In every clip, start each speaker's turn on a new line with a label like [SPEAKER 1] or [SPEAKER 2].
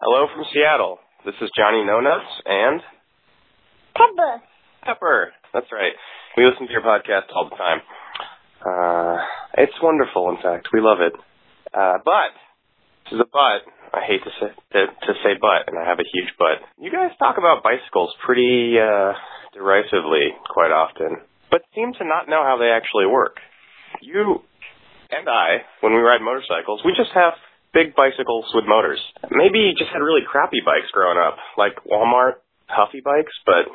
[SPEAKER 1] Hello from Seattle. This is Johnny No Nuts and
[SPEAKER 2] Pepper.
[SPEAKER 1] Pepper. That's right. We listen to your podcast all the time. Uh, it's wonderful, in fact. We love it. Uh, but, this is a but. I hate to say, to, to say but, and I have a huge but. You guys talk about bicycles pretty uh, derisively quite often, but seem to not know how they actually work. You and I, when we ride motorcycles, we just have big bicycles with motors. Maybe you just had really crappy bikes growing up, like Walmart Huffy bikes, but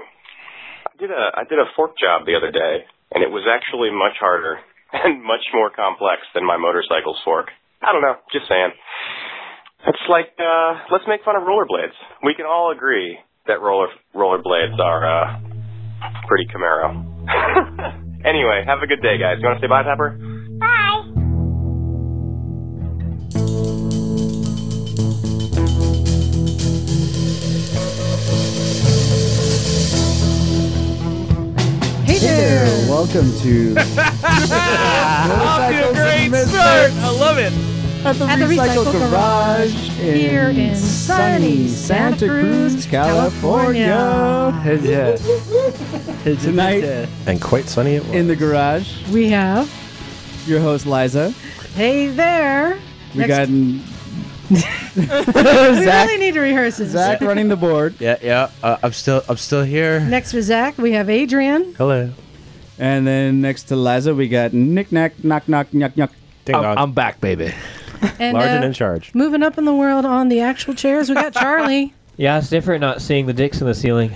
[SPEAKER 1] I did a I did a fork job the other day, and it was actually much harder and much more complex than my motorcycle's fork. I don't know, just saying. It's like uh, let's make fun of rollerblades. We can all agree that roller rollerblades are uh, pretty Camaro. anyway, have a good day, guys. You want to say bye, Pepper?
[SPEAKER 2] Bye.
[SPEAKER 3] Hey
[SPEAKER 4] there.
[SPEAKER 3] there.
[SPEAKER 4] Welcome to
[SPEAKER 5] Off to a
[SPEAKER 4] Motorcycles
[SPEAKER 5] great
[SPEAKER 4] and Misfits
[SPEAKER 5] start. I love it.
[SPEAKER 4] at the,
[SPEAKER 3] At the
[SPEAKER 4] Recycle,
[SPEAKER 3] Recycle
[SPEAKER 4] Garage,
[SPEAKER 3] here in sunny Santa Cruz, California.
[SPEAKER 5] Huzzah. Huzzah,
[SPEAKER 4] Tonight-
[SPEAKER 5] huzzah.
[SPEAKER 6] And quite sunny it was.
[SPEAKER 4] In the garage,
[SPEAKER 3] We have
[SPEAKER 4] your host Liza.
[SPEAKER 3] Hey There.
[SPEAKER 4] We
[SPEAKER 3] Next-
[SPEAKER 4] got
[SPEAKER 3] we
[SPEAKER 4] Zach,
[SPEAKER 3] really need to rehearse this.
[SPEAKER 4] Zach running the board,
[SPEAKER 6] yeah, yeah. Uh, I'm still, I'm still here.
[SPEAKER 3] Next for Zach, we have Adrian.
[SPEAKER 6] Hello.
[SPEAKER 4] and then next to Liza we got Nick Knack Knock Knock Knock Knock.
[SPEAKER 6] Ding dong.
[SPEAKER 5] I'm, I'm back, baby.
[SPEAKER 3] And,
[SPEAKER 6] Large and
[SPEAKER 3] uh,
[SPEAKER 6] in charge.
[SPEAKER 3] moving up in the world on the actual chairs, we got Charlie.
[SPEAKER 7] Yeah, it's different not seeing the dicks in the ceiling.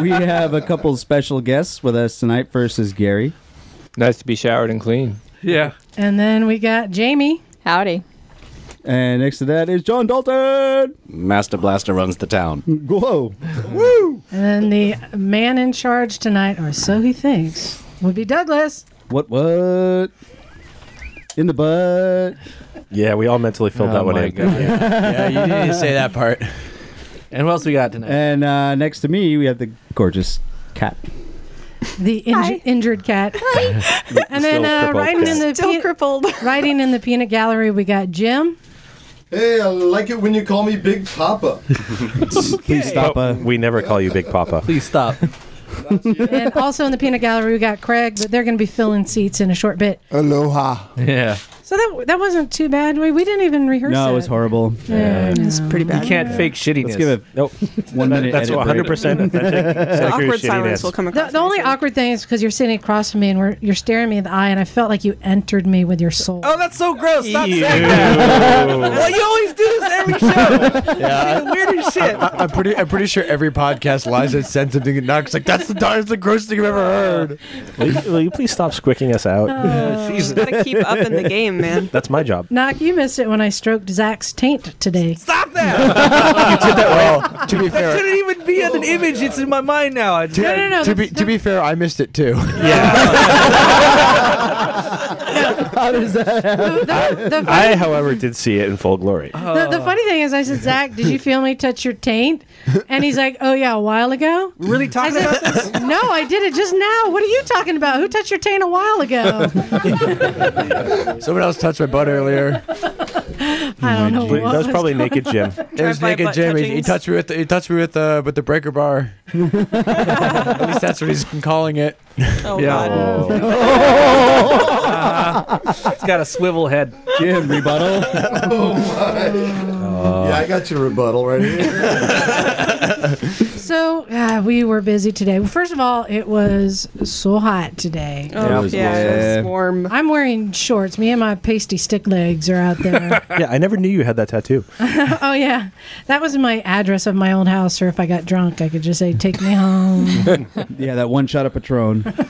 [SPEAKER 4] We have a couple special guests with us tonight. First is Gary.
[SPEAKER 8] Nice to be showered and clean.
[SPEAKER 5] Yeah.
[SPEAKER 3] and then we got Jamie.
[SPEAKER 9] Howdy.
[SPEAKER 4] And next to that is John Dalton.
[SPEAKER 10] Master Blaster runs the town.
[SPEAKER 4] Whoa.
[SPEAKER 3] And then the man in charge tonight, or so he thinks, would be Douglas.
[SPEAKER 4] What what? In the butt.
[SPEAKER 6] Yeah, we all mentally filled that one in.
[SPEAKER 8] yeah, you didn't say that part.
[SPEAKER 5] And what else we got tonight?
[SPEAKER 4] And uh, next to me we have the gorgeous cat.
[SPEAKER 3] The inju-
[SPEAKER 9] Hi.
[SPEAKER 3] injured cat. and then uh,
[SPEAKER 6] Still
[SPEAKER 3] riding,
[SPEAKER 6] crippled cat.
[SPEAKER 3] in the
[SPEAKER 9] Still
[SPEAKER 3] pe-
[SPEAKER 9] crippled.
[SPEAKER 3] riding in the peanut gallery, we got Jim.
[SPEAKER 11] Hey, I like it when you call me Big Papa.
[SPEAKER 4] Please stop.
[SPEAKER 6] Oh,
[SPEAKER 4] Uh,
[SPEAKER 6] we never call you Big Papa.
[SPEAKER 5] Please stop.
[SPEAKER 3] And also in the peanut gallery, we got Craig, but they're going to be filling seats in a short bit.
[SPEAKER 11] Aloha.
[SPEAKER 5] yeah.
[SPEAKER 3] So that that wasn't too bad. We, we didn't even rehearse
[SPEAKER 4] no,
[SPEAKER 3] it.
[SPEAKER 4] it was horrible.
[SPEAKER 3] Yeah,
[SPEAKER 9] It's pretty bad.
[SPEAKER 5] Can't fake shittiness.
[SPEAKER 4] Let's give it
[SPEAKER 6] Nope.
[SPEAKER 4] one minute.
[SPEAKER 6] That's
[SPEAKER 4] edit
[SPEAKER 6] 100
[SPEAKER 4] break.
[SPEAKER 6] percent authentic. Santa Cruz
[SPEAKER 9] awkward silence
[SPEAKER 6] shittiness.
[SPEAKER 9] will come
[SPEAKER 3] The,
[SPEAKER 9] across.
[SPEAKER 3] the only awkward thing is because you're sitting across from me and we're, you're staring me in the eye, and I felt like you entered me with your soul.
[SPEAKER 5] Oh, that's so gross. Stop
[SPEAKER 6] Ew.
[SPEAKER 5] saying that. Well, Oh, you always do this every show. yeah. Weirdest shit.
[SPEAKER 8] I'm pretty. I'm pretty sure every podcast Liza said something and Knox like that's the that's the grossest thing I've ever heard.
[SPEAKER 6] will, you, will you please stop squicking us out?
[SPEAKER 3] Oh,
[SPEAKER 9] Jesus. Gotta keep up in the game, man.
[SPEAKER 6] That's my job.
[SPEAKER 3] Knock, you missed it when I stroked Zach's taint today.
[SPEAKER 5] Stop that.
[SPEAKER 8] well, to be
[SPEAKER 5] It
[SPEAKER 8] fair,
[SPEAKER 5] shouldn't even be on an image. It's in my mind now. I just,
[SPEAKER 3] No, no, no.
[SPEAKER 8] to be
[SPEAKER 3] that's-
[SPEAKER 8] to be fair, I missed it too.
[SPEAKER 3] the, the- the
[SPEAKER 6] I,
[SPEAKER 3] funny,
[SPEAKER 6] however, did see it in full glory.
[SPEAKER 3] the- the funny thing is, I said, Zach, did you feel me touch your taint? And he's like, Oh yeah, a while ago.
[SPEAKER 5] really
[SPEAKER 3] I
[SPEAKER 5] talking
[SPEAKER 3] said,
[SPEAKER 5] about this?
[SPEAKER 3] No, I did it just now. What are you talking about? Who touched your taint a while ago?
[SPEAKER 8] Someone else touched my butt earlier.
[SPEAKER 3] I don't know.
[SPEAKER 6] That
[SPEAKER 3] what
[SPEAKER 6] was probably naked Jim.
[SPEAKER 8] It was
[SPEAKER 9] Drive-by
[SPEAKER 8] naked
[SPEAKER 9] butt
[SPEAKER 8] Jim. He, he
[SPEAKER 9] touchings.
[SPEAKER 8] touched me with the, he touched me with the with the breaker bar. At least that's what he's been calling it.
[SPEAKER 9] Oh,
[SPEAKER 5] Yeah.
[SPEAKER 9] God.
[SPEAKER 12] Uh-huh.
[SPEAKER 5] It's got a swivel head.
[SPEAKER 4] Jim rebuttal.
[SPEAKER 11] Oh my. yeah, I got your rebuttal right here.
[SPEAKER 3] So uh, we were busy today. First of all, it was so hot today.
[SPEAKER 9] Oh,
[SPEAKER 4] was
[SPEAKER 9] yeah.
[SPEAKER 4] awesome.
[SPEAKER 9] It's warm.
[SPEAKER 3] I'm wearing shorts. Me and my pasty stick legs are out there.
[SPEAKER 6] Yeah, I never knew you had that tattoo.
[SPEAKER 3] oh yeah, that was my address of my old house. Or if I got drunk, I could just say, "Take me home."
[SPEAKER 4] yeah, that one shot of Patron.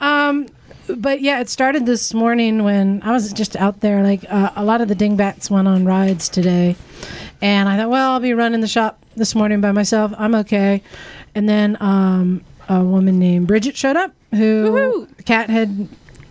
[SPEAKER 3] Um, but yeah, it started this morning when I was just out there. Like uh, a lot of the dingbats went on rides today, and I thought, well, I'll be running the shop this morning by myself. I'm okay. And then um, a woman named Bridget showed up, who Kat had.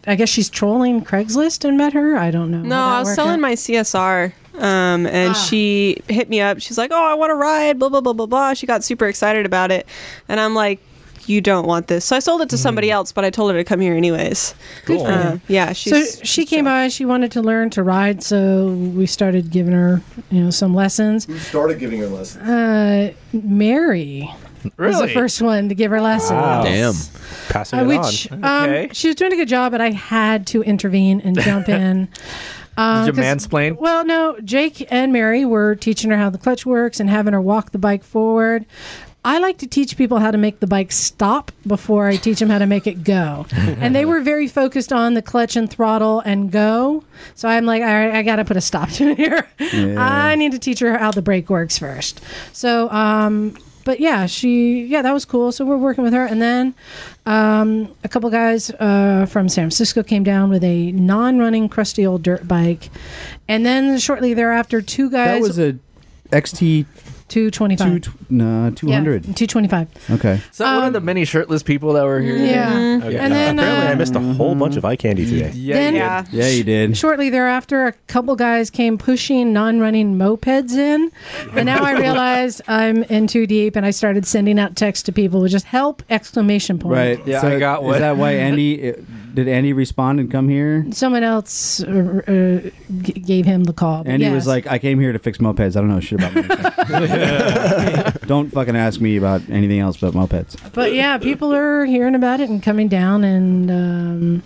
[SPEAKER 3] I guess she's trolling Craigslist and met her. I don't know.
[SPEAKER 9] No,
[SPEAKER 3] how that
[SPEAKER 9] I was
[SPEAKER 3] worked
[SPEAKER 9] selling
[SPEAKER 3] out.
[SPEAKER 9] my CSR. Um, and she hit me up. She's like, "Oh, I want to ride." Blah blah blah blah blah. She got super excited about it, and I'm like, you don't want this. So I sold it to somebody else, but I told her to come here anyways.
[SPEAKER 3] Good for
[SPEAKER 9] Uh,
[SPEAKER 3] you.
[SPEAKER 9] yeah, she's
[SPEAKER 3] so she came by. She wanted to learn to ride, so we started giving her, you know, some lessons.
[SPEAKER 11] Who started giving her lessons?
[SPEAKER 3] Uh, Mary was the
[SPEAKER 11] Really?
[SPEAKER 3] first one to give her lessons.
[SPEAKER 6] Passing
[SPEAKER 3] Uh,
[SPEAKER 6] it
[SPEAKER 3] which
[SPEAKER 6] on.
[SPEAKER 3] um, she was doing a good job, but I had to intervene and jump in. Um,
[SPEAKER 12] Did you
[SPEAKER 3] 'cause-
[SPEAKER 12] mansplain?
[SPEAKER 3] Well, no. Jake and Mary were teaching her how the clutch works and having her walk the bike forward. I like to teach people how to make the bike stop before I teach them how to make it go. and they were very focused on the clutch and throttle and go. So I'm like, all right, I got to put a stop to it here. I need to teach her how the brake works first. So, um, but yeah, she, yeah, that was cool. So we're working with her. And then um, a couple guys uh, from San Francisco came down with a non running, crusty old dirt bike. And then shortly thereafter, two
[SPEAKER 4] That
[SPEAKER 3] guys,
[SPEAKER 4] was a XT
[SPEAKER 3] 225.
[SPEAKER 4] no 200.
[SPEAKER 3] Yeah, 225.
[SPEAKER 4] Okay.
[SPEAKER 12] Is that one
[SPEAKER 3] Um,
[SPEAKER 12] of the many shirtless people that were here?
[SPEAKER 3] Yeah. Mhm. Okay. And then,
[SPEAKER 6] Apparently, I
[SPEAKER 3] uh,
[SPEAKER 6] missed a whole bunch of eye candy today.
[SPEAKER 12] Yeah,
[SPEAKER 3] Then-
[SPEAKER 12] you did.
[SPEAKER 3] Yeah.
[SPEAKER 4] Yeah, you did.
[SPEAKER 3] Shortly thereafter, a couple guys came pushing non-running mopeds in, and now I realized I'm in too deep, and I started sending out texts to people with just help exclamation point.
[SPEAKER 4] Right.
[SPEAKER 12] Yeah, I got
[SPEAKER 4] Is
[SPEAKER 12] one.
[SPEAKER 4] that why Andy did Andy respond and come here?
[SPEAKER 3] Someone else uh, uh, g- gave him the call. but
[SPEAKER 4] Andy
[SPEAKER 3] yes.
[SPEAKER 4] was like, "I came here to fix mopeds. I don't know shit about mopeds. don't fucking ask me about anything else but mopeds."
[SPEAKER 3] but yeah, people are hearing about it and coming down, and um,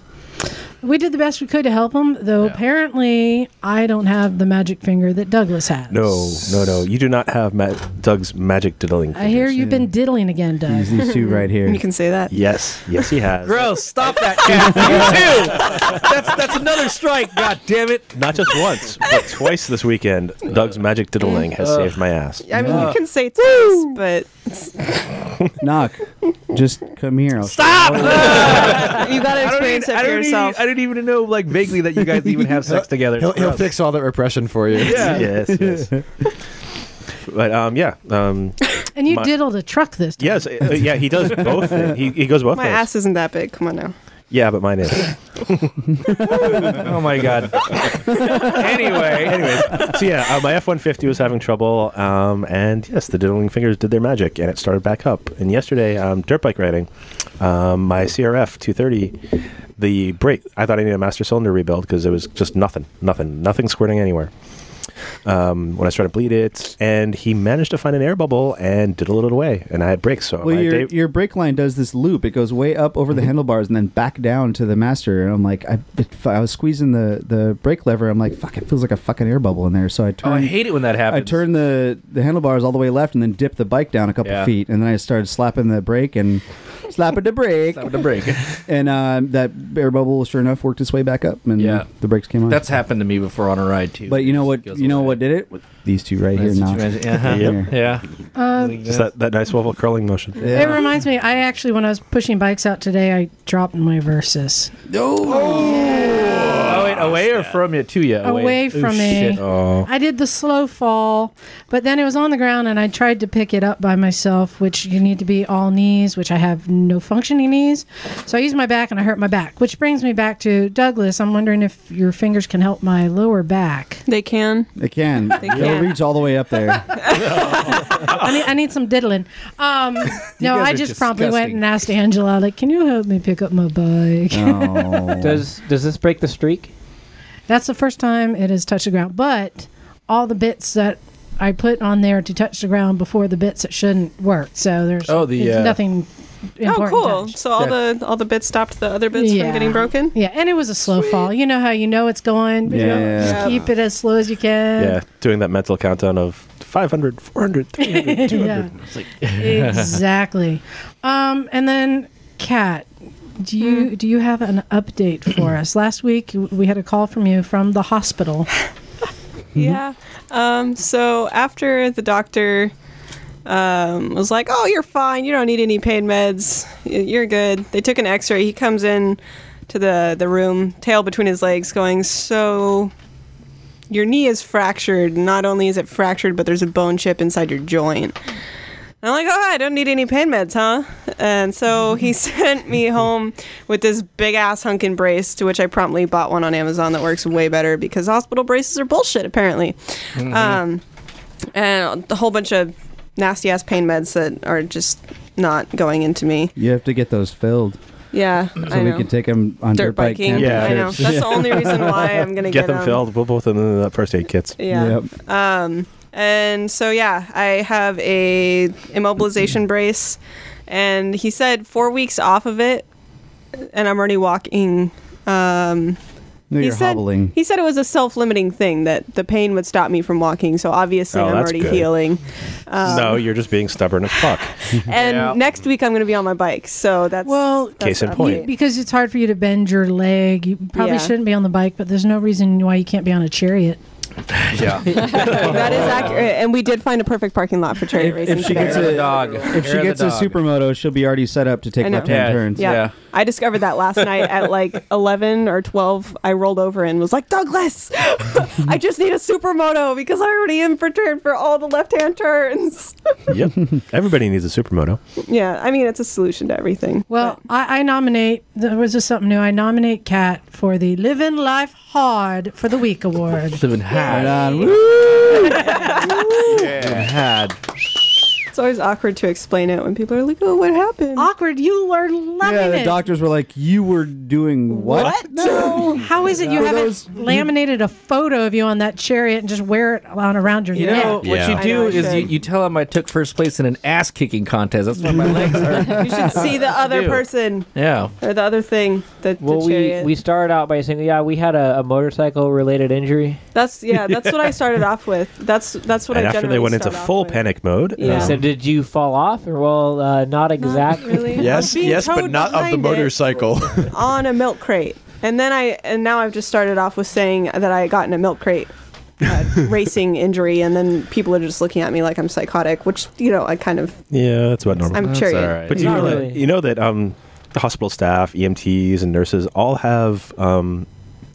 [SPEAKER 3] we did the best we could to help them. Though apparently, I don't have the magic finger that Douglas has.
[SPEAKER 6] No, no, no. You do not have Ma- Doug's magic diddling.
[SPEAKER 3] I hear you've been diddling again, Doug.
[SPEAKER 9] You can say that.
[SPEAKER 6] Yes, yes, he has.
[SPEAKER 12] Gross. Stop that cat. you too. That's that's another strike. God damn it.
[SPEAKER 6] Not just once, but twice this weekend. Doug's magic diddling has
[SPEAKER 12] Ugh.
[SPEAKER 6] saved my ass.
[SPEAKER 9] I mean, you can say tits, but
[SPEAKER 4] Knock. Just come here. I'll-
[SPEAKER 9] you gotta experience it for yourself.
[SPEAKER 12] I didn't even know, like, vaguely that you guys even have sex together.
[SPEAKER 8] He'll, he'll fix all that repression for you.
[SPEAKER 12] Yeah.
[SPEAKER 6] Yes, yes. But um, yeah, um,
[SPEAKER 3] And you
[SPEAKER 6] my-
[SPEAKER 3] diddled a truck this time.
[SPEAKER 6] Yes, uh, yeah, he does both. thi- He, he goes both
[SPEAKER 9] My
[SPEAKER 6] ways.
[SPEAKER 9] ass isn't that big. Come on now.
[SPEAKER 6] Yeah, but mine is.
[SPEAKER 12] oh my god. anyway,
[SPEAKER 6] anyways, so yeah, uh, my F one fifty was having trouble, um, and yes, the diddling fingers did their magic, and it started back up. And yesterday, um, dirt bike riding, um, my CRF two thirty, the brake. I thought I needed a master cylinder rebuild because it was just nothing, nothing, nothing squirting anywhere. Um, when I started to bleed it, and he managed to find an air bubble and diddle it away, and I had brakes. So
[SPEAKER 4] Well,
[SPEAKER 6] my
[SPEAKER 4] your,
[SPEAKER 6] day-
[SPEAKER 4] your brake line does this loop. It goes way up over the handlebars and then back down to the master. And I'm like, I, it, I was squeezing the, the brake lever. I'm like, fuck, it feels like a fucking air bubble in there. So I
[SPEAKER 12] Oh,
[SPEAKER 4] turned,
[SPEAKER 12] I hate it when that
[SPEAKER 4] I
[SPEAKER 12] happens.
[SPEAKER 4] turned the, the handlebars all the way left and then dipped the bike down a couple
[SPEAKER 12] Yeah.
[SPEAKER 4] feet. And then I started slapping the brake and slapping the brake. slapping
[SPEAKER 12] the brake.
[SPEAKER 4] and uh, that air bubble, sure enough, worked its way back up. And
[SPEAKER 12] Yeah.
[SPEAKER 4] the brakes came on.
[SPEAKER 12] That's happened to me before on a ride too.
[SPEAKER 4] but you know what? You know what did it? These two right here,
[SPEAKER 12] Nice
[SPEAKER 4] now.
[SPEAKER 12] situation. Uh-huh.
[SPEAKER 4] Here.
[SPEAKER 12] Yeah.
[SPEAKER 3] Uh,
[SPEAKER 6] just that, that nice waffle curling motion.
[SPEAKER 3] It reminds me. I actually, when I was pushing bikes out today, I dropped my Versus
[SPEAKER 12] Oh wait, away or from you? To you? Away,
[SPEAKER 3] away
[SPEAKER 12] Oh,
[SPEAKER 3] from me.
[SPEAKER 12] shit. Oh.
[SPEAKER 3] I did the slow fall, but then it was on the ground, and I tried to pick it up by myself, which you need to be all knees, which I have no functioning knees. So I used my back, and I hurt my back, which brings me back to Douglas. I'm wondering if your fingers can help my lower back.
[SPEAKER 9] They can.
[SPEAKER 4] It can.
[SPEAKER 9] They
[SPEAKER 4] It'll
[SPEAKER 9] can.
[SPEAKER 4] reach all the way up there.
[SPEAKER 3] I need, I need some diddling. Um, no,
[SPEAKER 7] guys
[SPEAKER 3] I
[SPEAKER 7] are
[SPEAKER 3] just promptly went
[SPEAKER 7] disgusting.
[SPEAKER 3] and asked Angela, like, "Can you help me pick up my bike?"
[SPEAKER 7] Does does this break the streak?
[SPEAKER 3] That's the first time it has touched the ground. But all the bits that I put on there to touch the ground before the bits that shouldn't work. So there's
[SPEAKER 12] Oh, the,
[SPEAKER 3] it's
[SPEAKER 12] uh,
[SPEAKER 3] nothing.
[SPEAKER 9] Oh,
[SPEAKER 3] Important
[SPEAKER 9] cool.
[SPEAKER 3] touched.
[SPEAKER 9] So all the all the bits stopped the other bits
[SPEAKER 3] Yeah.
[SPEAKER 9] from getting broken.
[SPEAKER 3] Yeah, and it was a slow fall. You know how you know it's going. but you know,
[SPEAKER 6] Yeah.
[SPEAKER 3] just keep it as slow as you can.
[SPEAKER 6] Yeah, doing that mental countdown of 500, 400, 300, 200.
[SPEAKER 3] Yeah. exactly. Um, and then, Kat, do you
[SPEAKER 9] Hmm.
[SPEAKER 3] do you have an update for us? Last week we had a call from you from the hospital.
[SPEAKER 9] Yeah. Um, so after the doctor um, was like, "Oh, you're fine. You don't need any pain meds. Y- You're good." They took an X-ray. He comes in to the the room, tail between his legs, going, "So your knee is fractured. Not only is it fractured, but there's a bone chip inside your joint." And I'm like, oh, I don't need any pain meds, huh? And so he sent me home with this big ass hunkin' brace, to which I promptly bought one on Amazon that works way better because hospital braces are bullshit, apparently.
[SPEAKER 12] Mhm.
[SPEAKER 9] Um, and a whole bunch of nasty ass pain meds that are just not going into me.
[SPEAKER 4] You have to get those filled.
[SPEAKER 9] Yeah,
[SPEAKER 4] So
[SPEAKER 9] I
[SPEAKER 4] we
[SPEAKER 9] know.
[SPEAKER 4] can take them on dirt,
[SPEAKER 9] Dirt
[SPEAKER 4] bike
[SPEAKER 9] biking.
[SPEAKER 4] camping
[SPEAKER 9] I know.
[SPEAKER 4] trips.
[SPEAKER 9] That's the only reason why I'm gonna get,
[SPEAKER 6] them filled. We'll both of them in that first aid kits.
[SPEAKER 9] Yeah. Um, and so yeah, I have a immobilization brace, and he said four weeks off of it, and I'm already walking. Um,
[SPEAKER 4] No,
[SPEAKER 9] he
[SPEAKER 4] you're
[SPEAKER 9] said
[SPEAKER 4] hobbling.
[SPEAKER 9] he said it was a self-limiting thing that the pain would stop me from walking. So obviously,
[SPEAKER 6] Oh,
[SPEAKER 9] I'm
[SPEAKER 6] that's
[SPEAKER 9] already
[SPEAKER 6] good.
[SPEAKER 9] healing. Um,
[SPEAKER 6] no, you're just being stubborn as fuck.
[SPEAKER 9] And next week, I'm going to be on my bike. So that's well,
[SPEAKER 6] Case in point.
[SPEAKER 3] because it's hard for you to bend your leg. You probably
[SPEAKER 9] Yeah.
[SPEAKER 3] shouldn't be on the bike, but there's no reason why you can't be on a chariot.
[SPEAKER 6] yeah.
[SPEAKER 9] that is accurate. And we did find a perfect parking lot for chariot racing.
[SPEAKER 4] she
[SPEAKER 9] today.
[SPEAKER 4] gets a- If she gets a supermoto, she'll be already set up to
[SPEAKER 9] I
[SPEAKER 4] take
[SPEAKER 9] know.
[SPEAKER 4] left-hand turns.
[SPEAKER 9] I discovered that last night at like 11 or 12. I rolled over and was like, Douglas, I just need a supermoto because I already am for turn for all the left hand turns.
[SPEAKER 6] yep. Everybody needs a supermoto.
[SPEAKER 9] yeah, I mean, it's a solution to everything.
[SPEAKER 3] Well, I, I nominate. There was just something new. I nominate Kat for the Living Life Hard for the Week award.
[SPEAKER 12] Living hard.
[SPEAKER 4] Had.
[SPEAKER 9] It's always awkward to explain it when people are like, oh, what happened?
[SPEAKER 3] Awkward. You were loving
[SPEAKER 4] Yeah, the doctors were like, "You were doing what?"
[SPEAKER 3] No. How is it you
[SPEAKER 4] For
[SPEAKER 3] haven't
[SPEAKER 4] those-
[SPEAKER 3] laminated a photo of you on that chariot and just wear it on around your
[SPEAKER 12] You
[SPEAKER 3] neck?
[SPEAKER 12] know, what you do is you, you tell them I took first place in an ass kicking contest. That's why my legs are.
[SPEAKER 9] You should see the other
[SPEAKER 12] do.
[SPEAKER 9] person
[SPEAKER 12] Yeah.
[SPEAKER 9] or the other thing that
[SPEAKER 7] Well,
[SPEAKER 9] the
[SPEAKER 7] we,
[SPEAKER 9] chariot.
[SPEAKER 7] we started out by saying, yeah, we had a, a motorcycle related injury.
[SPEAKER 9] that's yeah. That's what I started off with. That's that's what
[SPEAKER 6] and
[SPEAKER 9] I
[SPEAKER 6] after
[SPEAKER 9] generally
[SPEAKER 6] they went into
[SPEAKER 9] start off
[SPEAKER 6] full panic mode,
[SPEAKER 7] Yeah.
[SPEAKER 6] um,
[SPEAKER 7] So did you fall off? Or, well, uh, not exactly.
[SPEAKER 9] really. I'm being towed behind it. on a milk crate. And then I and now I've just started off with saying that I got in a milk crate uh, racing injury, and then people are just looking at me like I'm psychotic, which you know I kind of
[SPEAKER 6] yeah, that's about normal.
[SPEAKER 9] I'm That's chariot. all right.
[SPEAKER 6] But you
[SPEAKER 9] Not
[SPEAKER 6] know, that-
[SPEAKER 9] really.
[SPEAKER 6] you know that um, the hospital staff, EMTs, and nurses all have um,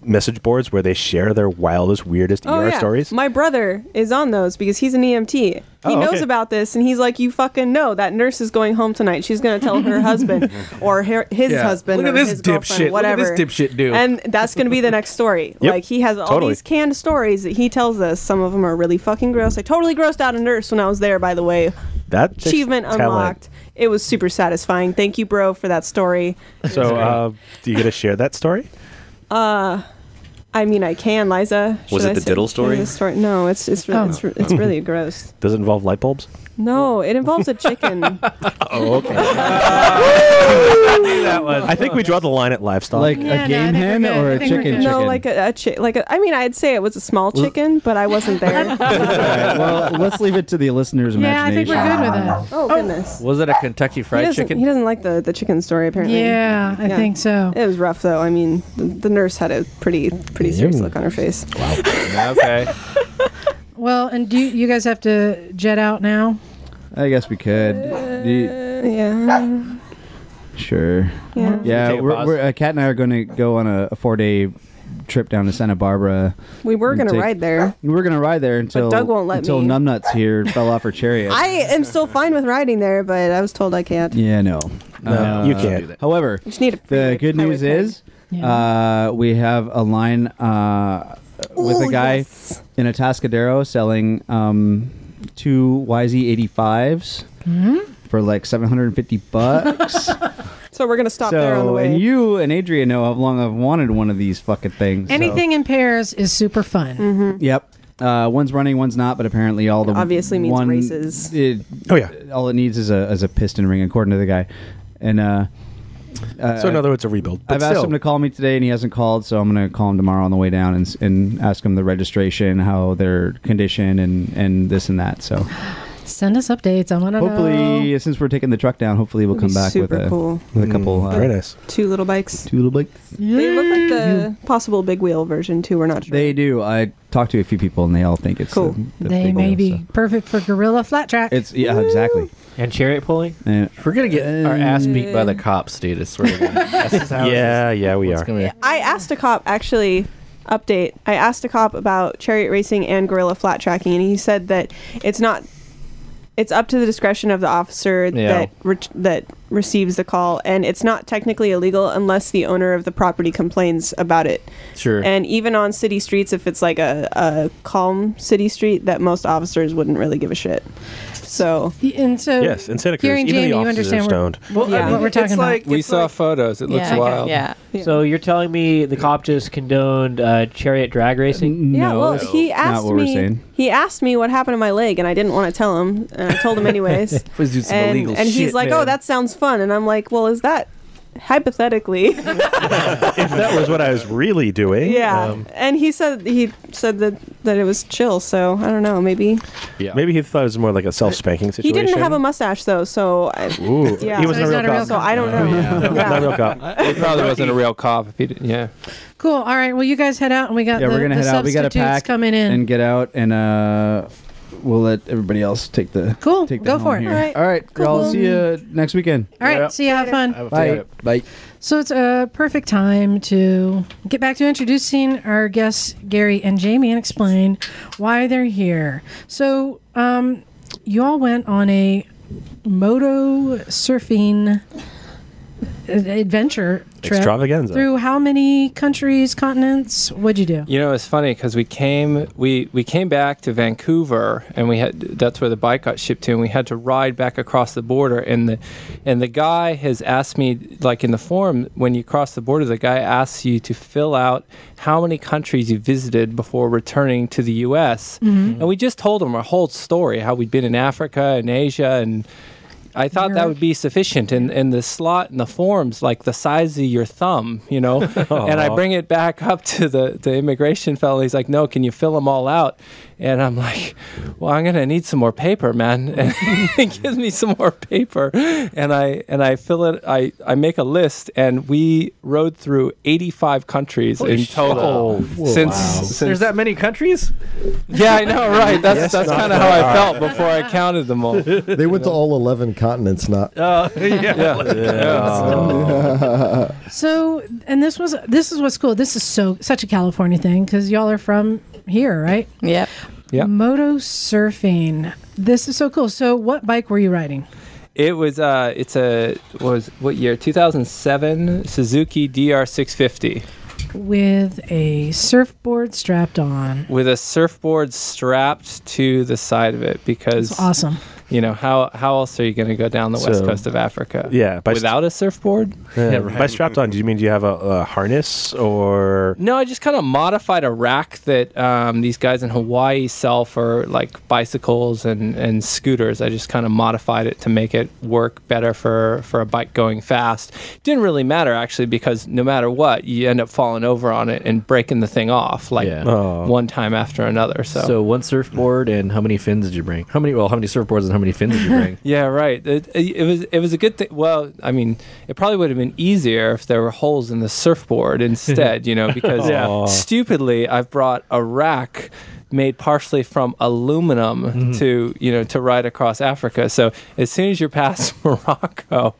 [SPEAKER 6] message boards where they share their wildest, weirdest
[SPEAKER 12] E
[SPEAKER 6] ER stories.
[SPEAKER 9] Oh, My brother is on those because he's an EMT. He
[SPEAKER 6] Oh,
[SPEAKER 9] knows
[SPEAKER 6] okay.
[SPEAKER 9] about this, and he's like, "You fucking know that nurse is going home tonight. She's gonna tell her husband or her, his
[SPEAKER 12] Yeah.
[SPEAKER 9] husband
[SPEAKER 12] Look
[SPEAKER 9] or
[SPEAKER 12] at this
[SPEAKER 9] his girlfriend,
[SPEAKER 12] dipshit. Look at
[SPEAKER 9] whatever."
[SPEAKER 12] this dipshit dude.
[SPEAKER 9] And that's gonna be the next story.
[SPEAKER 12] Yep.
[SPEAKER 9] Like he has all
[SPEAKER 12] Totally.
[SPEAKER 9] these canned stories that he tells us. Some of them are really fucking gross. I totally grossed out a nurse when I was there. By the way,
[SPEAKER 6] That takes
[SPEAKER 9] achievement
[SPEAKER 6] talent.
[SPEAKER 9] unlocked. It was super satisfying. Thank you, bro, for that story.
[SPEAKER 6] So, uh, do you get to share that story?
[SPEAKER 9] Uh, I mean, I can, Liza.
[SPEAKER 6] Was
[SPEAKER 9] Should
[SPEAKER 6] it
[SPEAKER 9] I
[SPEAKER 6] the
[SPEAKER 9] say-
[SPEAKER 6] diddle story?
[SPEAKER 9] the story? No, it's it's re-
[SPEAKER 6] Oh.
[SPEAKER 9] it's, re- it's really gross.
[SPEAKER 6] Does it involve light bulbs?
[SPEAKER 9] No, it involves a chicken.
[SPEAKER 6] Oh, okay. I think we draw the line at livestock.
[SPEAKER 4] Like a Yeah, no, I game think we're hen good. or I a think we're chicken good.
[SPEAKER 9] no,
[SPEAKER 4] chicken?
[SPEAKER 9] like a, a chi- like a, I mean, I'd say it was a small chicken, but I wasn't
[SPEAKER 6] Oh.
[SPEAKER 9] there.
[SPEAKER 4] Alright, well, let's leave it to the listener's
[SPEAKER 9] Yeah, I think
[SPEAKER 4] imagination.
[SPEAKER 9] we're good with that. Oh goodness.
[SPEAKER 12] Was it a Kentucky
[SPEAKER 9] he
[SPEAKER 12] Fried
[SPEAKER 9] doesn't-
[SPEAKER 12] Chicken?
[SPEAKER 9] He doesn't like the, the chicken story apparently.
[SPEAKER 3] Yeah, I think so.
[SPEAKER 9] It was rough though. I mean, the, the nurse had a pretty pretty serious look on her face.
[SPEAKER 12] okay.
[SPEAKER 3] Well, and do you, you guys have to jet out now?
[SPEAKER 4] I guess we could. Do you-
[SPEAKER 9] yeah.
[SPEAKER 4] sure.
[SPEAKER 3] Yeah.
[SPEAKER 4] Yeah.
[SPEAKER 12] Take a
[SPEAKER 4] We're,
[SPEAKER 12] pause.
[SPEAKER 4] we're, uh, Kat and I are going to go on a, a four-day trip down to Santa Barbara.
[SPEAKER 9] We were
[SPEAKER 4] and
[SPEAKER 9] gonna
[SPEAKER 4] take-
[SPEAKER 9] ride there.
[SPEAKER 4] We were going to ride there until
[SPEAKER 9] Doug won't let
[SPEAKER 4] until
[SPEAKER 9] me.
[SPEAKER 4] numbnuts here fell off her chariot.
[SPEAKER 9] I am still fine with riding there, but I was told I can't.
[SPEAKER 4] Yeah, no.
[SPEAKER 6] No,
[SPEAKER 4] Uh,
[SPEAKER 6] you can't.
[SPEAKER 4] However,
[SPEAKER 9] Just need a
[SPEAKER 4] the good news is uh, we have a line uh, with a
[SPEAKER 9] Ooh,
[SPEAKER 4] guy in a Atascadero selling um, two YZ85s for like 750 bucks.
[SPEAKER 9] So we're gonna stop there on the
[SPEAKER 4] so,
[SPEAKER 9] way.
[SPEAKER 4] and you and Adria know how long I've wanted one of these fucking things. so-
[SPEAKER 3] Anything in pairs is super fun.
[SPEAKER 4] Yep. Uh, one's running, one's not, but apparently all the
[SPEAKER 9] Obviously means
[SPEAKER 4] one,
[SPEAKER 9] races.
[SPEAKER 4] It, oh yeah, all it needs is a is a piston ring, according to the guy. And uh, uh,
[SPEAKER 6] so, in other words, a rebuild. But
[SPEAKER 4] I've asked
[SPEAKER 6] still.
[SPEAKER 4] him to call me today, and he hasn't called, so I'm gonna call him tomorrow on the way down and s- and ask him the registration, how their condition, and and this and that. So
[SPEAKER 3] Send us updates. I want to know.
[SPEAKER 4] hopefully, since we're taking the truck down, hopefully we'll
[SPEAKER 9] That'd
[SPEAKER 4] come
[SPEAKER 9] be
[SPEAKER 4] back with
[SPEAKER 9] super
[SPEAKER 4] a
[SPEAKER 9] cool.
[SPEAKER 4] with a couple. Uh,
[SPEAKER 6] Mm, Very nice.
[SPEAKER 9] Two little bikes.
[SPEAKER 4] Two little bikes.
[SPEAKER 9] They look like the possible big wheel version too. We're not sure.
[SPEAKER 4] They do. I talked to a few people, and they all think it's cool.
[SPEAKER 3] they may be perfect for gorilla flat track.
[SPEAKER 4] It's yeah, exactly.
[SPEAKER 12] And chariot pulling? We're going to get our ass beat by the cops, dude. I swear to God. That's how it
[SPEAKER 6] Yeah, yeah, we
[SPEAKER 12] it's
[SPEAKER 6] are.
[SPEAKER 12] gonna be.
[SPEAKER 9] I asked a cop actually. Update. I asked a cop about chariot racing and gorilla flat tracking, and he said that it's not. It's up to the discretion of the officer
[SPEAKER 12] Yeah.
[SPEAKER 9] that ret- that receives the call, and it's not technically illegal unless the owner of the property complains about it.
[SPEAKER 12] Sure.
[SPEAKER 9] And even on city streets, if it's like a, a calm city street, that most officers wouldn't really give a shit. So
[SPEAKER 3] and so
[SPEAKER 6] Yes, in Santa Cruz, even the officers are stoned.
[SPEAKER 9] Well,
[SPEAKER 7] Yeah. uh, what we're talking about.
[SPEAKER 12] we saw photos. It looks
[SPEAKER 7] Yeah, okay,
[SPEAKER 12] wild.
[SPEAKER 7] yeah. So you're telling me the cop just condoned uh, chariot drag racing?
[SPEAKER 9] Yeah, well, he asked me. He asked me what happened to my leg, and I didn't want to tell him. And I told him anyways.
[SPEAKER 12] Please do some
[SPEAKER 9] and
[SPEAKER 12] illegal
[SPEAKER 9] and he's
[SPEAKER 12] shit,
[SPEAKER 9] like, "Oh,
[SPEAKER 12] man."
[SPEAKER 9] that sounds fun," and I'm like, "Well, is that hypothetically?"
[SPEAKER 6] if that was what I was really doing.
[SPEAKER 9] yeah.
[SPEAKER 6] um,
[SPEAKER 9] and he said he said that that it was chill. So I don't know. Maybe
[SPEAKER 6] Maybe he thought it was more like a self spanking
[SPEAKER 9] he
[SPEAKER 6] situation.
[SPEAKER 9] didn't have a mustache though. So I,
[SPEAKER 6] Ooh,
[SPEAKER 9] yeah,
[SPEAKER 6] he wasn't a real cop.
[SPEAKER 9] So I don't know.
[SPEAKER 6] No, not a real cop.
[SPEAKER 12] It probably wasn't a real cop if he didn't. Yeah.
[SPEAKER 3] Cool. All right. Well, you guys head out, and we got
[SPEAKER 4] yeah,
[SPEAKER 3] the,
[SPEAKER 4] we're gonna
[SPEAKER 3] the
[SPEAKER 4] head out. We
[SPEAKER 3] substitutes
[SPEAKER 4] got to pack
[SPEAKER 3] coming in.
[SPEAKER 4] and get out, and uh, we'll let everybody else take the
[SPEAKER 3] Cool.
[SPEAKER 4] Take the
[SPEAKER 3] Go
[SPEAKER 4] helm
[SPEAKER 3] for it.
[SPEAKER 4] here.
[SPEAKER 3] All right.
[SPEAKER 4] All right.
[SPEAKER 3] Cool.
[SPEAKER 4] Y'all see you next weekend.
[SPEAKER 3] All right. See you. Have fun.
[SPEAKER 4] Bye. Bye.
[SPEAKER 3] So it's a perfect time to get back to introducing our guests, Gary and Jamie, and explain why they're here. So, um, you all went on a moto surfing adventure trip
[SPEAKER 6] Extravaganza.
[SPEAKER 3] through how many countries, continents? What'd you do?
[SPEAKER 12] You know, it's funny because we came we we came back to Vancouver and we had that's where the bike got shipped to, and we had to ride back across the border. And the and the guy has asked me like in the form when you cross the border, the guy asks you to fill out how many countries you visited before returning to the U.S.
[SPEAKER 5] Mhm.
[SPEAKER 12] And we just told him our whole story, how we'd been in Africa and Asia and. I thought that would be sufficient, and, and the slot in the forms like the size of your thumb, you know. and I
[SPEAKER 6] Aw.
[SPEAKER 12] bring bring it back up to the, the immigration fellow. He's like, no, can you fill them all out? And I'm like, well, I'm gonna need some more paper, man. And he gives me some more paper, and I and I fill it. I I make a list, and we rode through 85 countries
[SPEAKER 5] Holy
[SPEAKER 12] in
[SPEAKER 5] shit. Oh,
[SPEAKER 12] total
[SPEAKER 5] Whoa.
[SPEAKER 12] since,
[SPEAKER 5] Wow.
[SPEAKER 12] since.
[SPEAKER 5] There's that many countries?
[SPEAKER 12] Yeah, I know, right? That's
[SPEAKER 5] Yes,
[SPEAKER 12] that's
[SPEAKER 5] not
[SPEAKER 12] kind of how I
[SPEAKER 5] bad.
[SPEAKER 12] felt before I counted them all.
[SPEAKER 11] They went to all 11 continents, not.
[SPEAKER 5] Oh, yeah.
[SPEAKER 12] Yeah.
[SPEAKER 3] So, and this was this is what's cool. This is so such a California thing because y'all are from here, right?
[SPEAKER 13] Yep.
[SPEAKER 12] Yep.
[SPEAKER 3] Moto surfing. This is so cool. So, what bike were you riding?
[SPEAKER 12] It was uh, it's a what was what year? 2007 Suzuki DR650.
[SPEAKER 3] With a surfboard strapped on.
[SPEAKER 12] with a surfboard strapped to the side of it because
[SPEAKER 3] That's awesome.
[SPEAKER 12] You know how how else are you going to go down the west
[SPEAKER 6] So-
[SPEAKER 12] coast of Africa?
[SPEAKER 6] Yeah, by st-
[SPEAKER 12] without a surfboard.
[SPEAKER 6] Yeah, By strapped on, do you mean do you have a, a harness or
[SPEAKER 12] No, I just kind of modified a rack that um, these guys in Hawaii sell for like bicycles and, and scooters. I just kind of modified it to make it work better for, for a bike going fast. Didn't really matter actually because no matter what, you end up falling over on it and breaking the thing off like
[SPEAKER 6] Yeah. Oh.
[SPEAKER 12] one time after another. So.
[SPEAKER 6] So
[SPEAKER 14] one surfboard and how many fins did you bring? How many? Well, how many surfboards and how many fins did you bring?
[SPEAKER 12] Yeah, right. It, it, it was it was a good thing. Well, I mean, it probably would have been easier if there were holes in the surfboard instead, you know, because
[SPEAKER 14] Yeah. Aw.
[SPEAKER 12] stupidly I've brought a rack made partially from aluminum
[SPEAKER 14] Mm-hmm.
[SPEAKER 12] to you know to ride across Africa. So as soon as you're past Morocco.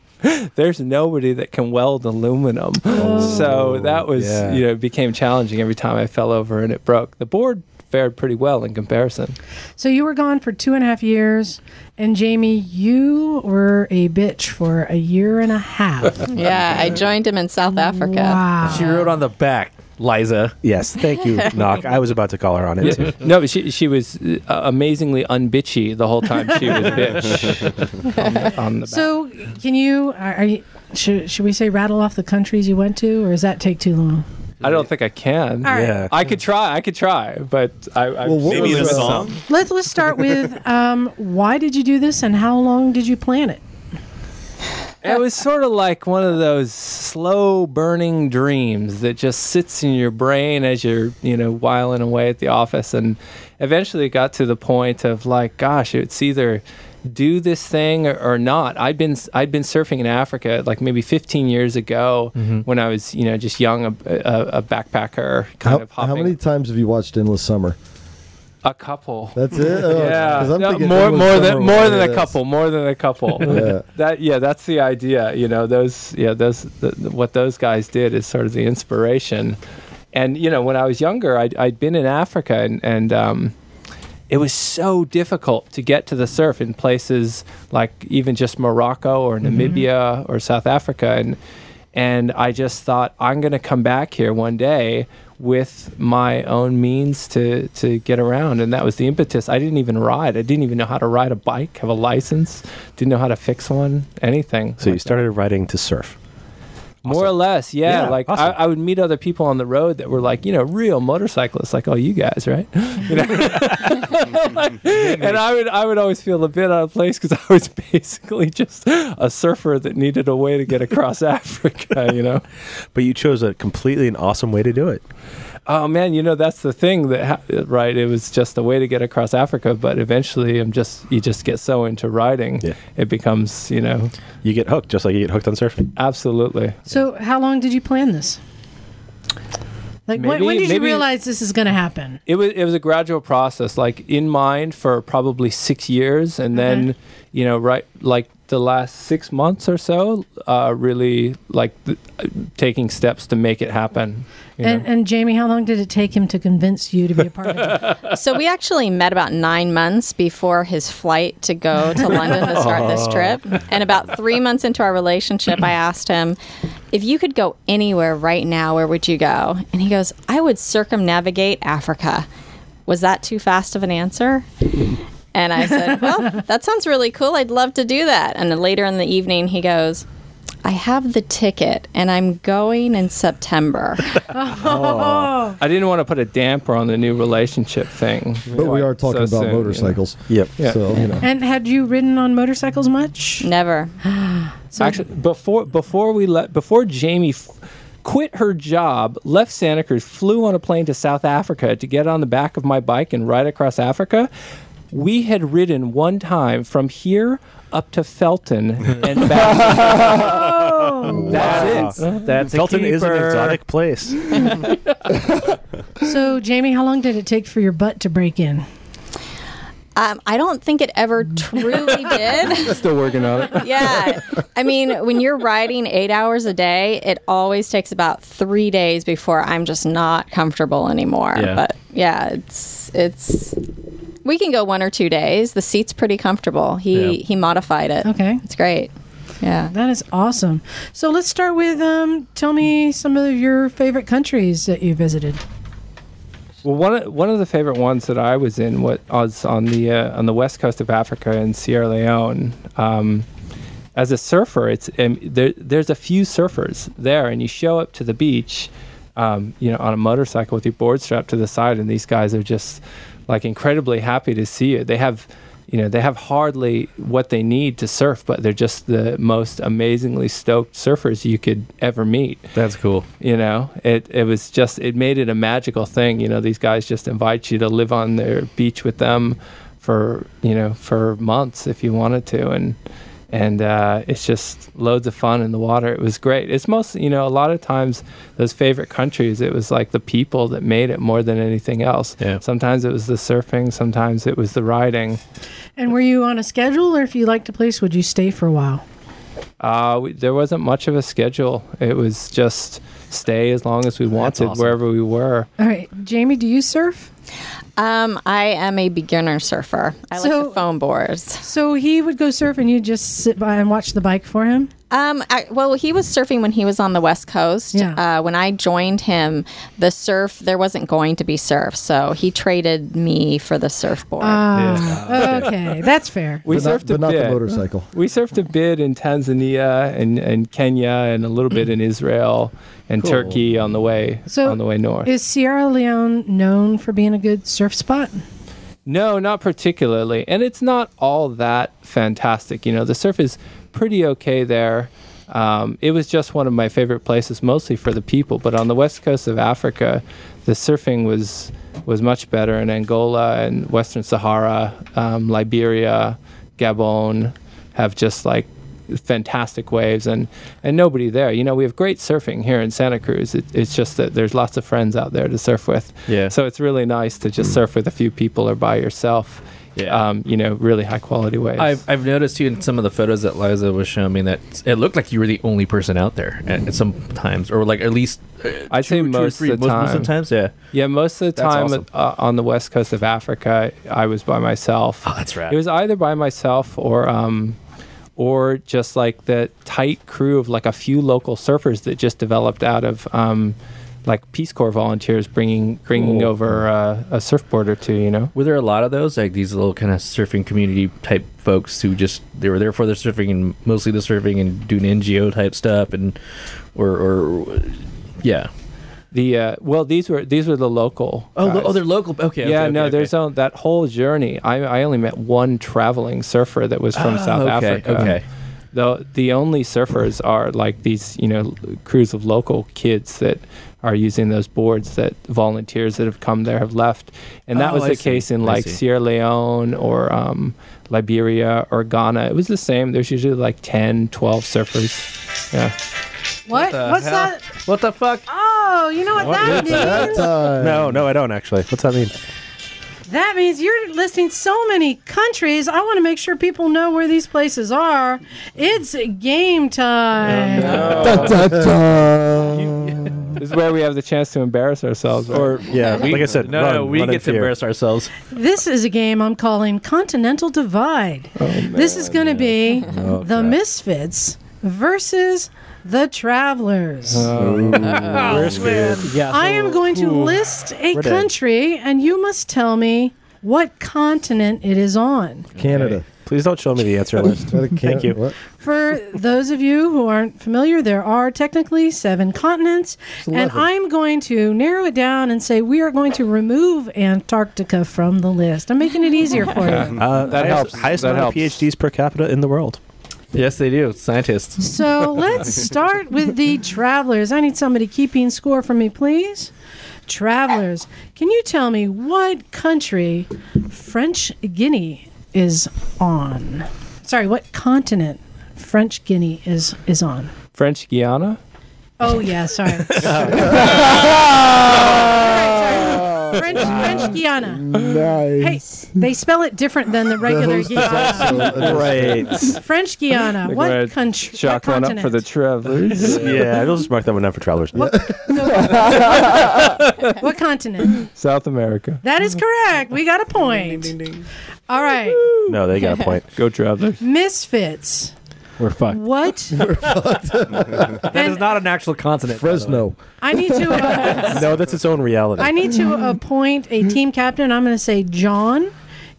[SPEAKER 12] There's nobody that can weld aluminum, so that was
[SPEAKER 14] Oh, yeah.
[SPEAKER 12] you know became challenging every time I fell over and it broke. The board fared pretty well in comparison.
[SPEAKER 3] So you were gone for two and a half years, and Jamie, you were a bitch for a year and a half.
[SPEAKER 13] Yeah, I joined him in South Africa.
[SPEAKER 14] She wrote on the back, Liza.
[SPEAKER 6] Yes, thank you, Knock. I was about to call her on it.
[SPEAKER 12] Yeah.
[SPEAKER 6] too.
[SPEAKER 12] no, but she she was uh, amazingly unbitchy the whole time she was bitch. on the, on the back.
[SPEAKER 3] So, can you are, are you should, should we say rattle off the countries you went to, or does that take too long?
[SPEAKER 12] I don't think I can.
[SPEAKER 3] All right.
[SPEAKER 12] Yeah. I could try. I could try, but I, I
[SPEAKER 11] Well, what Maybe was the the- song?
[SPEAKER 3] Let's let's start with um, why did you do this, and how long did you plan it?
[SPEAKER 12] It was sort of like one of those slow burning dreams that just sits in your brain as you're, you know, whiling away at the office. And eventually it got to the point of like, gosh, it's either do this thing or, or not. I'd been I'd been surfing in Africa like maybe 15 years ago
[SPEAKER 11] Mhm.
[SPEAKER 12] when I was, you know, just young, a, a, a backpacker
[SPEAKER 11] how,
[SPEAKER 12] kind of hopping.
[SPEAKER 11] how many times have you watched Endless Summer?
[SPEAKER 12] A couple.
[SPEAKER 11] That's it? Oh,
[SPEAKER 12] yeah.
[SPEAKER 11] 'cause I'm
[SPEAKER 12] No,
[SPEAKER 11] thinking
[SPEAKER 12] more
[SPEAKER 11] Endless
[SPEAKER 12] more
[SPEAKER 11] Summer
[SPEAKER 12] than more
[SPEAKER 11] was
[SPEAKER 12] than
[SPEAKER 11] it
[SPEAKER 12] a
[SPEAKER 11] is.
[SPEAKER 12] couple. More than a couple.
[SPEAKER 11] Yeah.
[SPEAKER 12] That yeah, that's the idea. You know, those yeah, those th th- what those guys did is sort of the inspiration. And you know, when I was younger, I'd, I'd been in Africa and and um, it was so difficult to get to the surf in places like even just Morocco or Namibia or South Africa and and I just thought I'm going to come back here one day with my own means to to get around and that was the impetus. I didn't even ride. I didn't even know how to ride a bike, have a license, didn't know how to fix one, anything.
[SPEAKER 6] So you started riding to surf.
[SPEAKER 12] More or less, yeah.
[SPEAKER 6] Yeah,
[SPEAKER 12] like
[SPEAKER 6] awesome.
[SPEAKER 12] I, I would meet other people on the road that were like, you know, real motorcyclists, like all you guys, right? You know? and I would I would always feel a bit out of place because I was basically just a surfer that needed a way to get across Africa, you know.
[SPEAKER 6] But you chose a completely an awesome way to do it.
[SPEAKER 12] Oh man, you know that's the thing that ha- right. It was just a way to get across Africa, but eventually, I'm just you just get so into riding, it becomes you know
[SPEAKER 6] you get hooked, just like you get hooked on surfing.
[SPEAKER 12] Absolutely.
[SPEAKER 3] So, how long did you plan this? Like, when, when
[SPEAKER 12] Maybe-
[SPEAKER 3] did you
[SPEAKER 12] maybe-
[SPEAKER 3] realize this is going to happen?
[SPEAKER 12] It was it was a gradual process, like in mind for probably six years, and then you know, right like the last six months or so, uh, really like th- uh, taking steps to make it happen. you know.
[SPEAKER 3] And, and Jamie, how long did it take him to convince you to be a part of it?
[SPEAKER 13] so we actually met about nine months before his flight to go to London to start this
[SPEAKER 3] Oh.
[SPEAKER 13] trip. And about three months into our relationship, I asked him, if you could go anywhere right now, where would you go? And he goes, I would circumnavigate Africa. Was that too fast of an answer? And I said, Well, that sounds really cool. I'd love to do that. And then later in the evening, he goes, I have the ticket and I'm going in September.
[SPEAKER 12] Oh. I didn't want to put a damper on the new relationship thing.
[SPEAKER 11] But we are talking about
[SPEAKER 12] you know.
[SPEAKER 11] motorcycles.
[SPEAKER 6] Yep.
[SPEAKER 12] Yeah.
[SPEAKER 11] So-
[SPEAKER 12] you know.
[SPEAKER 3] And had you ridden on motorcycles much?
[SPEAKER 13] Never.
[SPEAKER 3] So-
[SPEAKER 12] Actually, before before we let before Jamie f- quit her job, left Santa Cruz, flew on a plane to South Africa to get on the back of my bike and ride across Africa. We had ridden one time from here up to Felton and back.
[SPEAKER 4] Oh.
[SPEAKER 12] That's it. That's a
[SPEAKER 6] Felton is an
[SPEAKER 12] keeper.
[SPEAKER 6] exotic place.
[SPEAKER 3] so, Jamie, how long did it take for your butt to break in?
[SPEAKER 13] Um, I don't think it ever truly did.
[SPEAKER 12] Still working on it.
[SPEAKER 13] yeah. I mean, when you're riding eight hours a day, it always takes about three days before I'm just not comfortable anymore.
[SPEAKER 12] Yeah.
[SPEAKER 13] But yeah, it's it's we can go one or two days. The seat's pretty comfortable. He
[SPEAKER 3] Yeah.
[SPEAKER 13] he modified it.
[SPEAKER 3] Okay.
[SPEAKER 13] It's great. Yeah.
[SPEAKER 3] That is awesome. So, let's start with um, tell me some of your favorite countries that you visited.
[SPEAKER 12] Well, one of, one of the favorite ones that I was in wa- was on the uh, on the west coast of Africa in Sierra Leone. Um, as a surfer, it's um, there, there's a few surfers there, and you show up to the beach, um, you know, on a motorcycle with your board strapped to the side, and these guys are just like incredibly happy to see you. They have you know they have hardly what they need to surf but they're just the most amazingly stoked surfers you could ever meet
[SPEAKER 14] that's cool
[SPEAKER 12] you know it it was just it made it a magical thing you know these guys just invite you to live on their beach with them for you know for months if you wanted to and and uh, it's just loads of fun in the water. It was great. It's mostly, you know, a lot of times those favorite countries, it was like the people that made it more than anything else. Yeah. Sometimes it was the surfing, sometimes it was the riding.
[SPEAKER 3] And were you on a schedule, or if you liked a place, would you stay for a while?
[SPEAKER 12] Uh, we, there wasn't much of a schedule. It was just stay as long as we wanted
[SPEAKER 13] awesome.
[SPEAKER 12] wherever we were.
[SPEAKER 3] All right, Jamie, do you surf?
[SPEAKER 13] Um, I am a beginner surfer. I like the foam boards.
[SPEAKER 3] So he would go surf, and you just sit by and watch the bike for him.
[SPEAKER 13] Um, I, well, he was surfing when he was on the West Coast. Uh, when I joined him, the surf there wasn't going to be surf, so he traded me for the surfboard.
[SPEAKER 3] Ah, okay, that's fair.
[SPEAKER 12] We surfed a bit. We surfed a bit in Tanzania and, and Kenya and a little bit in Israel and
[SPEAKER 3] Cool.
[SPEAKER 12] Turkey on the way
[SPEAKER 3] So
[SPEAKER 12] on the way north.
[SPEAKER 3] Is Sierra Leone known for being a good surf spot?
[SPEAKER 12] No, not particularly. And it's not all that fantastic. You know, the surf is pretty okay there. Um, it was just one of my favorite places, mostly for the people. But on the west coast of Africa, the surfing was was much better in Angola and Western Sahara, um, Liberia, Gabon have just like fantastic waves and and nobody there. You know, we have great surfing here in Santa Cruz. It, it's just that there's lots of friends out there to surf with.
[SPEAKER 14] Yeah.
[SPEAKER 12] So it's really nice to just surf with a few people or by yourself um, you know, really high quality ways.
[SPEAKER 14] I've, I've noticed too in some of the photos that Liza was showing me that it looked like you were the only person out there at, at some times, or like at least uh,
[SPEAKER 12] I'd say
[SPEAKER 14] two- two or
[SPEAKER 12] most
[SPEAKER 14] three-
[SPEAKER 12] of the
[SPEAKER 14] most-
[SPEAKER 12] time.
[SPEAKER 14] Most of the times, yeah.
[SPEAKER 12] Yeah, most of the
[SPEAKER 14] That's
[SPEAKER 12] time
[SPEAKER 14] awesome.
[SPEAKER 12] uh, on the west coast of Africa, I was by myself. Oh,
[SPEAKER 14] that's rad.
[SPEAKER 12] It was either by myself or um, or just like the tight crew of like a few local surfers that just developed out of um, like Peace Corps volunteers bringing bringing
[SPEAKER 14] Cool.
[SPEAKER 12] over uh, a surfboard or two. You know.
[SPEAKER 14] Were there a lot of those, like these little kind of surfing community type folks who just they were there for the surfing and mostly the surfing and doing NGO type stuff and or or yeah.
[SPEAKER 12] The uh, well, these were these were the local.
[SPEAKER 14] Oh, lo-
[SPEAKER 12] guys.
[SPEAKER 14] oh, they're local. Okay.
[SPEAKER 12] yeah,
[SPEAKER 14] okay,
[SPEAKER 12] no,
[SPEAKER 14] okay,
[SPEAKER 12] there's no, that whole journey. I, I only met one traveling surfer that was from
[SPEAKER 14] Ah,
[SPEAKER 12] South
[SPEAKER 14] okay,
[SPEAKER 12] Africa.
[SPEAKER 14] okay.
[SPEAKER 12] The, the only surfers are like these, you know, crews of local kids that are using those boards that volunteers that have come there have left. And that
[SPEAKER 14] Oh,
[SPEAKER 12] was
[SPEAKER 14] I
[SPEAKER 12] the
[SPEAKER 14] see,
[SPEAKER 12] case in
[SPEAKER 14] I
[SPEAKER 12] like
[SPEAKER 14] see.
[SPEAKER 12] Sierra Leone or um, Liberia or Ghana. It was the same. There's usually like 10, 12 surfers. Yeah.
[SPEAKER 3] What?
[SPEAKER 12] the
[SPEAKER 3] What's
[SPEAKER 12] hell?
[SPEAKER 3] that?
[SPEAKER 14] What the fuck?
[SPEAKER 3] Oh, you know what, that means?
[SPEAKER 6] no, no, I don't actually. What's that mean?
[SPEAKER 3] That means you're listing so many countries. I want to make sure people know where these places are. It's game time.
[SPEAKER 12] This is where we have the chance to embarrass ourselves. Or,
[SPEAKER 6] yeah, like I said,
[SPEAKER 14] No, no, we get to embarrass
[SPEAKER 6] ourselves.
[SPEAKER 3] This is a game I'm calling Continental Divide. this is going to be
[SPEAKER 6] Oh,
[SPEAKER 3] the Misfits versus the Travelers. I am going to list a
[SPEAKER 5] Oh, We're dead.
[SPEAKER 3] country, and you must tell me what continent it is on.
[SPEAKER 6] Canada. Please don't show me the answer list. Thank you.
[SPEAKER 3] For those of you who aren't familiar, there are technically seven continents, and I'm going to narrow it down and say we are going to remove Antarctica from the list. I'm making it easier for you.
[SPEAKER 6] Uh,
[SPEAKER 14] That
[SPEAKER 6] that
[SPEAKER 14] helps.
[SPEAKER 6] helps. Highest
[SPEAKER 14] That
[SPEAKER 6] amount
[SPEAKER 14] helps.
[SPEAKER 6] of PhDs per capita in the world.
[SPEAKER 14] Yes, they do. Scientists.
[SPEAKER 3] So let's start with the travelers. I need somebody keeping score for me, please. Travelers, can you tell me what country French Guinea is on? Sorry, what continent French Guinea is is on?
[SPEAKER 12] French Guiana.
[SPEAKER 3] Oh yeah, sorry. French, French Guiana. Nice. Hey, they spell it different than the regular
[SPEAKER 5] host is
[SPEAKER 3] Guiana.
[SPEAKER 5] also-
[SPEAKER 6] Right.
[SPEAKER 3] French Guiana.
[SPEAKER 6] Like
[SPEAKER 3] Uh, What
[SPEAKER 6] where
[SPEAKER 3] country?
[SPEAKER 6] Chalk
[SPEAKER 3] what
[SPEAKER 6] one up
[SPEAKER 3] continent?
[SPEAKER 6] for the travelers. yeah, we'll just mark that one down for travelers.
[SPEAKER 3] Oh, what continent?
[SPEAKER 12] South America.
[SPEAKER 3] That is correct. We got a point. All right,
[SPEAKER 6] No, they got a point.
[SPEAKER 12] Go travelers.
[SPEAKER 3] misfits.
[SPEAKER 12] We're fucked.
[SPEAKER 3] What?
[SPEAKER 14] that is not an actual continent. Fresno.
[SPEAKER 3] I need to. Uh,
[SPEAKER 6] no, that's its own reality.
[SPEAKER 3] I need to appoint a team captain. I'm going to say John.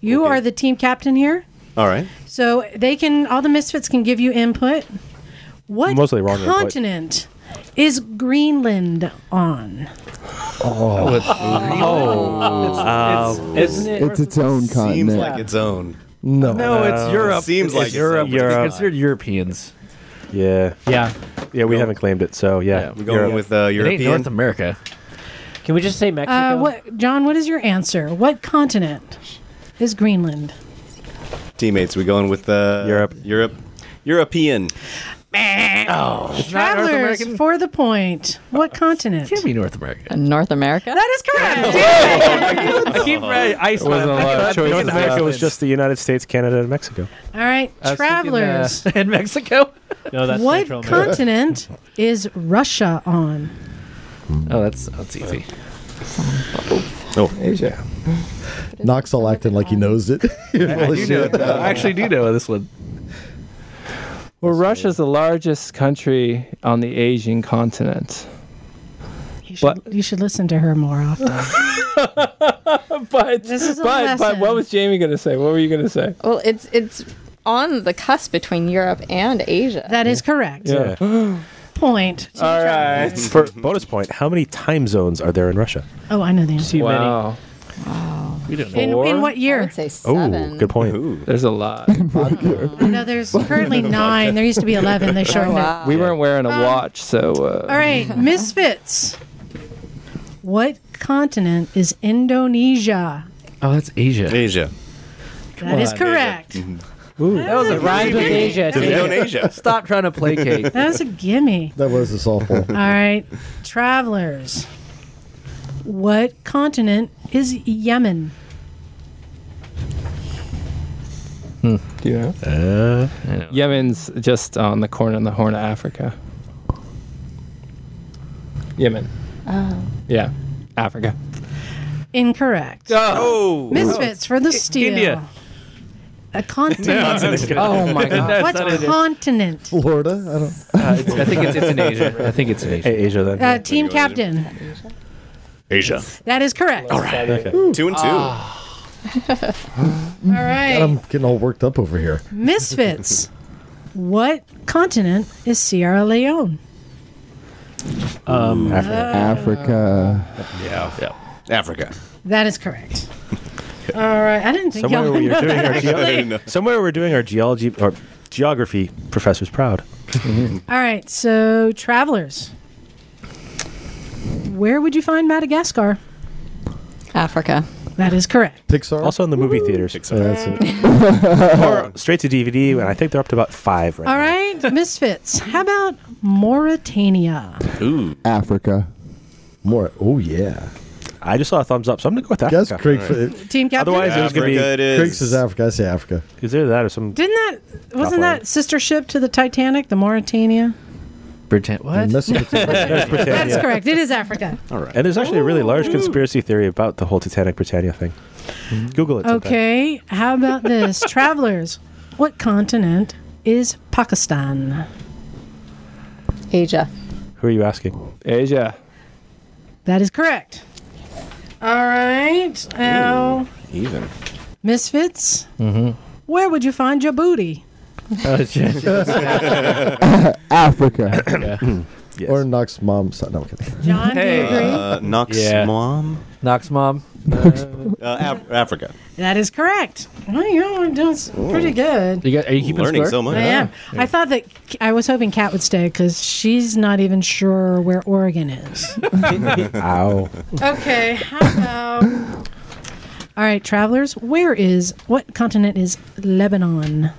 [SPEAKER 3] You are the team captain here.
[SPEAKER 6] All right.
[SPEAKER 3] So they can, all the misfits can give you input. What
[SPEAKER 6] Mostly wrong input.
[SPEAKER 3] continent is Greenland on?
[SPEAKER 14] Oh.
[SPEAKER 6] Oh.
[SPEAKER 14] It's-
[SPEAKER 11] it's, its own continent.
[SPEAKER 10] like its own.
[SPEAKER 6] No.
[SPEAKER 14] No, it's Europe.
[SPEAKER 10] Seems
[SPEAKER 14] It's
[SPEAKER 10] like it's
[SPEAKER 14] Europe.
[SPEAKER 10] own.
[SPEAKER 14] but they're
[SPEAKER 10] Europe.
[SPEAKER 14] considered Europeans.
[SPEAKER 6] Yeah.
[SPEAKER 7] Yeah.
[SPEAKER 6] Yeah, we haven't claimed it, so yeah.
[SPEAKER 10] we're going with, uh,
[SPEAKER 6] It ain't
[SPEAKER 10] European.
[SPEAKER 6] North America.
[SPEAKER 7] Can we just say Mexico?
[SPEAKER 3] Uh,
[SPEAKER 9] Um,
[SPEAKER 3] what, John, what is your answer? What continent is Greenland?
[SPEAKER 10] Teammates, we going with uh, Europe. Europe. European.
[SPEAKER 3] Oh. Travelers for the point. What continent? Can't
[SPEAKER 14] be North America.
[SPEAKER 13] North America.
[SPEAKER 3] That is correct.
[SPEAKER 14] I keep right.
[SPEAKER 6] It wasn't a lot of choice. North America was just the United States, Canada, and Mexico.
[SPEAKER 3] All right, travelers.
[SPEAKER 14] uh, in Mexico.
[SPEAKER 7] No, that's
[SPEAKER 3] what
[SPEAKER 7] Central America.
[SPEAKER 3] continent is Russia on?
[SPEAKER 14] Oh, that's that's easy.
[SPEAKER 11] Oh, Asia. Knox all acting like he knows it.
[SPEAKER 14] I, do know it, though. I actually do know this one.
[SPEAKER 12] Well, Russia's the largest country on the Asian continent. But
[SPEAKER 3] You should listen to her more often.
[SPEAKER 12] but
[SPEAKER 13] This is a
[SPEAKER 12] but, but
[SPEAKER 13] lesson.
[SPEAKER 12] what was Jamie going to say? What were you going to say?
[SPEAKER 13] Well, it's it's on the cusp between Europe and Asia.
[SPEAKER 3] That is correct. Point.
[SPEAKER 12] All right.
[SPEAKER 6] For bonus point, how many time zones are there in Russia?
[SPEAKER 3] Oh, I know the answer.
[SPEAKER 12] Wow.
[SPEAKER 6] We don't
[SPEAKER 3] In, in what year?
[SPEAKER 13] I'd say
[SPEAKER 6] Oh, good point.
[SPEAKER 12] There's a lot.
[SPEAKER 3] No, there's currently nine. There used to be 11.
[SPEAKER 12] Oh,
[SPEAKER 3] They shortened it.
[SPEAKER 12] We weren't wearing a watch, so. Uh,
[SPEAKER 3] All right, Misfits. What continent is Indonesia?
[SPEAKER 14] Oh, that's Asia.
[SPEAKER 10] Asia.
[SPEAKER 3] That is correct.
[SPEAKER 14] That was a
[SPEAKER 3] rhyme with Asia.
[SPEAKER 10] Indonesia.
[SPEAKER 14] Stop trying to placate.
[SPEAKER 3] That was a gimme.
[SPEAKER 11] That was a softball.
[SPEAKER 3] All right, Travelers. What continent is Yemen?
[SPEAKER 12] Do you know? Uh. Yemen's just on the corner on the Horn of Africa. Yemen.
[SPEAKER 3] Oh.
[SPEAKER 12] Yeah. Africa.
[SPEAKER 3] Incorrect.
[SPEAKER 12] Oh.
[SPEAKER 3] Misfits for the
[SPEAKER 12] I-
[SPEAKER 3] steal.
[SPEAKER 12] India.
[SPEAKER 3] A
[SPEAKER 12] No,
[SPEAKER 3] continent.
[SPEAKER 12] that's good. Oh my God. That's not
[SPEAKER 3] What
[SPEAKER 12] India.
[SPEAKER 3] continent?
[SPEAKER 11] Florida? I don't.
[SPEAKER 14] I think Uh, it's, it's in Asia. I think it's in Asia.
[SPEAKER 6] Asia then.
[SPEAKER 3] Uh, team captain.
[SPEAKER 6] Asia.
[SPEAKER 3] That is correct. All right.
[SPEAKER 10] Two and two.
[SPEAKER 14] Ah.
[SPEAKER 3] All right.
[SPEAKER 11] God,
[SPEAKER 12] Um.
[SPEAKER 11] I'm getting all worked up over here.
[SPEAKER 3] Misfits. what continent is Sierra Leone?
[SPEAKER 15] Um,
[SPEAKER 3] Africa.
[SPEAKER 15] Africa.
[SPEAKER 10] Yeah.
[SPEAKER 6] Yeah. Africa.
[SPEAKER 3] That is correct. All right. I didn't think
[SPEAKER 6] Somewhere
[SPEAKER 3] y'all
[SPEAKER 6] we
[SPEAKER 3] would know
[SPEAKER 6] are doing
[SPEAKER 3] that,
[SPEAKER 6] our
[SPEAKER 3] actually.
[SPEAKER 6] geology. Somewhere we're doing our geology or geography professors proud.
[SPEAKER 3] All right. So, travelers, where would you find Madagascar?
[SPEAKER 13] Africa.
[SPEAKER 3] That is correct.
[SPEAKER 11] Pixar.
[SPEAKER 6] Also in the movie theaters. or straight to DVD, and I think they're up to about five right
[SPEAKER 3] All right. Misfits. How about Mauritania?
[SPEAKER 6] Ooh.
[SPEAKER 15] Africa.
[SPEAKER 11] More. Oh yeah.
[SPEAKER 6] I just saw a thumbs up, so I'm gonna go with Africa.
[SPEAKER 11] That's Craig. For,
[SPEAKER 3] Team captain.
[SPEAKER 6] Otherwise, uh, it was gonna be.
[SPEAKER 11] Craig says Africa. I say Africa.
[SPEAKER 6] Is there that or some?
[SPEAKER 3] Didn't that wasn't that sister ship to the Titanic, the Mauritania?
[SPEAKER 14] Britain. What?
[SPEAKER 6] That's Britannia.
[SPEAKER 3] That's correct. It is Africa.
[SPEAKER 6] All right. And there's actually a really large conspiracy theory about the whole Titanic Britannia thing. Google it. sometime.
[SPEAKER 3] Okay. How about this, travelers? What continent is Pakistan?
[SPEAKER 13] Asia.
[SPEAKER 6] Who are you asking?
[SPEAKER 12] Asia.
[SPEAKER 3] That is correct. All right. Now,
[SPEAKER 6] Even.
[SPEAKER 3] misfits. Where would you find your booty?
[SPEAKER 6] Oh,
[SPEAKER 11] Oh, Africa. Or Knox mom. So, no, I'm kidding.
[SPEAKER 3] John, do you agree?
[SPEAKER 10] Uh, Knox
[SPEAKER 11] Yeah.
[SPEAKER 10] mom.
[SPEAKER 14] Knox mom.
[SPEAKER 10] Uh, Af- Africa.
[SPEAKER 3] That is correct. Well, you know, I'm doing s- pretty good.
[SPEAKER 14] You got, are you keeping
[SPEAKER 10] Learning
[SPEAKER 14] score?
[SPEAKER 10] so much.
[SPEAKER 3] I am. I thought that I was hoping Kat would stay because she's not even sure where Oregon is.
[SPEAKER 6] Ow.
[SPEAKER 3] okay, how about? All right, travelers. Where is what continent is Lebanon?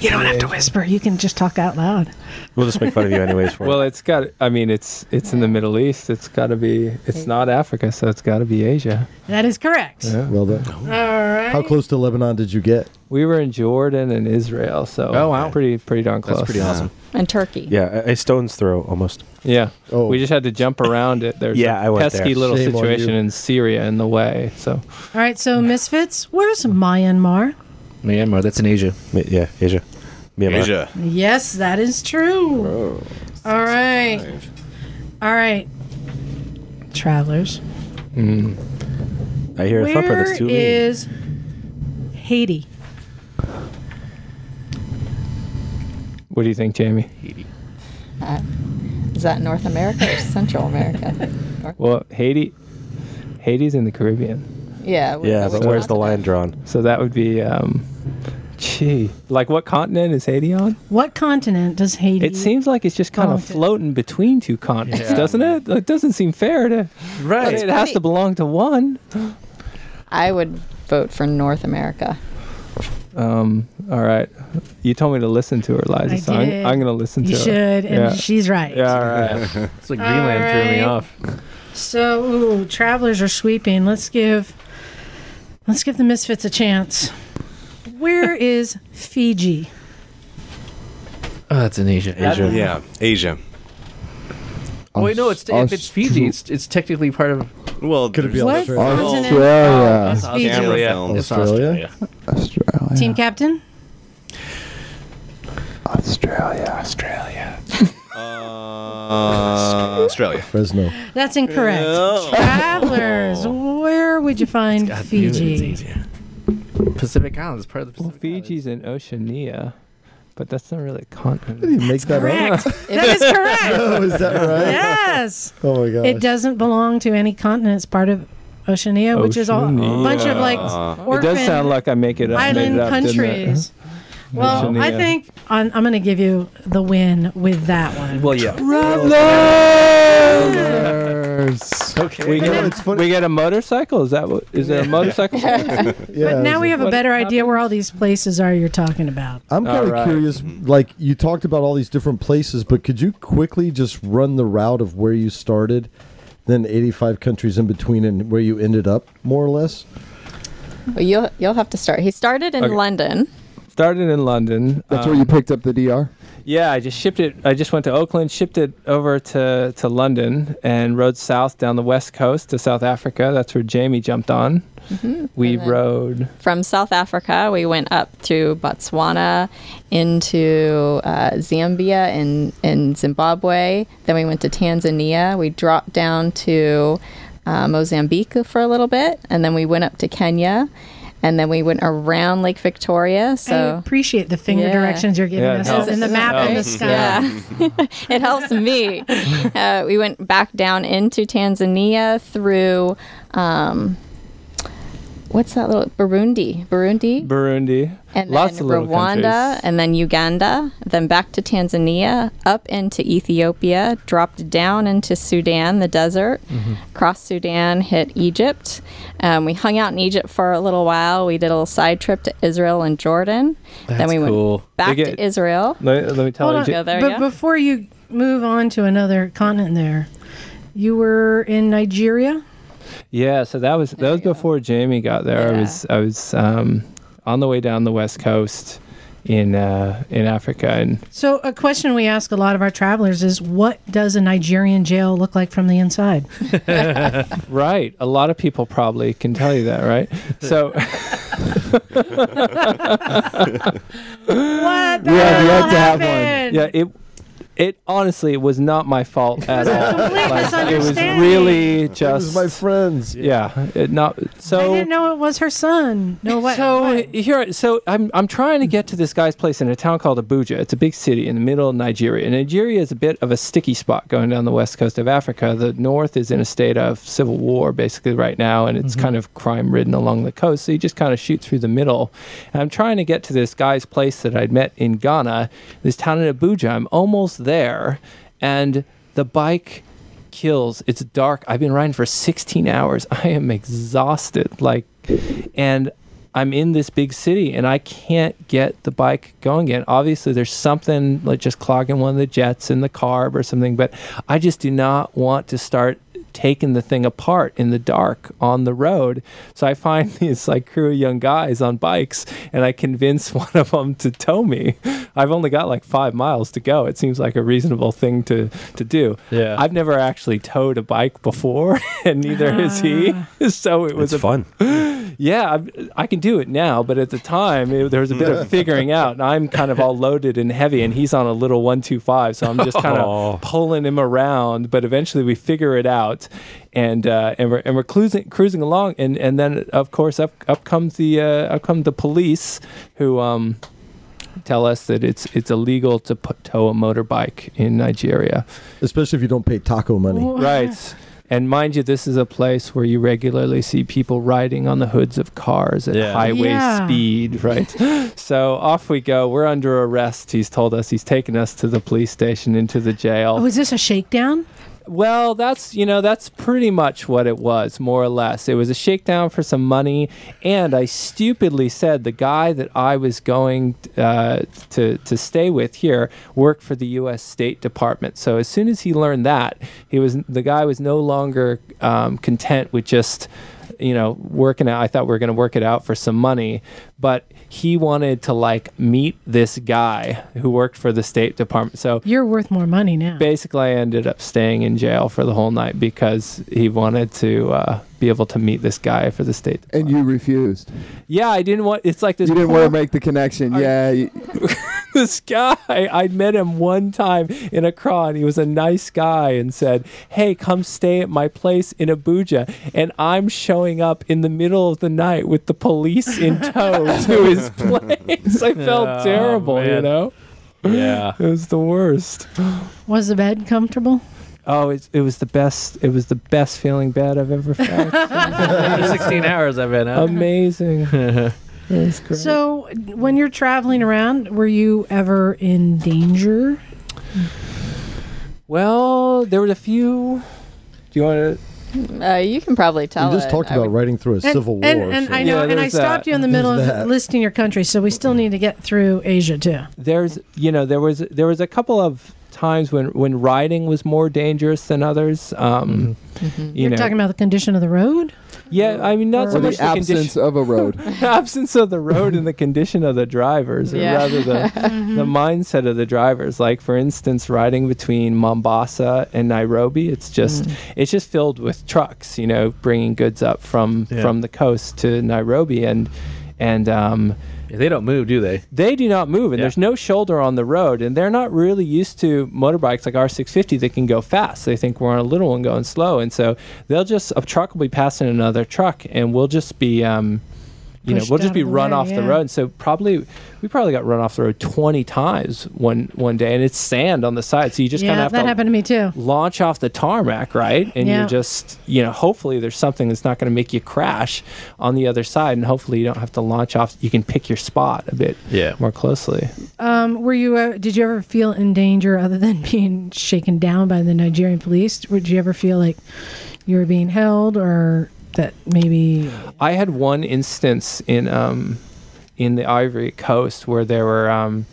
[SPEAKER 3] You don't have to whisper. You can just talk out loud.
[SPEAKER 6] We'll just make fun of you anyways. For it.
[SPEAKER 12] well, it's got. I mean, it's it's in the Middle East. It's got to be. It's not Africa, so it's got to be Asia.
[SPEAKER 3] That is correct.
[SPEAKER 11] Well done.
[SPEAKER 3] All right.
[SPEAKER 11] How close to Lebanon did you get?
[SPEAKER 12] We were in Jordan and Israel, so
[SPEAKER 11] Oh, wow.
[SPEAKER 12] pretty pretty darn close.
[SPEAKER 13] And Turkey.
[SPEAKER 6] Yeah, a a stone's throw almost.
[SPEAKER 12] Yeah. We just had to jump around it. There's
[SPEAKER 6] Yeah, I
[SPEAKER 12] a
[SPEAKER 6] went
[SPEAKER 12] pesky
[SPEAKER 6] there.
[SPEAKER 12] little
[SPEAKER 6] Shame on
[SPEAKER 12] situation
[SPEAKER 6] you.
[SPEAKER 12] in Syria in the way. So
[SPEAKER 3] All right. So misfits. Where's Myanmar?
[SPEAKER 14] Myanmar. That's in Asia.
[SPEAKER 6] Yeah, Asia. Myanmar.
[SPEAKER 14] Asia.
[SPEAKER 3] Yes, that is true. All right. All right. Travelers.
[SPEAKER 6] Mm. I hear a thumper.
[SPEAKER 3] Where
[SPEAKER 6] That's too mean.
[SPEAKER 3] is Haiti?
[SPEAKER 12] what do you think, Jamie?
[SPEAKER 13] Uh, is that North America or Central America? North-
[SPEAKER 12] Well, Haiti. Haiti's in the Caribbean.
[SPEAKER 13] yeah. we- we-
[SPEAKER 12] the
[SPEAKER 6] line drawn?
[SPEAKER 12] So that would be, um, gee, like what continent is Haiti on?
[SPEAKER 3] What continent does Haiti?
[SPEAKER 12] It seems like it's just kind
[SPEAKER 3] Oh,
[SPEAKER 12] of
[SPEAKER 3] okay.
[SPEAKER 12] floating between two continents,
[SPEAKER 13] Yeah.
[SPEAKER 12] doesn't it? It doesn't seem fair to.
[SPEAKER 13] Right.
[SPEAKER 12] It has to belong to one.
[SPEAKER 13] I would vote for North America.
[SPEAKER 12] Um. All right. You told me to listen to her, Liza.
[SPEAKER 13] I
[SPEAKER 12] so I'm,
[SPEAKER 13] did.
[SPEAKER 12] I'm going to listen
[SPEAKER 3] You
[SPEAKER 12] to her.
[SPEAKER 3] should, and she's right.
[SPEAKER 12] Yeah. All right.
[SPEAKER 14] it's like
[SPEAKER 3] Greenland threw me Alright. off. So, ooh, travelers are sweeping. Let's give, let's give the misfits a chance. Where is Fiji?
[SPEAKER 14] Oh, that's in Asia.
[SPEAKER 10] Asia. Yeah, Asia.
[SPEAKER 14] Oh, wait, no. It's if it's Fiji, it's, it's technically part of.
[SPEAKER 10] Well,
[SPEAKER 14] could
[SPEAKER 10] it be What Australia?
[SPEAKER 3] continent?
[SPEAKER 15] Australia.
[SPEAKER 14] It's
[SPEAKER 15] Fiji.
[SPEAKER 14] Australia.
[SPEAKER 15] Australia.
[SPEAKER 14] Oh, It's Australia.
[SPEAKER 12] Oh,
[SPEAKER 15] Australia.
[SPEAKER 3] Team captain.
[SPEAKER 15] Australia. Australia.
[SPEAKER 10] Uh, Australia.
[SPEAKER 11] Fresno.
[SPEAKER 3] That's incorrect.
[SPEAKER 11] Oh.
[SPEAKER 3] Travelers, where would you find Fiji?
[SPEAKER 12] Pacific Islands, part of the Pacific well, Fiji's in Oceania, but that's not really a continent.
[SPEAKER 11] Did you make that
[SPEAKER 3] Correct.
[SPEAKER 11] up?
[SPEAKER 3] That is correct.
[SPEAKER 11] Oh, is that right?
[SPEAKER 3] Yes.
[SPEAKER 11] Oh my gosh.
[SPEAKER 3] It doesn't belong to any continent. It's part of Oceania, which is all, a bunch of like
[SPEAKER 12] It
[SPEAKER 3] orphan
[SPEAKER 12] does sound like I make it up. made
[SPEAKER 3] island
[SPEAKER 12] it up, didn't it?
[SPEAKER 3] countries. Well, I
[SPEAKER 12] Oceania.
[SPEAKER 3] think I'm, I'm going to give you the win with that one.
[SPEAKER 14] Well, yeah.
[SPEAKER 12] Okay. We get, we get a motorcycle. Is that what? Is there a motorcycle?
[SPEAKER 3] Yeah. but now we have a better idea where all these places are you're talking about.
[SPEAKER 11] I'm kind of
[SPEAKER 12] Alright.
[SPEAKER 11] curious.
[SPEAKER 6] Mm-hmm.
[SPEAKER 11] Like you talked about all these different places, but could you quickly just run the route of where you started then 85 countries in between, and where you ended up, more or less.
[SPEAKER 13] Well, you'll you'll have to start. He started in
[SPEAKER 12] Okay.
[SPEAKER 13] London.
[SPEAKER 12] Started in London.
[SPEAKER 15] That's where you
[SPEAKER 12] um,
[SPEAKER 15] picked up the DR.
[SPEAKER 12] Yeah, I just shipped it. I just went to Oakland, shipped it over to, to London, and rode south down the west coast to South Africa. That's where Jamie jumped on.
[SPEAKER 3] Hmm.
[SPEAKER 13] Mhm.
[SPEAKER 12] We rode.
[SPEAKER 13] From South Africa, we went up through Botswana, into uh, Zambia and and Zimbabwe. Then we went to Tanzania. We dropped down to uh, Mozambique for a little bit, and then we went up to Kenya, and then we went around Lake Victoria.
[SPEAKER 3] I
[SPEAKER 13] So
[SPEAKER 3] appreciate the finger
[SPEAKER 13] Yeah.
[SPEAKER 3] directions you're giving us and the map and the sky.
[SPEAKER 13] Yeah. it helps me. Uh, we went back down into Tanzania through. Um, What's that little Burundi? Burundi,
[SPEAKER 12] Burundi.
[SPEAKER 13] and
[SPEAKER 12] Lots
[SPEAKER 13] then
[SPEAKER 12] of little
[SPEAKER 13] Rwanda,
[SPEAKER 12] countries.
[SPEAKER 13] and then Uganda, then back to Tanzania, up into Ethiopia, dropped down into Sudan, the desert,
[SPEAKER 12] Mm-hmm.
[SPEAKER 13] crossed Sudan, hit Egypt. Um, we hung out in Egypt for a little while. We did a little side trip to Israel and Jordan. then
[SPEAKER 12] That's
[SPEAKER 13] we
[SPEAKER 12] cool.
[SPEAKER 13] went back
[SPEAKER 12] They get-
[SPEAKER 13] to Israel.
[SPEAKER 12] Let, let me tell
[SPEAKER 13] Hold
[SPEAKER 12] you.
[SPEAKER 13] on.
[SPEAKER 12] J-
[SPEAKER 13] Yeah, there
[SPEAKER 3] but
[SPEAKER 13] you go.
[SPEAKER 3] before you move on to another continent, there, you were in Nigeria.
[SPEAKER 12] Yeah, so that was that was before Jamie got there. I was I was um, on the way down the west coast in uh, in Africa, and
[SPEAKER 3] So, a question we ask a lot of our travelers is, "What does a Nigerian jail look like from the inside?"
[SPEAKER 12] right, a lot of people probably can tell you that, right? So.
[SPEAKER 3] what
[SPEAKER 5] the Yeah, I'd hell like to have one. happened?
[SPEAKER 12] Yeah, it it honestly it was not my fault at all.
[SPEAKER 3] complete
[SPEAKER 12] it was
[SPEAKER 3] misunderstanding.
[SPEAKER 12] really
[SPEAKER 11] It was
[SPEAKER 12] just
[SPEAKER 11] my friends.
[SPEAKER 12] Yeah, it not
[SPEAKER 3] I
[SPEAKER 12] so.
[SPEAKER 3] didn't know it was her son. No, what?
[SPEAKER 12] So here, so I'm I'm trying to get to this guy's place in a town called Abuja. It's a big city in the middle of Nigeria. And Nigeria is a bit of a sticky spot going down the west coast of Africa. The north is in a state of civil war basically right now, and it's kind of crime ridden along the coast. So you just kind of shoot through the middle. And I'm trying to get to this guy's place that I'd met in Ghana, this town in Abuja. I'm almost there, and the bike kills. It's dark. I've been riding for 16 hours. I am exhausted. Like, and I'm in this big city and I can't get the bike going again. Obviously, there's something like just clogging one of the jets in the carb or something, but I just do not want to start taking the thing apart in the dark on the road. So I find these like crew of young guys on bikes and I convince one of them to tow me. I've only got like five miles to go. It seems like a reasonable thing to, to do.
[SPEAKER 14] Yeah.
[SPEAKER 12] I've never actually towed a bike before and neither has he. So it was
[SPEAKER 6] It's
[SPEAKER 12] a,
[SPEAKER 6] fun.
[SPEAKER 12] Yeah, I, I can do it now, but at the time it, there was a bit of figuring out. And I'm kind of all loaded and heavy, and he's on a little one two five, so I'm just kind
[SPEAKER 6] Aw.
[SPEAKER 12] of pulling him around. But eventually we figure it out, and uh, and we're and we're cruising cruising along, and and then of course up up comes the uh, up come the police, who um tell us that it's it's illegal to put, tow a motorbike in Nigeria.
[SPEAKER 11] Especially if you don't pay taco money.
[SPEAKER 12] Right. And mind you, this is a place where you regularly see people riding on the hoods of cars at highway
[SPEAKER 5] Yeah.
[SPEAKER 12] speed, right? so off we go. We're under arrest. He's told us he's taken us to the police station, into the jail.
[SPEAKER 3] Oh, is this a shakedown?
[SPEAKER 12] Well, that's you know that's pretty much what it was, more or less. It was a shakedown for some money, and I stupidly said the guy that I was going uh, to to stay with here worked for the U.S. State Department. So as soon as he learned that, he was the guy was no longer um, content with just you know working out. I thought we were going to work it out for some money, but he wanted to like meet this guy who worked for the State Department. So
[SPEAKER 3] You're worth more money now.
[SPEAKER 12] basically i ended up staying in jail for the whole night because he wanted to uh, be able to meet this guy for the state
[SPEAKER 15] And you refused.
[SPEAKER 12] yeah i didn't want it's like this
[SPEAKER 15] You didn't
[SPEAKER 12] poor-
[SPEAKER 15] want to make the connection. yeah. you-
[SPEAKER 12] this guy i met him one time in accra and he was a nice guy and said hey come stay at my place in abuja and i'm showing up in the middle of the night with the police in tow Oh, to his place i felt
[SPEAKER 14] Oh,
[SPEAKER 12] terrible you
[SPEAKER 14] man.
[SPEAKER 12] know
[SPEAKER 14] Yeah.
[SPEAKER 12] it was the worst
[SPEAKER 3] Was the bed comfortable?
[SPEAKER 12] Oh, it, it was the best. It was the best feeling bed I've ever felt.
[SPEAKER 14] After 16 hours I've been out.
[SPEAKER 12] Amazing.
[SPEAKER 14] it
[SPEAKER 12] was great.
[SPEAKER 3] So, when you're traveling around, were you ever in danger?
[SPEAKER 12] well, there was a few. Do you want to?
[SPEAKER 13] Uh, you can probably tell.
[SPEAKER 11] We just
[SPEAKER 13] it.
[SPEAKER 11] talked
[SPEAKER 13] I
[SPEAKER 11] about
[SPEAKER 13] would-
[SPEAKER 11] riding through a
[SPEAKER 3] and,
[SPEAKER 11] civil war.
[SPEAKER 3] And, and
[SPEAKER 11] so-
[SPEAKER 3] I know, and I stopped you in the middle
[SPEAKER 11] There's
[SPEAKER 3] of
[SPEAKER 11] that.
[SPEAKER 3] listing your country, so we still need to get through Asia too.
[SPEAKER 12] There's, you know, there was there was a couple of times when when riding was more dangerous than others. Um, You
[SPEAKER 3] Mm-hmm. You're
[SPEAKER 12] know,
[SPEAKER 3] talking about the condition of the road?
[SPEAKER 12] yeah, I mean, not
[SPEAKER 3] Or
[SPEAKER 12] so
[SPEAKER 3] the
[SPEAKER 12] much the
[SPEAKER 15] absence
[SPEAKER 12] condition
[SPEAKER 15] of a road.
[SPEAKER 12] absence of the road and the condition of the drivers, or
[SPEAKER 15] Yeah.
[SPEAKER 12] rather the the mindset of the drivers. Like for instance, riding between Mombasa and Nairobi, it's just
[SPEAKER 7] Mm.
[SPEAKER 12] it's just filled with trucks, you know, bringing goods up from
[SPEAKER 7] Yeah.
[SPEAKER 12] from the coast to Nairobi, and and um,
[SPEAKER 14] they don't move, do they?
[SPEAKER 12] They do not move, and
[SPEAKER 14] Yeah.
[SPEAKER 12] there's no shoulder on the road, and they're not really used to motorbikes like R650 that can go fast. They think we're on a little one going slow, and so they'll just a truck will be passing another truck, and we'll just be. Um, you know,
[SPEAKER 14] Pushed
[SPEAKER 12] we'll
[SPEAKER 14] out
[SPEAKER 12] just be
[SPEAKER 14] of the
[SPEAKER 12] run
[SPEAKER 14] way,
[SPEAKER 12] off the
[SPEAKER 14] yeah.
[SPEAKER 12] road. And so probably we probably got run off the road twenty times one one day, and it's sand on the side, so you just kind
[SPEAKER 3] yeah,
[SPEAKER 12] of have
[SPEAKER 3] that
[SPEAKER 12] to
[SPEAKER 3] happened to me too.
[SPEAKER 12] launch off the tarmac, right? And
[SPEAKER 3] Yeah.
[SPEAKER 12] you're just, you know, hopefully there's something that's not going to make you crash on the other side, and hopefully you don't have to launch off. You can pick your spot a bit
[SPEAKER 14] yeah.
[SPEAKER 12] more closely.
[SPEAKER 3] Um, were you? Uh, did you ever feel in danger other than being shaken down by the Nigerian police? Would you ever feel like you were being held, or that maybe?
[SPEAKER 12] I had one instance in um, in the Ivory Coast where there were um,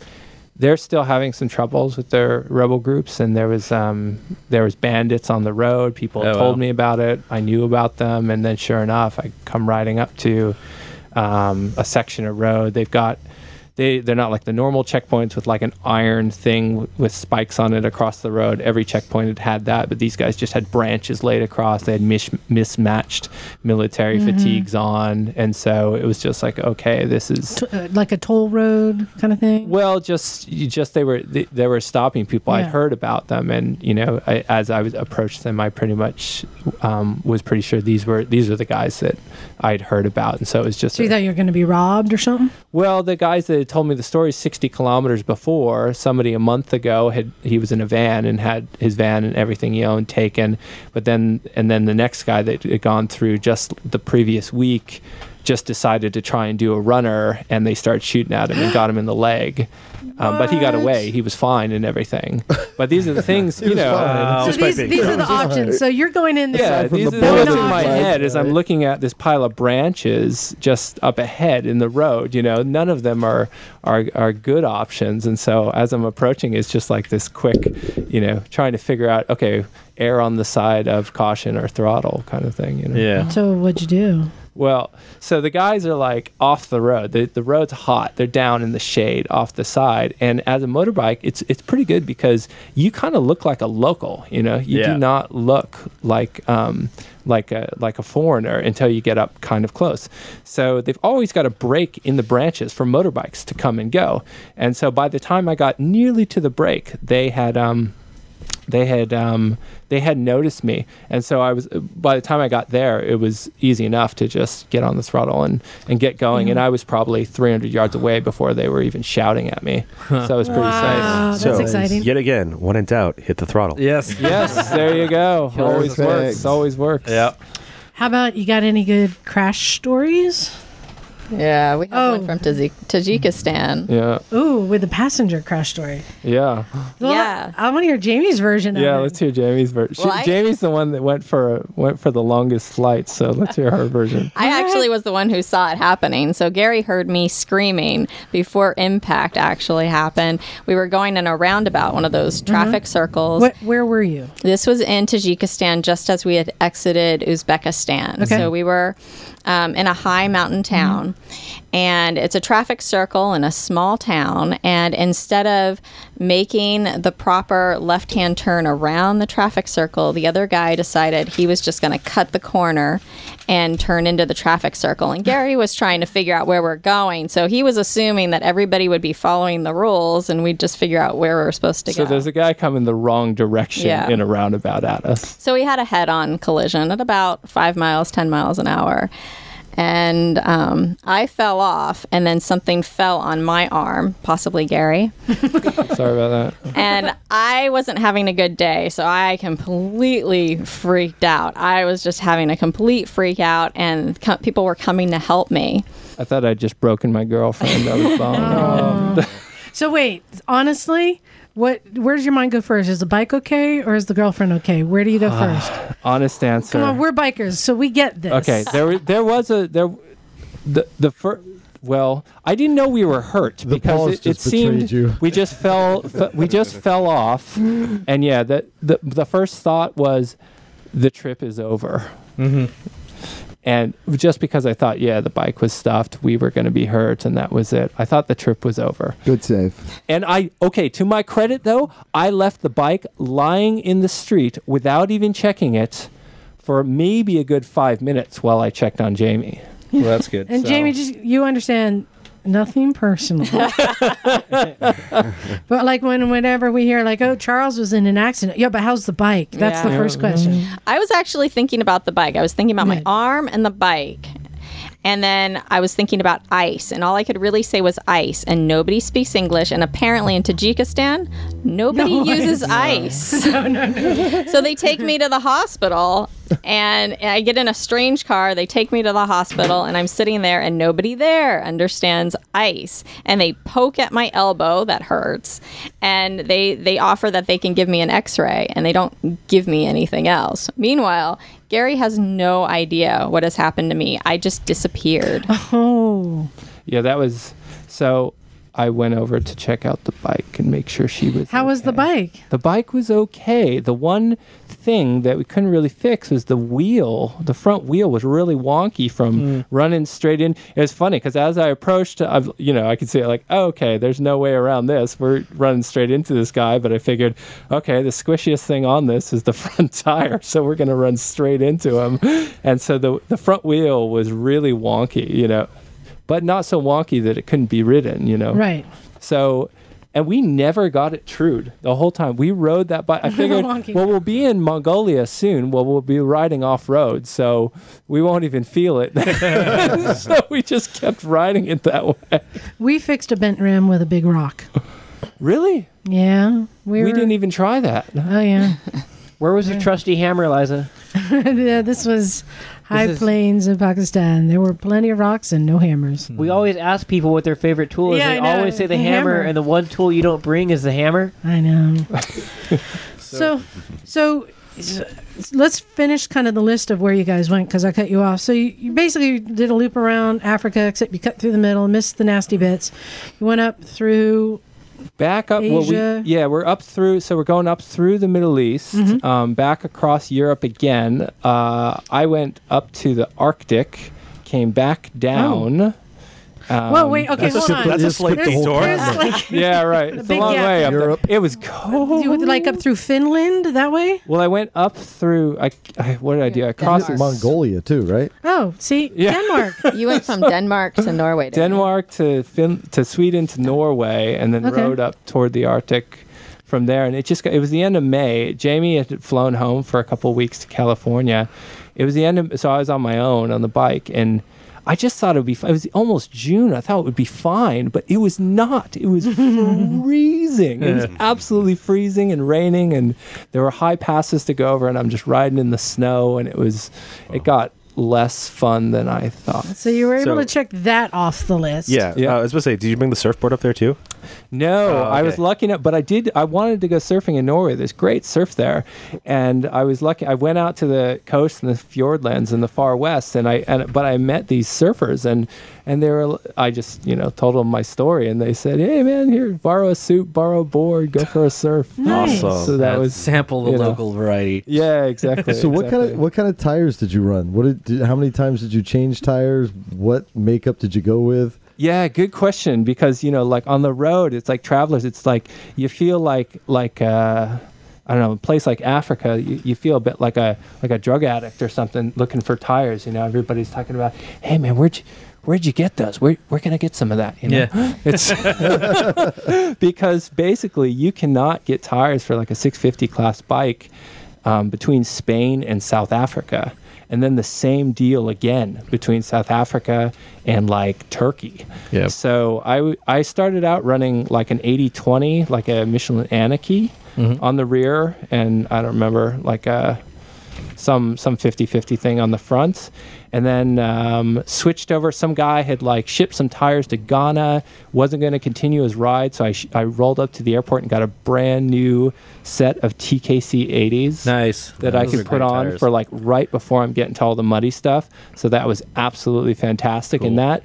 [SPEAKER 12] they're still having some troubles with their rebel groups, and there was um, there was bandits on the road. People
[SPEAKER 14] Oh,
[SPEAKER 12] told
[SPEAKER 14] wow.
[SPEAKER 12] me about it. I knew about them, and then sure enough, I come riding up to um, a section of road. They've got they they're not like the normal checkpoints with like an iron thing w- with spikes on it across the road. Every checkpoint had had that, but these guys just had branches laid across. They had mish, mismatched military
[SPEAKER 3] Mhm.
[SPEAKER 12] fatigues on, and so it was just like, okay, this is
[SPEAKER 3] T- uh, like a toll road kind of thing.
[SPEAKER 12] well, just you just they were they, they were stopping people. I'd
[SPEAKER 3] Yeah.
[SPEAKER 12] heard about them, and you know, I, as I was approached them, I pretty much um, was pretty sure these were these were the guys that I'd heard about, and so it was just
[SPEAKER 3] So you
[SPEAKER 12] a-
[SPEAKER 3] thought you were going to be robbed or something?
[SPEAKER 12] well, the guys that had told me the story 60 kilometers before, somebody a month ago had he was in a van and had his van and everything he owned taken, but then and then the next guy that had gone through just the previous week just decided to try and do a runner and they started shooting at him and got him in the leg. Um, but he got
[SPEAKER 3] What?
[SPEAKER 12] away. He was fine and everything. But these are the things,
[SPEAKER 11] He
[SPEAKER 12] you
[SPEAKER 11] was
[SPEAKER 12] know. uh,
[SPEAKER 11] fine. Wow.
[SPEAKER 3] So these, these are the options. So you're going in there.
[SPEAKER 12] Yeah, these are the bullets in my head as I'm looking at this pile of branches just up ahead in the road. You know, none of them are are, are good options. And so as I'm approaching, it's just like this quick, you know, trying to figure out, okay, err on the side of caution or throttle kind of thing. You know.
[SPEAKER 3] So what'd you do?
[SPEAKER 12] Well, so the guys are like off the road. The, the road's hot. They're down in the shade off the side. And as a motorbike, it's it's pretty good because you kind of look like a local. You know, you
[SPEAKER 14] Yeah.
[SPEAKER 12] do not look like um like a like a foreigner until you get up kind of close. So they've always got a break in the branches for motorbikes to come and go. And so by the time I got nearly to the break, they had um they had um, they had noticed me, and so I was. By the time I got there, it was easy enough to just get on the throttle and, and get going. And I was probably 300 yards away before they were even shouting at me.
[SPEAKER 6] Huh.
[SPEAKER 12] So it was pretty
[SPEAKER 3] Wow,
[SPEAKER 6] So,
[SPEAKER 12] safe.
[SPEAKER 3] that's exciting.
[SPEAKER 6] Yet again, when in doubt, hit the throttle.
[SPEAKER 12] Yes, yes, there you go. Always works.
[SPEAKER 6] Perfect.
[SPEAKER 12] Always works. Yeah.
[SPEAKER 3] How about you got any good crash stories? Oh.
[SPEAKER 13] Yeah, we have one from Tazi- Tajikistan.
[SPEAKER 12] Yeah.
[SPEAKER 3] Ooh, with the passenger crash story.
[SPEAKER 12] Yeah.
[SPEAKER 3] yeah. I want to hear Jamie's version of
[SPEAKER 12] Yeah,
[SPEAKER 3] it.
[SPEAKER 12] let's hear Jamie's version.
[SPEAKER 13] Well, I-
[SPEAKER 12] Jamie's the one that went for went for the longest flight, so let's hear her version.
[SPEAKER 13] I actually was the one who saw it happening. So Gary heard me screaming before impact actually happened. We were going in a roundabout, one of those traffic circles.
[SPEAKER 3] What, where were you?
[SPEAKER 13] This was in Tajikistan just as we had exited Uzbekistan.
[SPEAKER 3] Okay. Mm-hmm.
[SPEAKER 13] So we were um, in a high mountain town, and it's a traffic circle in a small town. And instead of making the proper left hand turn around the traffic circle, the other guy decided he was just going to cut the corner and turn into the traffic circle. And Gary was trying to figure out where we're going. So he was assuming that everybody would be following the rules, and we'd just figure out where we were supposed to
[SPEAKER 12] So
[SPEAKER 13] go.
[SPEAKER 12] there's a guy coming the wrong direction
[SPEAKER 13] Yeah.
[SPEAKER 12] in a roundabout at us.
[SPEAKER 13] So we had a head on collision at about five miles, 10 miles an hour. And um, I fell off, and then something fell on my arm, possibly Gary.
[SPEAKER 12] Sorry about that.
[SPEAKER 13] And I wasn't having a good day, so I completely freaked out. I was just having a complete freak out, and co- people were coming to help me.
[SPEAKER 12] I thought I'd just broken my girlfriend. I was bummed.
[SPEAKER 3] So wait, honestly, what? Where does your mind go first? Is the bike okay, or is the girlfriend okay? Where do you
[SPEAKER 12] Ah,
[SPEAKER 3] go first?
[SPEAKER 12] Honest answer.
[SPEAKER 3] Come on, we're bikers, so we get this.
[SPEAKER 12] okay, there was there was a there the the first well. I didn't know we were hurt because
[SPEAKER 11] pause
[SPEAKER 12] it, it
[SPEAKER 11] just betrayed
[SPEAKER 12] seemed
[SPEAKER 11] you.
[SPEAKER 12] we just fell fe- we just fell off, and yeah, that the the first thought was the trip is over.
[SPEAKER 14] Mhm.
[SPEAKER 12] And just because I thought, yeah, the bike was stuffed, we were going to be hurt, and that was it. I thought the trip was over.
[SPEAKER 15] Good save.
[SPEAKER 12] And I, okay, to my credit though, I left the bike lying in the street without even checking it for maybe a good five minutes while I checked on Jamie.
[SPEAKER 14] Well, that's good.
[SPEAKER 3] And Jamie, just you understand nothing personal. but like when whenever we hear like, oh, Charles was in an accident. Yeah, but how's the bike? That's the
[SPEAKER 13] Yeah.
[SPEAKER 3] first question.
[SPEAKER 13] I was actually thinking about the bike. I was thinking about my arm and the bike. And then I was thinking about ice, and all I could really say was ice, and nobody speaks English. And apparently in Tajikistan, nobody
[SPEAKER 2] No
[SPEAKER 13] uses
[SPEAKER 2] ice.
[SPEAKER 13] ice.
[SPEAKER 2] No, no, no.
[SPEAKER 13] so they take me to the hospital, and I get in a strange car. They take me to the hospital, and I'm sitting there, and nobody there understands ice. And they poke at my elbow, that hurts, and they they offer that they can give me an X-ray, and they don't give me anything else. Meanwhile. Gary has no idea what has happened to me. I just disappeared.
[SPEAKER 3] Oh.
[SPEAKER 12] Yeah, that was so. I went over to check out the bike and make sure she was.
[SPEAKER 3] How was the bike?
[SPEAKER 12] The bike was okay. The one thing that we couldn't really fix was the wheel. The front wheel was really wonky from running straight in. It was funny because as I approached, I've, you know, I could see it like, oh, okay, there's no way around this. We're running straight into this guy. But I figured, okay, the squishiest thing on this is the front tire, so we're gonna run straight into him. And so the the front wheel was really wonky, you know, but not so wonky that it couldn't be ridden, you know.
[SPEAKER 3] Right.
[SPEAKER 12] So, and we never got it trued the whole time. We rode that bike. I figured,
[SPEAKER 3] Wonky.
[SPEAKER 12] well, we'll be in Mongolia soon. Well, we'll be riding off road, so we won't even feel it. so we just kept riding it that way.
[SPEAKER 3] We fixed a bent rim with a big rock.
[SPEAKER 12] Really?
[SPEAKER 3] Yeah. We,
[SPEAKER 12] We
[SPEAKER 3] were-
[SPEAKER 12] didn't even try that.
[SPEAKER 3] Oh yeah.
[SPEAKER 7] Where was your trusty hammer, Liza?
[SPEAKER 3] yeah, this was high
[SPEAKER 7] This is-
[SPEAKER 3] plains of Pakistan. There were plenty of rocks and no
[SPEAKER 15] Hmm.
[SPEAKER 3] hammers.
[SPEAKER 7] We always ask people what their favorite tool is.
[SPEAKER 3] Yeah,
[SPEAKER 7] they
[SPEAKER 3] I know,
[SPEAKER 7] always say the,
[SPEAKER 3] the
[SPEAKER 7] hammer,
[SPEAKER 3] hammer.
[SPEAKER 7] and the one tool you don't bring is the hammer.
[SPEAKER 3] I know. So, so, s- let's finish kind of the list of where you guys went because I cut you off. So you, you basically did a loop around Africa, except you cut through the middle, missed the nasty bits. You went up through
[SPEAKER 12] back up. Well,
[SPEAKER 3] Asia.
[SPEAKER 12] we, yeah, we're up through. So we're going up through the Middle East,
[SPEAKER 3] Mhm.
[SPEAKER 12] um, back across Europe again. Uh, I went up to the Arctic, came back down. Um,
[SPEAKER 3] Oh. Well, wait, okay, That's a hold slip- on. that's a slip There's- detour. there's like-
[SPEAKER 12] yeah, right.
[SPEAKER 3] a
[SPEAKER 12] It's a
[SPEAKER 3] big
[SPEAKER 12] long
[SPEAKER 3] gap.
[SPEAKER 12] way up. there.
[SPEAKER 3] Europe.
[SPEAKER 12] It was cold.
[SPEAKER 3] uh, you went, like up through Finland that way.
[SPEAKER 12] Well, I went up through. I, I what did I do? I crossed
[SPEAKER 11] Mongolia too, right?
[SPEAKER 3] Oh, see,
[SPEAKER 12] Yeah.
[SPEAKER 3] Denmark.
[SPEAKER 13] you went from Denmark to Norway. To
[SPEAKER 12] Denmark to fin- to Sweden to Norway, and then
[SPEAKER 13] Okay.
[SPEAKER 12] rode up toward the Arctic from there. And it just got, it was the end of May. Jamie had flown home for a couple weeks to California. It was the end of so I was on my own on the bike, and I just thought it would be. fi- It was almost June. I thought it would be fine, but it was not. It was freezing. It was
[SPEAKER 14] Yeah.
[SPEAKER 12] absolutely freezing and raining, and there were high passes to go over, and I'm just riding in the snow, and it was it got less fun than I thought.
[SPEAKER 3] So you were able
[SPEAKER 6] So-
[SPEAKER 3] to check that off the list.
[SPEAKER 6] Yeah, yeah. I was going to say, did you bring the surfboard up there too?
[SPEAKER 12] No,
[SPEAKER 6] Oh,
[SPEAKER 12] I was
[SPEAKER 6] okay.
[SPEAKER 12] lucky enough, but I did. I wanted to go surfing in Norway. There's great surf there, and I was lucky. I went out to the coast and the fjordlands in the far west, and I and but I met these surfers, and and they were. I just you know told them my story, and they said, "Hey man, here, borrow a suit, borrow a board, go for a surf."
[SPEAKER 3] Nice.
[SPEAKER 14] Awesome.
[SPEAKER 12] So that was
[SPEAKER 14] sample the
[SPEAKER 12] you know.
[SPEAKER 14] local variety.
[SPEAKER 12] Yeah, exactly.
[SPEAKER 11] so what
[SPEAKER 12] exactly.
[SPEAKER 11] kind of what kind of tires did you run? What did, did how many times did you change tires? What makeup did you go with?
[SPEAKER 12] Yeah, good question. Because you know, like on the road, it's like travelers. It's like you feel like like uh, I don't know, a place like Africa. You, you feel a bit like a like a drug addict or something looking for tires. You know, everybody's talking about, hey man, where'd you, where'd you get those? Where where can I get some of that? You know,
[SPEAKER 14] Yeah.
[SPEAKER 12] it's because basically you cannot get tires for like a 650 class bike um, between Spain and South Africa. And then the same deal again between South Africa and like Turkey.
[SPEAKER 14] Yeah.
[SPEAKER 12] So I, w- I started out running like an 80 20, like a Michelin Anarchy
[SPEAKER 14] Mhm.
[SPEAKER 12] Mm-hmm. on the rear. And I don't remember, like a, some some 50 50 thing on the front. And then um, switched over. Some guy had like shipped some tires to Ghana, wasn't going to continue his ride. So I, sh- I rolled up to the airport and got a brand new set of TKC 80s.
[SPEAKER 14] Nice.
[SPEAKER 12] That
[SPEAKER 14] Yeah,
[SPEAKER 12] I
[SPEAKER 14] those are
[SPEAKER 12] could put
[SPEAKER 14] great
[SPEAKER 12] on
[SPEAKER 14] tires.
[SPEAKER 12] for like right before I'm getting to all the muddy stuff. So that was absolutely fantastic. And that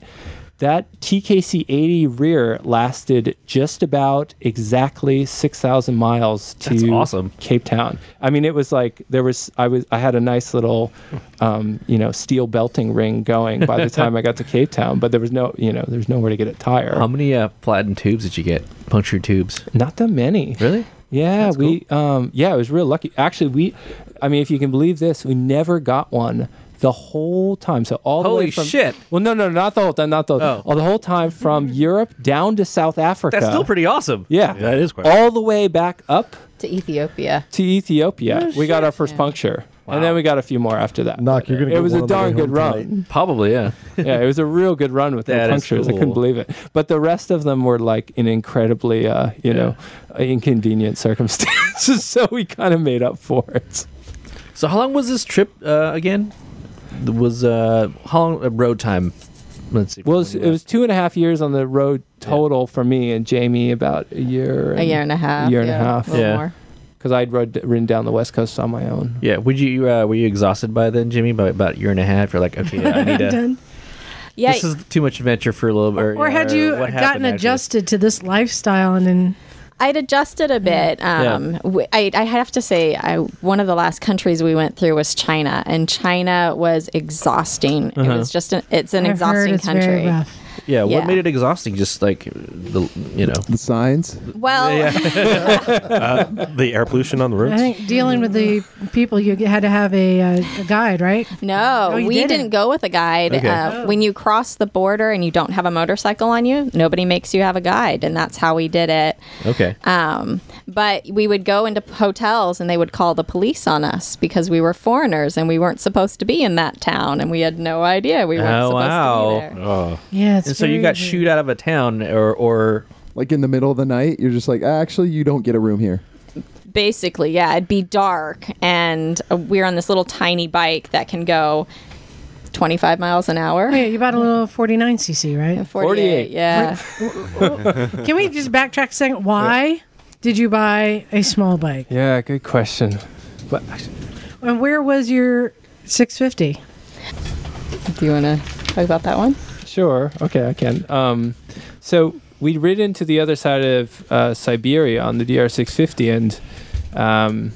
[SPEAKER 12] That TKC 80 rear lasted just about exactly 6,000 miles to
[SPEAKER 14] That's awesome.
[SPEAKER 12] Cape Town. I mean, it was like there was I was I had a nice little, um, you know, steel belting ring going by the time I got to Cape Town, but there was no, you know, there's nowhere to get a tire.
[SPEAKER 14] How many uh, platinum tubes did you get? Punctured tubes?
[SPEAKER 12] Not that many.
[SPEAKER 14] Really?
[SPEAKER 12] Yeah, we um yeah, it was real lucky. Actually, we I mean, if you can believe this, we never got one the whole time. So all the
[SPEAKER 14] Holy
[SPEAKER 12] way from,
[SPEAKER 14] shit.
[SPEAKER 12] Well, no, no, not the whole time, not the whole
[SPEAKER 14] Oh.
[SPEAKER 12] all the whole time from Europe down to South Africa.
[SPEAKER 14] That's still pretty awesome.
[SPEAKER 12] Yeah.
[SPEAKER 6] That is quite
[SPEAKER 12] all the way back up
[SPEAKER 13] to Ethiopia.
[SPEAKER 12] to Ethiopia.
[SPEAKER 13] No
[SPEAKER 12] we got our first puncture. And then we got a few more after that.
[SPEAKER 11] Knock, you're gonna
[SPEAKER 12] It
[SPEAKER 11] get
[SPEAKER 12] was
[SPEAKER 11] one
[SPEAKER 12] a
[SPEAKER 11] on the way
[SPEAKER 12] darn good
[SPEAKER 11] home
[SPEAKER 12] run.
[SPEAKER 14] Probably, yeah.
[SPEAKER 12] yeah, it was a real good run with the
[SPEAKER 14] That is
[SPEAKER 12] punctures. I
[SPEAKER 14] cool.
[SPEAKER 12] couldn't believe it. But the rest of them were like in incredibly, uh, you know, inconvenient circumstances. so we kind of made up for it.
[SPEAKER 14] So how long was this trip uh, again? It was uh, how long uh, road time? Let's see.
[SPEAKER 12] Well, it was, it was two and a half years on the road total for me and Jamie, about a year,
[SPEAKER 13] A year and a half,
[SPEAKER 12] year and
[SPEAKER 13] yeah,
[SPEAKER 12] a half,
[SPEAKER 13] a little Yeah. more.
[SPEAKER 12] Because I'd rode, ridden down the West Coast on my own.
[SPEAKER 14] Yeah. Would you uh, were you exhausted by then, Jimmy? By about a year and a half, you're like, okay, I need to.
[SPEAKER 13] Yeah.
[SPEAKER 14] This is too much adventure for a little bit.
[SPEAKER 13] Or had
[SPEAKER 3] you gotten adjusted to this lifestyle and then
[SPEAKER 13] I'd adjusted a bit.
[SPEAKER 3] Yeah.
[SPEAKER 13] Um, w I I I, have to say, I, one of the last countries we went through was China, and China was exhausting. It
[SPEAKER 14] Uh-huh.
[SPEAKER 13] was just an, it's an
[SPEAKER 3] I've heard
[SPEAKER 13] exhausting
[SPEAKER 3] it's very
[SPEAKER 13] country.
[SPEAKER 3] rough.
[SPEAKER 14] Yeah, what
[SPEAKER 13] Yeah.
[SPEAKER 14] made it exhausting? Just like the you know
[SPEAKER 15] the signs.
[SPEAKER 13] Well,
[SPEAKER 6] uh, the air pollution on the
[SPEAKER 3] I
[SPEAKER 6] roofs.
[SPEAKER 3] think dealing with the people, you had to have a, uh, a guide, right?
[SPEAKER 13] No,
[SPEAKER 3] Oh, you
[SPEAKER 13] we
[SPEAKER 3] didn't?
[SPEAKER 13] didn't. go with a guide.
[SPEAKER 3] Okay.
[SPEAKER 13] Uh,
[SPEAKER 3] Oh.
[SPEAKER 13] When you cross the border and you don't have a motorcycle on you, nobody makes you have a guide, and that's how we did it.
[SPEAKER 14] Okay.
[SPEAKER 13] Um, but we would go into hotels and they would call the police on us because we were foreigners and we weren't supposed to be in that town, and we had no idea we weren't
[SPEAKER 14] oh
[SPEAKER 13] supposed to be
[SPEAKER 14] wow.
[SPEAKER 13] there.
[SPEAKER 14] Oh.
[SPEAKER 3] Yeah.
[SPEAKER 14] And so you got shoot out of a town, or or
[SPEAKER 15] Like in the middle of the night, you're just like, actually, you don't get a room here.
[SPEAKER 13] Basically, yeah, it'd be dark, and uh, we're on this little tiny bike that can go. 25 miles an hour.
[SPEAKER 3] Yeah, you bought a little 49cc, right?
[SPEAKER 13] 48, yeah.
[SPEAKER 3] Can we just backtrack a second? Why did you buy a small bike?
[SPEAKER 12] Yeah, good question. But
[SPEAKER 3] And where was your 650?
[SPEAKER 13] Do you want to talk about that one?
[SPEAKER 12] Sure. Okay, I can. Um, so we rid into the other side of uh, Siberia on the DR650, and um,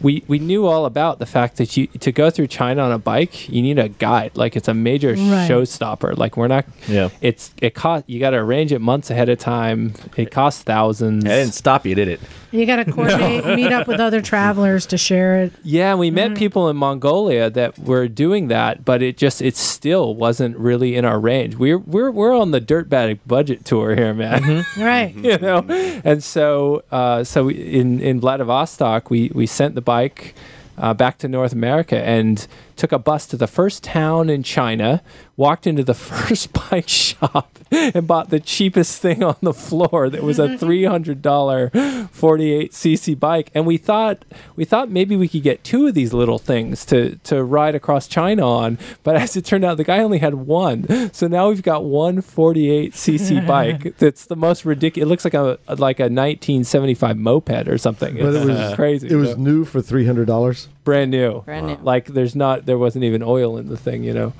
[SPEAKER 12] we we knew all about the fact that you to go through China on a bike, you need a guide. Like it's a major
[SPEAKER 14] Right.
[SPEAKER 12] showstopper. Like we're not.
[SPEAKER 14] Yeah.
[SPEAKER 12] It's it cost. You got to arrange it months ahead of time. It costs thousands. It didn't
[SPEAKER 14] stop you, did it?
[SPEAKER 3] You got to coordinate, meet up with other travelers to share it.
[SPEAKER 12] Yeah, and we met people in Mongolia that were doing that, but it just it still wasn't really in our range. We're we're we're on the dirtbag budget tour here, man.
[SPEAKER 14] Mm-hmm.
[SPEAKER 3] Right.
[SPEAKER 12] you know, and so uh, so we, in in Vladivostok, we we sent the bike. Uh, back to North America and took a bus to the first town in China, walked into the first bike shop and bought the cheapest thing on the floor that was a $300 48cc bike and we thought we thought maybe we could get two of these little things to to ride across China on but as it turned out the guy only had one so now we've got one 48cc bike that's the most ridiculous it looks like a like a 1975 moped or something
[SPEAKER 11] But
[SPEAKER 12] it's
[SPEAKER 11] it was
[SPEAKER 12] crazy
[SPEAKER 11] It was
[SPEAKER 12] Yeah
[SPEAKER 11] new for three hundred dollars.
[SPEAKER 12] brand new.
[SPEAKER 11] Brand new.
[SPEAKER 12] Like there's not there wasn't even oil in the thing, you know.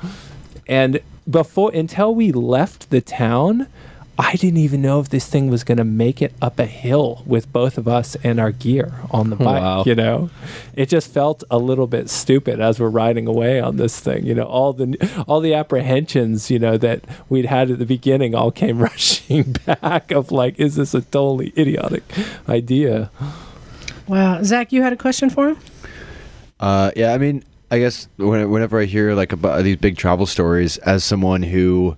[SPEAKER 12] And before until we left the town, I didn't even know if this thing was going to make it up a hill with both of us and our gear on the bike,
[SPEAKER 14] Wow.
[SPEAKER 12] you know. It just felt a little bit stupid as we're riding away on this thing, you know. All the all the apprehensions, you know, that we'd had at the beginning all came rushing back of like is this a totally idiotic idea?
[SPEAKER 3] Wow. Zach, you had a question for him?
[SPEAKER 8] Uh, yeah, I mean, I guess when, whenever I hear like about these big travel stories, as someone who,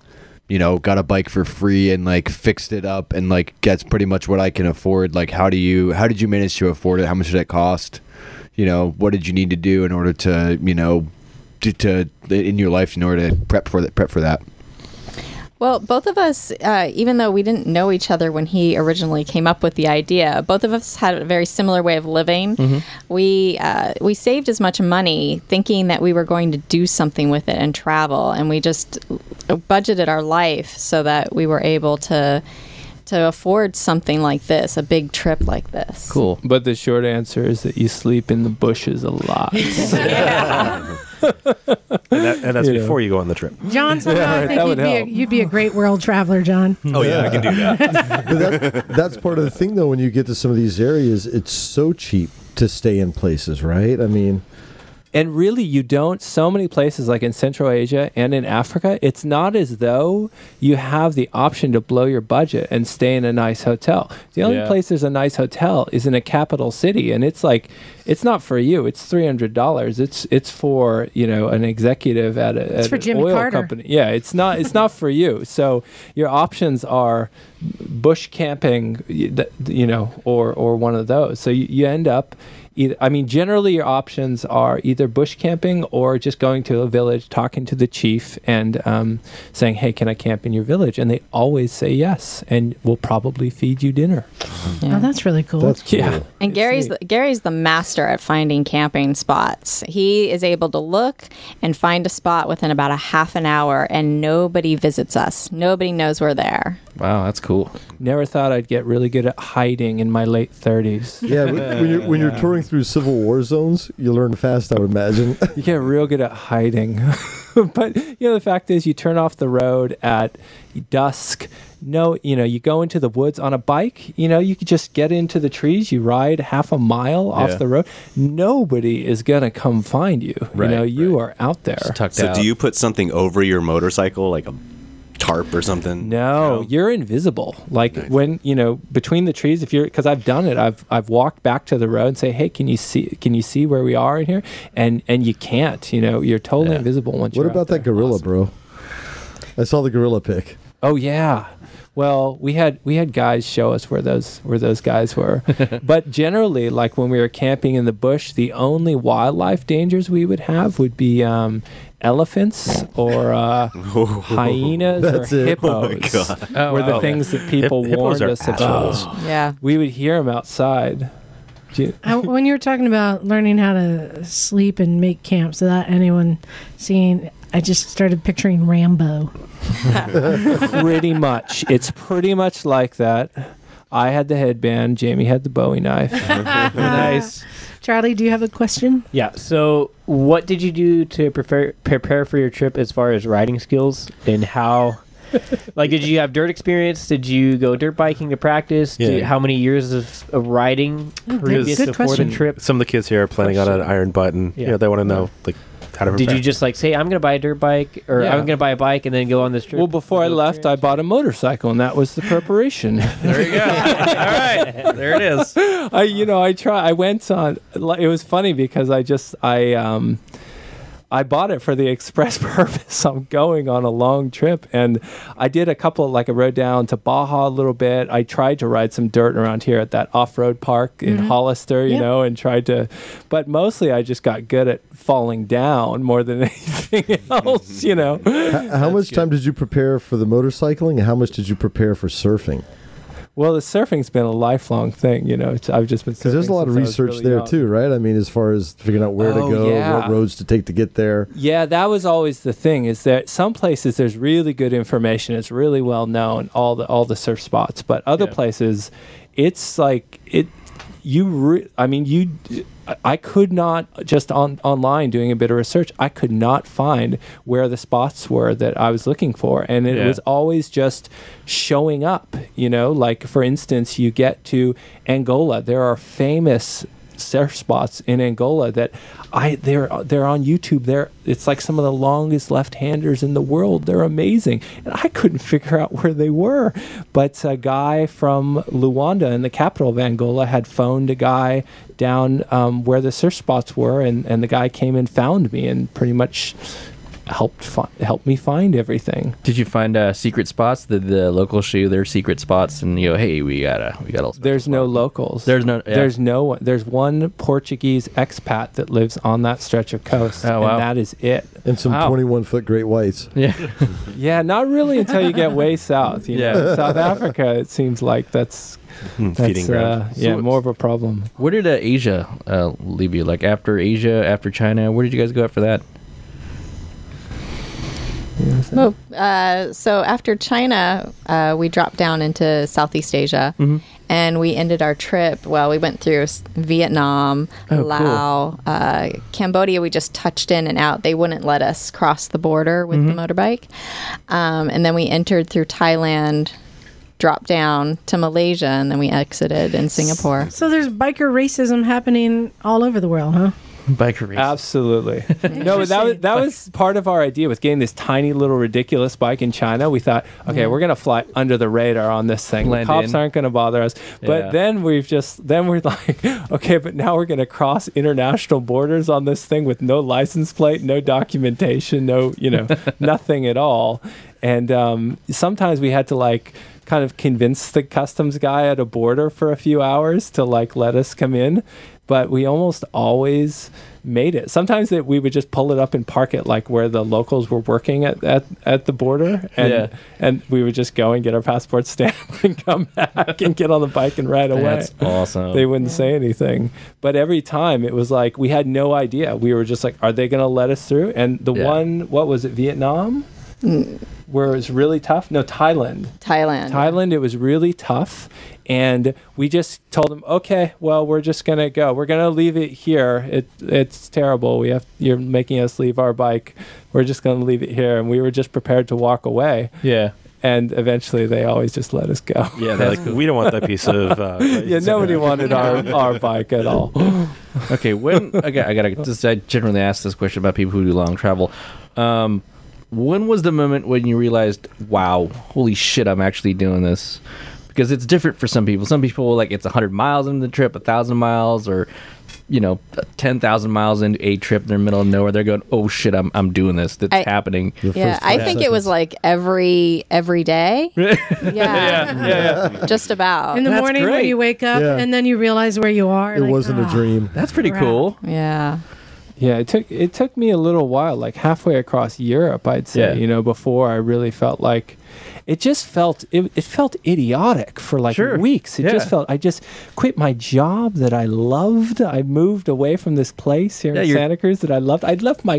[SPEAKER 8] you know, got a bike for free and like fixed it up and like gets pretty much what I can afford, like how do you how did you manage to afford it? How much did it cost? You know, what did you need to do in order to you know to, to in your life in order to prep for that prep for that?
[SPEAKER 13] Well, both of us, uh, even though we didn't know each other when he originally came up with the idea, both of us had a very similar way of living.
[SPEAKER 12] Mm-hmm.
[SPEAKER 2] Mhm.
[SPEAKER 13] We uh, we saved as much money thinking that we were going to do something with it and travel, and we just budgeted our life so that we were able to to afford something like this, a big trip like this.
[SPEAKER 12] Cool. But the short answer is that you sleep in the bushes a lot.
[SPEAKER 6] and, that, and that's
[SPEAKER 3] You know.
[SPEAKER 6] before you go on the trip.
[SPEAKER 3] John, somehow I think you'd be, a, you'd be a great world traveler, John.
[SPEAKER 6] Oh, yeah, I can do that.
[SPEAKER 11] But that, that's part of the thing, though. When you get to some of these areas, it's so cheap to stay in places, right? I mean,
[SPEAKER 12] And really, you don't. So many places, like in Central Asia and in Africa, it's not as though you have the option to blow your budget and stay in a nice hotel. The only
[SPEAKER 14] Yeah.
[SPEAKER 12] place there's a nice hotel is in a capital city, and it's like, it's not for you. It's three hundred dollars. It's it's for you know an executive at a
[SPEAKER 3] It's
[SPEAKER 12] at
[SPEAKER 3] for
[SPEAKER 12] an
[SPEAKER 3] Jimmy
[SPEAKER 12] oil
[SPEAKER 3] Carter.
[SPEAKER 12] company. Yeah, it's not it's not for you. So your options are bush camping, y- th- you know, or or one of those. So you, you end up. Either, I mean, generally, your options are either bush camping or just going to a village, talking to the chief, and um, saying, "Hey, can I camp in your village?" And they always say yes, and we'll probably feed you dinner.
[SPEAKER 3] Oh, that's really cool.
[SPEAKER 12] Yeah.
[SPEAKER 13] And Gary's the, Gary's the master at finding camping spots. He is able to look and find a spot within about a half an hour, and nobody visits us. Nobody knows we're there.
[SPEAKER 12] Wow, that's cool. Never thought I'd get really good at hiding in my late 30s.
[SPEAKER 11] yeah, when- when you're when you're touring through civil war zones, you learn fast. I would imagine.
[SPEAKER 12] you get real good at hiding. but you know, the fact is, you turn off the road at dusk. No, you know, you go into the woods on a bike. You know, you could just get into the trees. You ride half a mile
[SPEAKER 14] Yeah.
[SPEAKER 12] off the road. Nobody is gonna come find you.
[SPEAKER 10] Right,
[SPEAKER 12] you know, you are out there.
[SPEAKER 10] so do you put something over your motorcycle, like a tarp or something?
[SPEAKER 12] No, you're invisible. Like when you know between the trees, if you're because I've done it, I've I've walked back to the road and say, hey, can you see can you see where we are in here? And and you can't. You know, you're totally invisible once.
[SPEAKER 11] What
[SPEAKER 12] you're
[SPEAKER 11] about that gorilla, bro? I saw the gorilla pic.
[SPEAKER 12] Oh yeah. Well, we had we had guys show us where those where those guys were. but generally, like when we were camping in the bush, the only wildlife dangers we would have would be um, elephants or uh, hyenas
[SPEAKER 5] That's
[SPEAKER 12] or
[SPEAKER 5] it. Oh
[SPEAKER 12] hippos.
[SPEAKER 5] my God. Oh,
[SPEAKER 12] were the
[SPEAKER 5] wow.
[SPEAKER 12] things that
[SPEAKER 5] Hip-
[SPEAKER 12] people
[SPEAKER 5] hippos
[SPEAKER 12] warned
[SPEAKER 5] are
[SPEAKER 12] us about.
[SPEAKER 5] assholes.
[SPEAKER 3] Yeah.
[SPEAKER 12] We would hear them outside. Do you-
[SPEAKER 3] I, when you were talking about learning how to sleep and make camps without anyone seeing, I just started picturing Rambo.
[SPEAKER 12] pretty much. It's pretty much like that. I had the headband. Jamie had the Bowie knife.
[SPEAKER 3] Nice. Charlie, do you have a question?
[SPEAKER 7] Yeah. So, what did you do to prepare prepare for your trip as far as riding skills and how? like, did you have dirt experience? Did you go dirt biking to practice? Did-
[SPEAKER 6] Yeah.
[SPEAKER 7] how many years of, of riding
[SPEAKER 3] Oh,
[SPEAKER 7] previous before the trip?
[SPEAKER 6] Some of the kids here are planning on an iron button. Yeah,
[SPEAKER 7] Yeah.
[SPEAKER 6] they want to know like how to.
[SPEAKER 7] Did
[SPEAKER 6] prepare.
[SPEAKER 7] you just like say I'm going to buy a dirt bike or
[SPEAKER 12] Yeah.
[SPEAKER 7] I'm going to buy a bike and then go on this trip?
[SPEAKER 12] Well, before I left, I bought a motorcycle, and that was the preparation. there you go.
[SPEAKER 14] there it is.
[SPEAKER 12] I, you know, I try. I went on. like, It was funny because I just I um, I bought it for the express purpose. I'm going on a long trip, and I did a couple like I rode down to Baja a little bit. I tried to ride some dirt around here at that off-road park in
[SPEAKER 14] Mhm.
[SPEAKER 12] Hollister, you
[SPEAKER 14] Yep.
[SPEAKER 12] know, and tried to. But mostly, I just got good at falling down more than anything else, you know.
[SPEAKER 11] How, how much time did you prepare for the motorcycling, and how much did you prepare for surfing?
[SPEAKER 12] Well, the surfing's been a lifelong thing, you know. It's, I've just been
[SPEAKER 11] Because there's a lot of research
[SPEAKER 7] uh,
[SPEAKER 11] there too, right? I mean, as far as figuring out where
[SPEAKER 12] Oh,
[SPEAKER 11] to go,
[SPEAKER 12] yeah.
[SPEAKER 11] what roads to take to get there.
[SPEAKER 12] Yeah, that was always the thing is that some places there's really good information. It's really well known all the all the surf spots, but other places it's like it you re- I mean you d- I- I could not just on online doing a bit of research. I could not find where the spots were that I was looking for, and it
[SPEAKER 14] Yeah.
[SPEAKER 12] was always just showing up. You know, like for instance, you get to Angola. There are famous surf spots in Angola that I they're they're on YouTube. They're it's like some of the longest left-handers in the world. They're amazing, and I couldn't figure out where they were. But a guy from Luanda, in the capital of Angola, had phoned a guy down um, where the surf spots were, and and the guy came and found me, and pretty much helped fi- helped me find everything.
[SPEAKER 14] Did you find uh, secret spots? Did the locals show you their secret spots? And you go, hey, we gotta, we gotta.
[SPEAKER 12] There's no locals.
[SPEAKER 14] There's no- yeah.
[SPEAKER 12] There's no one. There's one Portuguese expat that lives on that stretch of coast,
[SPEAKER 14] Oh, wow.
[SPEAKER 12] and that is it.
[SPEAKER 11] And some 21 foot great whites.
[SPEAKER 14] Yeah.
[SPEAKER 12] Yeah, not really until you get way south. You
[SPEAKER 14] Yeah. Hmm,
[SPEAKER 12] know? South Africa. It seems like that's, that's
[SPEAKER 14] feeding ground.
[SPEAKER 12] uh, yeah,
[SPEAKER 14] So-
[SPEAKER 12] more of a problem.
[SPEAKER 14] Where did uh, Asia uh, leave you? Like after Asia, after China, where did you guys go after that?
[SPEAKER 13] Oh,
[SPEAKER 16] Mm-hmm.
[SPEAKER 13] uh, so after China, uh, we dropped down into Southeast Asia, and we ended our trip. Well, we went through s- Vietnam,
[SPEAKER 16] Oh, cool.
[SPEAKER 13] Laos, uh, Cambodia. We just touched in and out. They wouldn't let us cross the border with
[SPEAKER 16] Mhm.
[SPEAKER 13] the motorbike, um, and then we entered through Thailand, dropped down to Malaysia, and then we exited in Singapore.
[SPEAKER 3] So there's biker racism happening all over the world, huh?
[SPEAKER 14] Biker
[SPEAKER 12] Absolutely. no, that was, that was part of our idea with getting this tiny little ridiculous bike in China. We thought, okay,
[SPEAKER 14] Yeah.
[SPEAKER 12] we're going to fly under the radar on this thing.
[SPEAKER 14] Blend
[SPEAKER 12] the cops
[SPEAKER 14] in.
[SPEAKER 12] aren't going to bother us. But
[SPEAKER 14] Yeah.
[SPEAKER 12] then we've just, then we're like, okay, but now we're going to cross international borders on this thing with no license plate, no documentation, no, you know, nothing at all. And um, sometimes we had to like, kind of convince the customs guy at a border for a few hours to like let us come in but we almost always made it. Sometimes that we would just pull it up and park it like where the locals were working at at, at the border, and
[SPEAKER 14] Yeah.
[SPEAKER 12] and we would just go and get our passport stamp and come back and get on the bike and ride away.
[SPEAKER 14] That's awesome.
[SPEAKER 12] They wouldn't say anything, but every time it was like we had no idea. We were just like, are they going to let us through? And the one, what was it, Vietnam? Where it was really tough. No, Thailand.
[SPEAKER 13] Mm, Thailand.
[SPEAKER 12] Thailand, it was really tough. And we just told them, okay, well, we're just going to go. We're going to leave it here. It, it's terrible. We have, you're making us leave our bike. We're just going to leave it here. And we were just prepared to walk away.
[SPEAKER 14] Yeah.
[SPEAKER 12] And eventually they always just let us go.
[SPEAKER 6] Yeah, they're like, we don't want that piece of. Uh,
[SPEAKER 12] yeah, nobody wanted our, our bike at all.
[SPEAKER 14] okay, when okay, I gotta. Just, I generally ask this question about people who do long travel. Um, when was the moment when you realized, wow, holy shit, I'm actually doing this? Because it's different for some people. Some people like it's hundred miles into the trip, thousand miles, or you know, ten thousand miles into a trip. They're in the middle of nowhere. They're going, oh shit, I'm I'm doing this. That's
[SPEAKER 13] I-
[SPEAKER 14] happening.
[SPEAKER 13] yeah, I think it was like every every day. yeah.
[SPEAKER 14] yeah,
[SPEAKER 13] just about
[SPEAKER 3] In the morning when you wake up
[SPEAKER 12] Yeah.
[SPEAKER 3] and then you realize where you are. like, "Ah."
[SPEAKER 14] That's pretty
[SPEAKER 3] crap.
[SPEAKER 14] cool.
[SPEAKER 13] Yeah.
[SPEAKER 12] Yeah, it took it took me a little while, like halfway across Europe, I'd say,
[SPEAKER 14] Yeah.
[SPEAKER 12] you know, before I really felt like it just felt it, it felt idiotic for like weeks. It just
[SPEAKER 14] Yeah.
[SPEAKER 12] felt I just quit my job that I loved. I moved away from this place here
[SPEAKER 14] Yeah,
[SPEAKER 12] in
[SPEAKER 14] you're-
[SPEAKER 12] Santa Cruz that I loved. I'd left my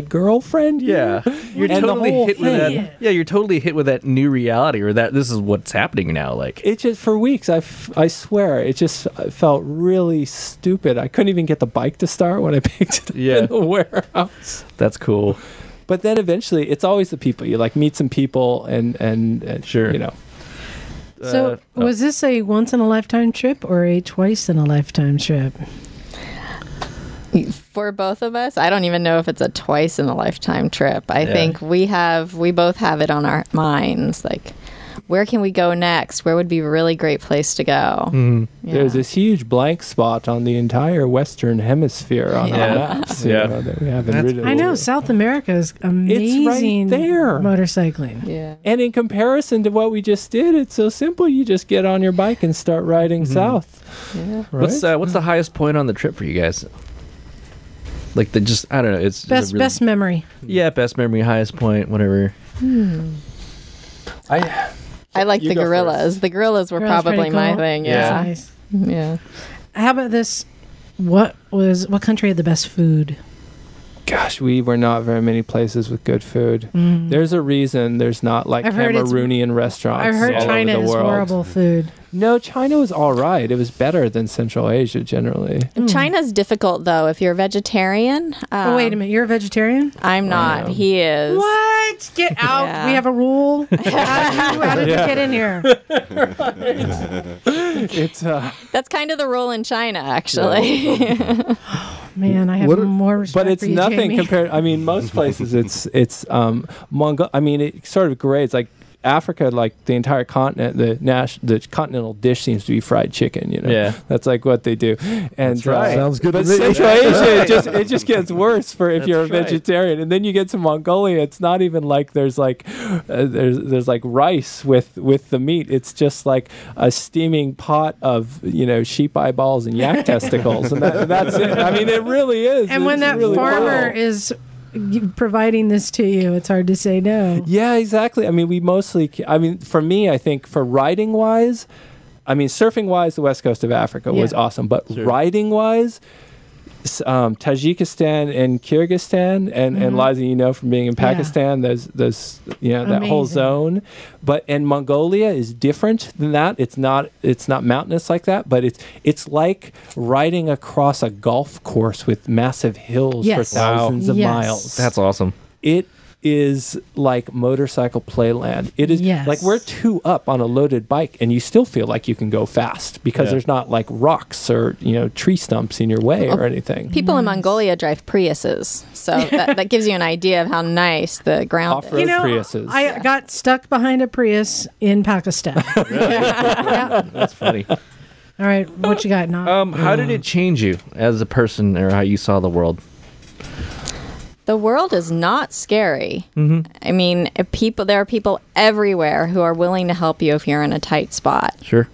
[SPEAKER 12] girlfriend.
[SPEAKER 14] Yeah,
[SPEAKER 12] here,
[SPEAKER 14] you're
[SPEAKER 12] and the
[SPEAKER 14] totally
[SPEAKER 12] whole
[SPEAKER 14] hit with that.
[SPEAKER 12] thing.
[SPEAKER 14] Yeah, you're totally hit with that new reality, or that this is what's happening now. Like,
[SPEAKER 12] It just for weeks. I, f- I swear it just f- felt really stupid. I couldn't even get the bike to start when I picked it up
[SPEAKER 14] Yeah.
[SPEAKER 12] in the warehouse.
[SPEAKER 14] that's cool.
[SPEAKER 12] But then eventually, it's always the people. You like meet some people and and, and sure, you know.
[SPEAKER 3] So
[SPEAKER 14] Uh,
[SPEAKER 3] was this a once in a lifetime trip or a twice in a lifetime trip?
[SPEAKER 13] For both of us, I don't even know if it's a twice in a lifetime trip. I
[SPEAKER 16] Yeah.
[SPEAKER 13] think we have we both have it on our minds like where can we go next? Where would be a really great place to
[SPEAKER 14] oh.
[SPEAKER 13] go?
[SPEAKER 14] Mm. Mm-hmm.
[SPEAKER 13] Yeah.
[SPEAKER 12] There's this huge blank spot on the entire Western Hemisphere on
[SPEAKER 13] Yeah.
[SPEAKER 12] our maps. you
[SPEAKER 14] Yeah.
[SPEAKER 12] know, that we haven't
[SPEAKER 14] That's
[SPEAKER 12] really.
[SPEAKER 3] I know South America is amazing.
[SPEAKER 12] there.
[SPEAKER 3] motorcycling.
[SPEAKER 13] Yeah.
[SPEAKER 12] And in comparison to what we just did, it's so simple. You just get on your bike and start riding
[SPEAKER 14] Mm-hmm.
[SPEAKER 12] south.
[SPEAKER 13] Yeah.
[SPEAKER 12] Right?
[SPEAKER 14] What's uh, what's the highest point on the trip for you guys? Like the just I don't know. It's it's a
[SPEAKER 3] Best
[SPEAKER 14] really-
[SPEAKER 3] best memory.
[SPEAKER 14] Yeah, best memory, highest point, whatever.
[SPEAKER 3] Hmm.
[SPEAKER 12] I
[SPEAKER 13] I like
[SPEAKER 14] You
[SPEAKER 13] the
[SPEAKER 14] go
[SPEAKER 13] gorillas. The gorillas were
[SPEAKER 3] Gorilla's pretty
[SPEAKER 13] probably my
[SPEAKER 3] cool.
[SPEAKER 13] thing.
[SPEAKER 14] Yeah.
[SPEAKER 13] Yeah.
[SPEAKER 3] Nice.
[SPEAKER 13] Yeah.
[SPEAKER 3] How about this? What was what country had the best food?
[SPEAKER 12] Gosh, we were not very many places with good food.
[SPEAKER 3] Mm.
[SPEAKER 12] There's a reason there's not like
[SPEAKER 3] I've heard it's-
[SPEAKER 12] Cameroonian restaurants.
[SPEAKER 3] I've heard
[SPEAKER 12] all
[SPEAKER 3] China
[SPEAKER 12] over the
[SPEAKER 3] is
[SPEAKER 12] world.
[SPEAKER 3] horrible food.
[SPEAKER 12] No, China was all right. It was better than Central Asia generally.
[SPEAKER 13] China's difficult though if you're a vegetarian.
[SPEAKER 3] Hmm.
[SPEAKER 13] um,
[SPEAKER 3] oh wait a minute, you're a vegetarian?
[SPEAKER 13] I'm not. He is.
[SPEAKER 3] What? Get out.
[SPEAKER 13] Yeah.
[SPEAKER 3] We have a rule. How did you, how did
[SPEAKER 12] Yeah.
[SPEAKER 3] you get in here?
[SPEAKER 12] it's uh,
[SPEAKER 13] That's kind of the rule in China, actually.
[SPEAKER 3] Man, I have
[SPEAKER 12] What are-
[SPEAKER 3] more respect
[SPEAKER 12] but it's
[SPEAKER 3] for you,
[SPEAKER 12] nothing
[SPEAKER 3] Jamie.
[SPEAKER 12] compared. I mean, most places it's it's um Mongol. I mean, it sort of grades like Africa, like the entire continent. The nas- the continental dish seems to be fried chicken. You know,
[SPEAKER 14] Yeah.
[SPEAKER 12] that's like what they do. And
[SPEAKER 14] That's right. Sounds good
[SPEAKER 12] But
[SPEAKER 14] to me.
[SPEAKER 12] Central
[SPEAKER 14] That's
[SPEAKER 12] Asia,
[SPEAKER 14] right.
[SPEAKER 12] it just it just gets worse for if
[SPEAKER 14] That's
[SPEAKER 12] you're a
[SPEAKER 14] right.
[SPEAKER 12] vegetarian, and then you get to Mongolia. It's not even like there's like uh, there's there's like rice with with the meat. It's just like a steaming pot of you know sheep eyeballs and yak testicles, and that, that's it. I mean, it really is.
[SPEAKER 3] And when
[SPEAKER 12] It's
[SPEAKER 3] that
[SPEAKER 12] really
[SPEAKER 3] farmer
[SPEAKER 12] wild.
[SPEAKER 3] is g- providing this to you, it's hard to say no.
[SPEAKER 12] Yeah, exactly. I mean, we mostly. I mean, for me, I think for riding wise, I mean, surfing wise, the west coast of Africa was
[SPEAKER 14] Yeah.
[SPEAKER 12] awesome, but riding wise. s- um, Tajikistan and Kyrgyzstan, and and
[SPEAKER 14] Mhm.
[SPEAKER 12] Liza, you know from being in
[SPEAKER 14] Yeah.
[SPEAKER 12] Pakistan, those those you know that whole
[SPEAKER 14] Amazing.
[SPEAKER 12] zone. But and Mongolia is different than that. It's not it's not mountainous like that, but it's it's like riding across a golf course with massive hills for
[SPEAKER 14] Yes. Wow.
[SPEAKER 12] thousands of
[SPEAKER 14] Yes.
[SPEAKER 12] miles.
[SPEAKER 14] That's awesome.
[SPEAKER 12] It is like motorcycle playland. It is
[SPEAKER 14] Yes.
[SPEAKER 12] like we're two up on a loaded bike and you still feel like you can go fast because
[SPEAKER 14] Yeah.
[SPEAKER 12] there's not like rocks or, you know, tree stumps in your way or anything.
[SPEAKER 13] People in Mongolia drive Priuses, so that, that gives you an idea of how nice the ground is.
[SPEAKER 12] Off-road You know, Priuses.
[SPEAKER 3] I got stuck behind a Prius in Pakistan.
[SPEAKER 14] That's funny.
[SPEAKER 3] All right, what you got, Nog?
[SPEAKER 14] Um, how did it change you as a person, or how you saw the world?
[SPEAKER 13] The world is not scary.
[SPEAKER 12] Mm-hmm.
[SPEAKER 13] I mean, if people there are people everywhere who are willing to help you if you're in a tight spot.
[SPEAKER 12] Sure.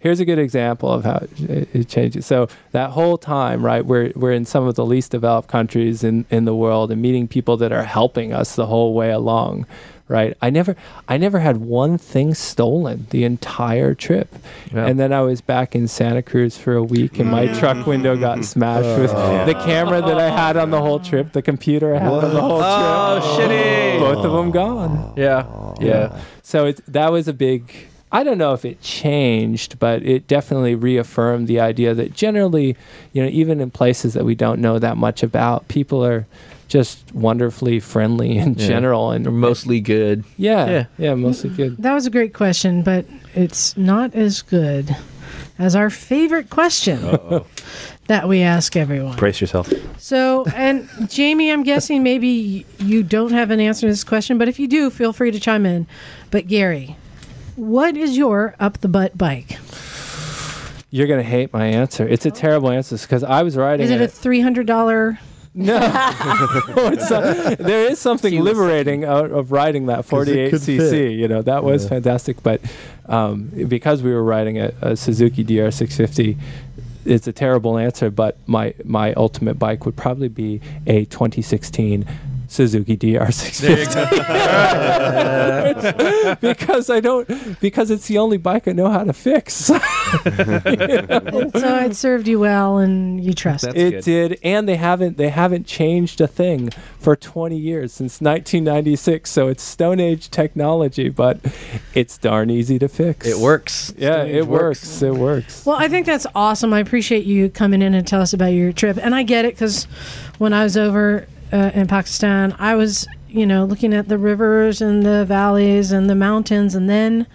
[SPEAKER 12] Here's a good example of how it- it, it changes. So that whole time, right, we're we're in some of the least developed countries in in the world and meeting people that are helping us the whole way along, right? I never I never had one thing stolen the entire trip, and then I was back in Santa Cruz for a week, and my truck window got smashed with
[SPEAKER 14] Oh.
[SPEAKER 12] the camera that I had on the whole trip, the computer I had on the whole trip.
[SPEAKER 14] Oh, shitty.
[SPEAKER 12] Both of them gone.
[SPEAKER 14] Yeah,
[SPEAKER 12] Yeah. So it, that was a big. I don't know if it changed, but it definitely reaffirmed the idea that generally, you know, even in places that we don't know that much about, people are just wonderfully friendly in
[SPEAKER 14] Yeah.
[SPEAKER 12] general and
[SPEAKER 14] mostly good.
[SPEAKER 12] Yeah,
[SPEAKER 14] Yeah.
[SPEAKER 12] yeah, mostly good.
[SPEAKER 3] That was a great question, but it's not as good as our favorite question
[SPEAKER 6] Uh-oh.
[SPEAKER 3] that we ask everyone.
[SPEAKER 6] Brace yourself.
[SPEAKER 3] So, and Jamie, I'm guessing maybe you don't have an answer to this question, but if you do, feel free to chime in. But Gary, what is your up the butt bike?
[SPEAKER 12] You're gonna hate my answer. It's a terrible answer because I was riding.
[SPEAKER 3] Is it a three hundred dollar?
[SPEAKER 12] No, it's a- there is something liberating out of riding that 48
[SPEAKER 14] could
[SPEAKER 12] cc.
[SPEAKER 14] fit.
[SPEAKER 12] You know that was
[SPEAKER 14] Yeah.
[SPEAKER 12] fantastic, but um, because we were riding a, a Suzuki DR650, it's a terrible answer. But my my ultimate bike would probably be a 2016 Suzuki DR650 because I don't because it's the only bike I know how to fix.
[SPEAKER 3] so it served you well, and you trust
[SPEAKER 12] it did, and they haven't they haven't changed a thing for 20 years since 1996. So it's Stone Age technology, but it's darn easy to fix.
[SPEAKER 14] It works.
[SPEAKER 12] Yeah,
[SPEAKER 14] Stone Age
[SPEAKER 12] it works. It works.
[SPEAKER 3] Well, I think that's awesome. I appreciate you coming in and tell us about your trip. And I get it because when I was over uh, in Pakistan, I was, you know, looking at the rivers and the valleys and the mountains. And then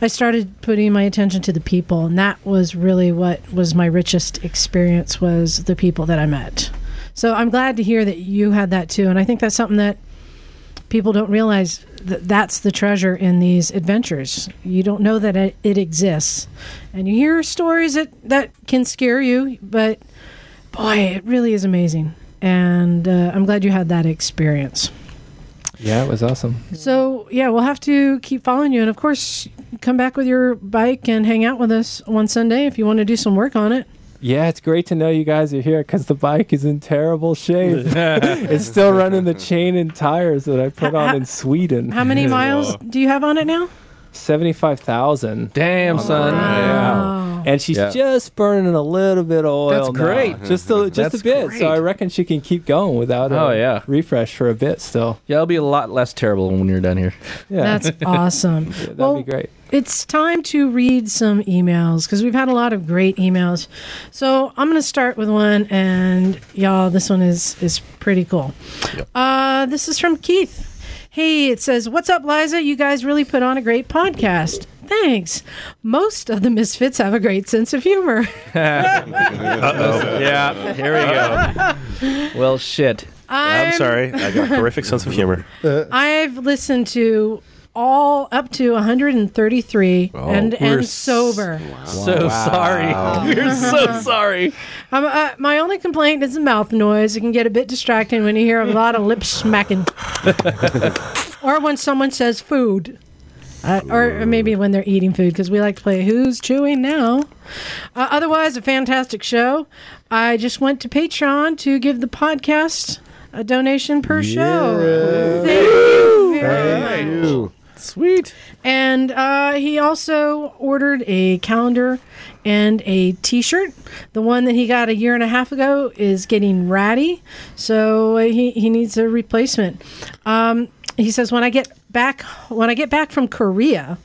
[SPEAKER 3] I started putting my attention to the people. And that was really what was my richest experience was the people that I met. So I'm glad to hear that you had that too. And I think that's something that people don't realize that that's the treasure in these adventures. You don't know that it, it exists, and you hear stories that that can scare you, but boy, it really is amazing. And uh, I'm glad you had that experience.
[SPEAKER 12] Yeah, it was awesome.
[SPEAKER 3] So yeah, we'll have to keep following you, and of course, come back with your bike and hang out with us one Sunday if you want to do some work on it.
[SPEAKER 12] Yeah, it's great to know you guys are here because the bike is in terrible shape. it's still running the chain and tires that I put on in Sweden.
[SPEAKER 3] How many miles do you have on it now?
[SPEAKER 12] Seventy-five thousand. Damn,
[SPEAKER 14] son.
[SPEAKER 12] Yeah. And she's
[SPEAKER 14] Yeah.
[SPEAKER 12] just burning a little bit of oil.
[SPEAKER 14] That's
[SPEAKER 12] now.
[SPEAKER 14] great.
[SPEAKER 12] Just a, just
[SPEAKER 14] That's
[SPEAKER 12] a bit.
[SPEAKER 14] great.
[SPEAKER 12] So I reckon she can keep going without a
[SPEAKER 14] Oh, yeah.
[SPEAKER 12] refresh for a bit still.
[SPEAKER 14] Yeah, it'll be a lot less terrible when you're done here.
[SPEAKER 12] Yeah.
[SPEAKER 3] That's awesome.
[SPEAKER 12] that'd
[SPEAKER 3] well,
[SPEAKER 12] be great.
[SPEAKER 3] It's time to read some emails because we've had a lot of great emails. So I'm going to start with one, and y'all, this one is is pretty cool. Uh, this is from Keith. Hey, it says, "What's up, Liza? You guys really put on a great podcast. Thanks. Most of the misfits have a great sense of humor."
[SPEAKER 6] Uh-oh.
[SPEAKER 14] Yeah, here we go. well, shit.
[SPEAKER 3] I'm- I'm sorry.
[SPEAKER 6] I got a horrific sense of humor.
[SPEAKER 3] I've listened to all up to 133 and
[SPEAKER 6] Oh, we're
[SPEAKER 3] and
[SPEAKER 6] s-
[SPEAKER 3] sober.
[SPEAKER 14] So sorry. We're so sorry.
[SPEAKER 3] Um, Mm-hmm. uh, my only complaint is the mouth noise. It can get a bit distracting when you hear a lot of lip smacking, or when someone says food, Uh, or maybe when they're eating food because we like to play Who's Chewing Now. Uh, otherwise, a fantastic show. I just went to Patreon to give the podcast a donation per show. Thank you very much.
[SPEAKER 11] Ew.
[SPEAKER 3] Sweet. And uh, he also ordered a calendar and a T-shirt. The one that he got a year and a half ago is getting ratty, so uh, he he needs a replacement. Um, he says when I get back when I get back from Korea.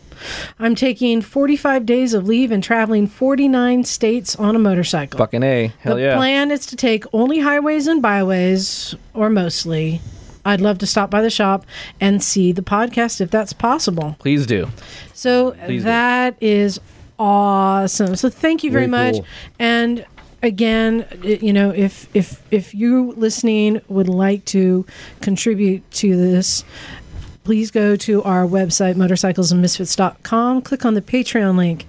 [SPEAKER 3] I'm taking 45 days of leave and traveling 49 states on a motorcycle.
[SPEAKER 14] Fucking a. Hell
[SPEAKER 3] the
[SPEAKER 14] yeah.
[SPEAKER 3] plan is to take only highways and byways, or mostly. I'd love to stop by the shop and see the podcast if that's possible.
[SPEAKER 14] Please do.
[SPEAKER 3] So uh,
[SPEAKER 14] Please do.
[SPEAKER 3] that is awesome. So thank you very
[SPEAKER 14] Way
[SPEAKER 3] much.
[SPEAKER 14] cool.
[SPEAKER 3] And again, i- you know, if if if you listening would like to contribute to this, please go to our website motorcyclesandmisfits.com, click on the Patreon link.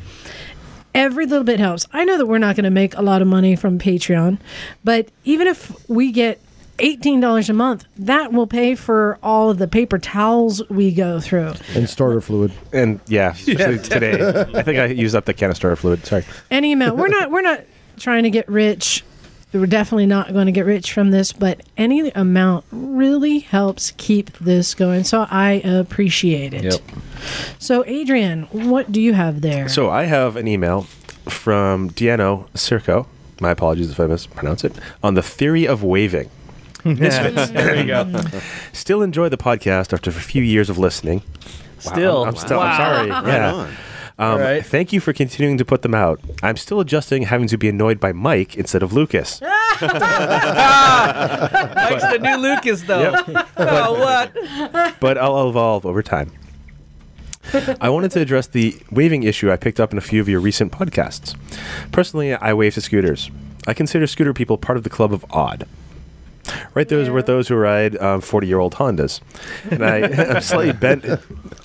[SPEAKER 3] Every little bit helps. I know that we're not going to make a lot of money from Patreon, but even if we get $18 a month, that will pay for all of the paper towels we go through.
[SPEAKER 11] and starter fluid.
[SPEAKER 6] And yeah, especially
[SPEAKER 11] Yeah.
[SPEAKER 6] today. I think I used up the canister of fluid. Sorry.
[SPEAKER 3] any amount. We're not we're not trying to get rich. We're definitely not going to get rich from this, but any amount really helps keep this going. So I appreciate it. So Adrian, what do you have there?
[SPEAKER 6] So I have an email from Diano Circo. My apologies if I mispronounce it. On the theory of waving. Misfits.
[SPEAKER 14] There you go.
[SPEAKER 6] Still enjoy the podcast after a few years of listening. Wow,
[SPEAKER 14] Still.
[SPEAKER 6] I'm, I'm still.
[SPEAKER 14] Wow.
[SPEAKER 6] I'm sorry.
[SPEAKER 14] Right
[SPEAKER 6] yeah.
[SPEAKER 14] on.
[SPEAKER 6] Um,
[SPEAKER 14] All right.
[SPEAKER 6] Thank you for continuing to put them out. I'm still adjusting having to be annoyed by Mike instead of Lucas.
[SPEAKER 14] Mike's the new Lucas, though.
[SPEAKER 6] Yep.
[SPEAKER 14] Oh, what?
[SPEAKER 6] but I'll evolve over time. I wanted to address the waving issue I picked up in a few of your recent podcasts. Personally, I wave to scooters. I consider scooter people part of the club of odd. Right there is were those who ride um, 40-year-old Hondas. And I, I'm slightly bent...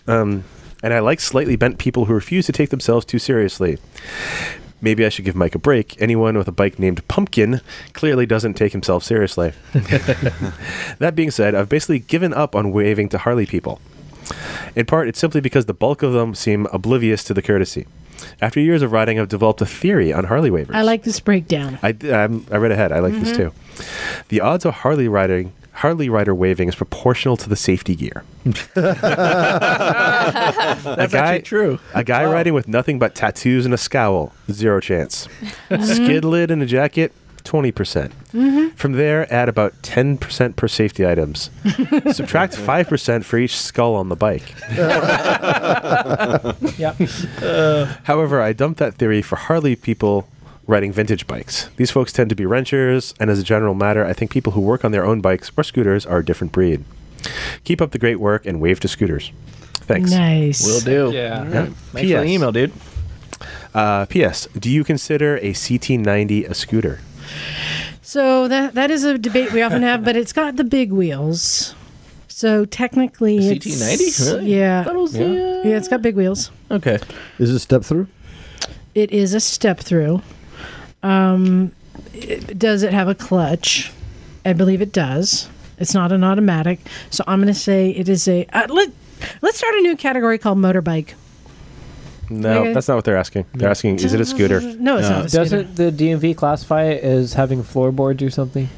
[SPEAKER 6] Um, and I like slightly bent people who refuse to take themselves too seriously. Maybe I should give Mike a break. Anyone with a bike named Pumpkin clearly doesn't take himself seriously. that being said, I've basically given up on waving to Harley people. In part, it's simply because the bulk of them seem oblivious to the courtesy. After years of riding, I've developed a theory on Harley
[SPEAKER 14] Uh-huh.
[SPEAKER 6] waivers.
[SPEAKER 3] I like this breakdown.
[SPEAKER 6] I, I'm, I read ahead. I like
[SPEAKER 14] Mm-hmm.
[SPEAKER 3] Mhm.
[SPEAKER 6] this too. The odds of Harley riding, Harley rider waving is proportional to the safety gear.
[SPEAKER 14] That's actually true.
[SPEAKER 6] A guy riding with nothing but tattoos and a scowl, zero chance.
[SPEAKER 14] Mm-hmm.
[SPEAKER 3] Mm-hmm.
[SPEAKER 6] Skid lid and a jacket, twenty percent.
[SPEAKER 5] Mhm.
[SPEAKER 6] From there, add about ten percent per safety items. Subtract five percent for each skull on the bike.
[SPEAKER 5] Yep.
[SPEAKER 6] Uh, However, I dumped that theory for Harley people riding vintage bikes. These folks tend to be wrenchers, and as a general matter, I think people who work on their own bikes or scooters are a different breed. Keep up the great work and wave to scooters. Thanks.
[SPEAKER 3] Nice.
[SPEAKER 14] Will do. Yeah. All right. Thanks for the email,
[SPEAKER 6] dude. Uh, P.S. Do you consider a CT90 a scooter?
[SPEAKER 3] So that that is a debate we often have, but it's got the big wheels. So technically, it's
[SPEAKER 14] CT90? Really?
[SPEAKER 3] Yeah,
[SPEAKER 14] That was,
[SPEAKER 3] yeah.
[SPEAKER 14] uh,
[SPEAKER 3] yeah, it's got big wheels.
[SPEAKER 14] Okay.
[SPEAKER 11] Is it step through?
[SPEAKER 3] It is a step through. Um, it- does it have a clutch? I believe it does. It's not an automatic, so I'm going to say it is a. Uh, let Let's start a new category called motorbike.
[SPEAKER 6] No,
[SPEAKER 3] Okay.
[SPEAKER 6] that's not what they're asking. They're asking, is it a scooter?
[SPEAKER 3] No, it's not a scooter.
[SPEAKER 7] Doesn't the DMV classify it as having floorboards or something?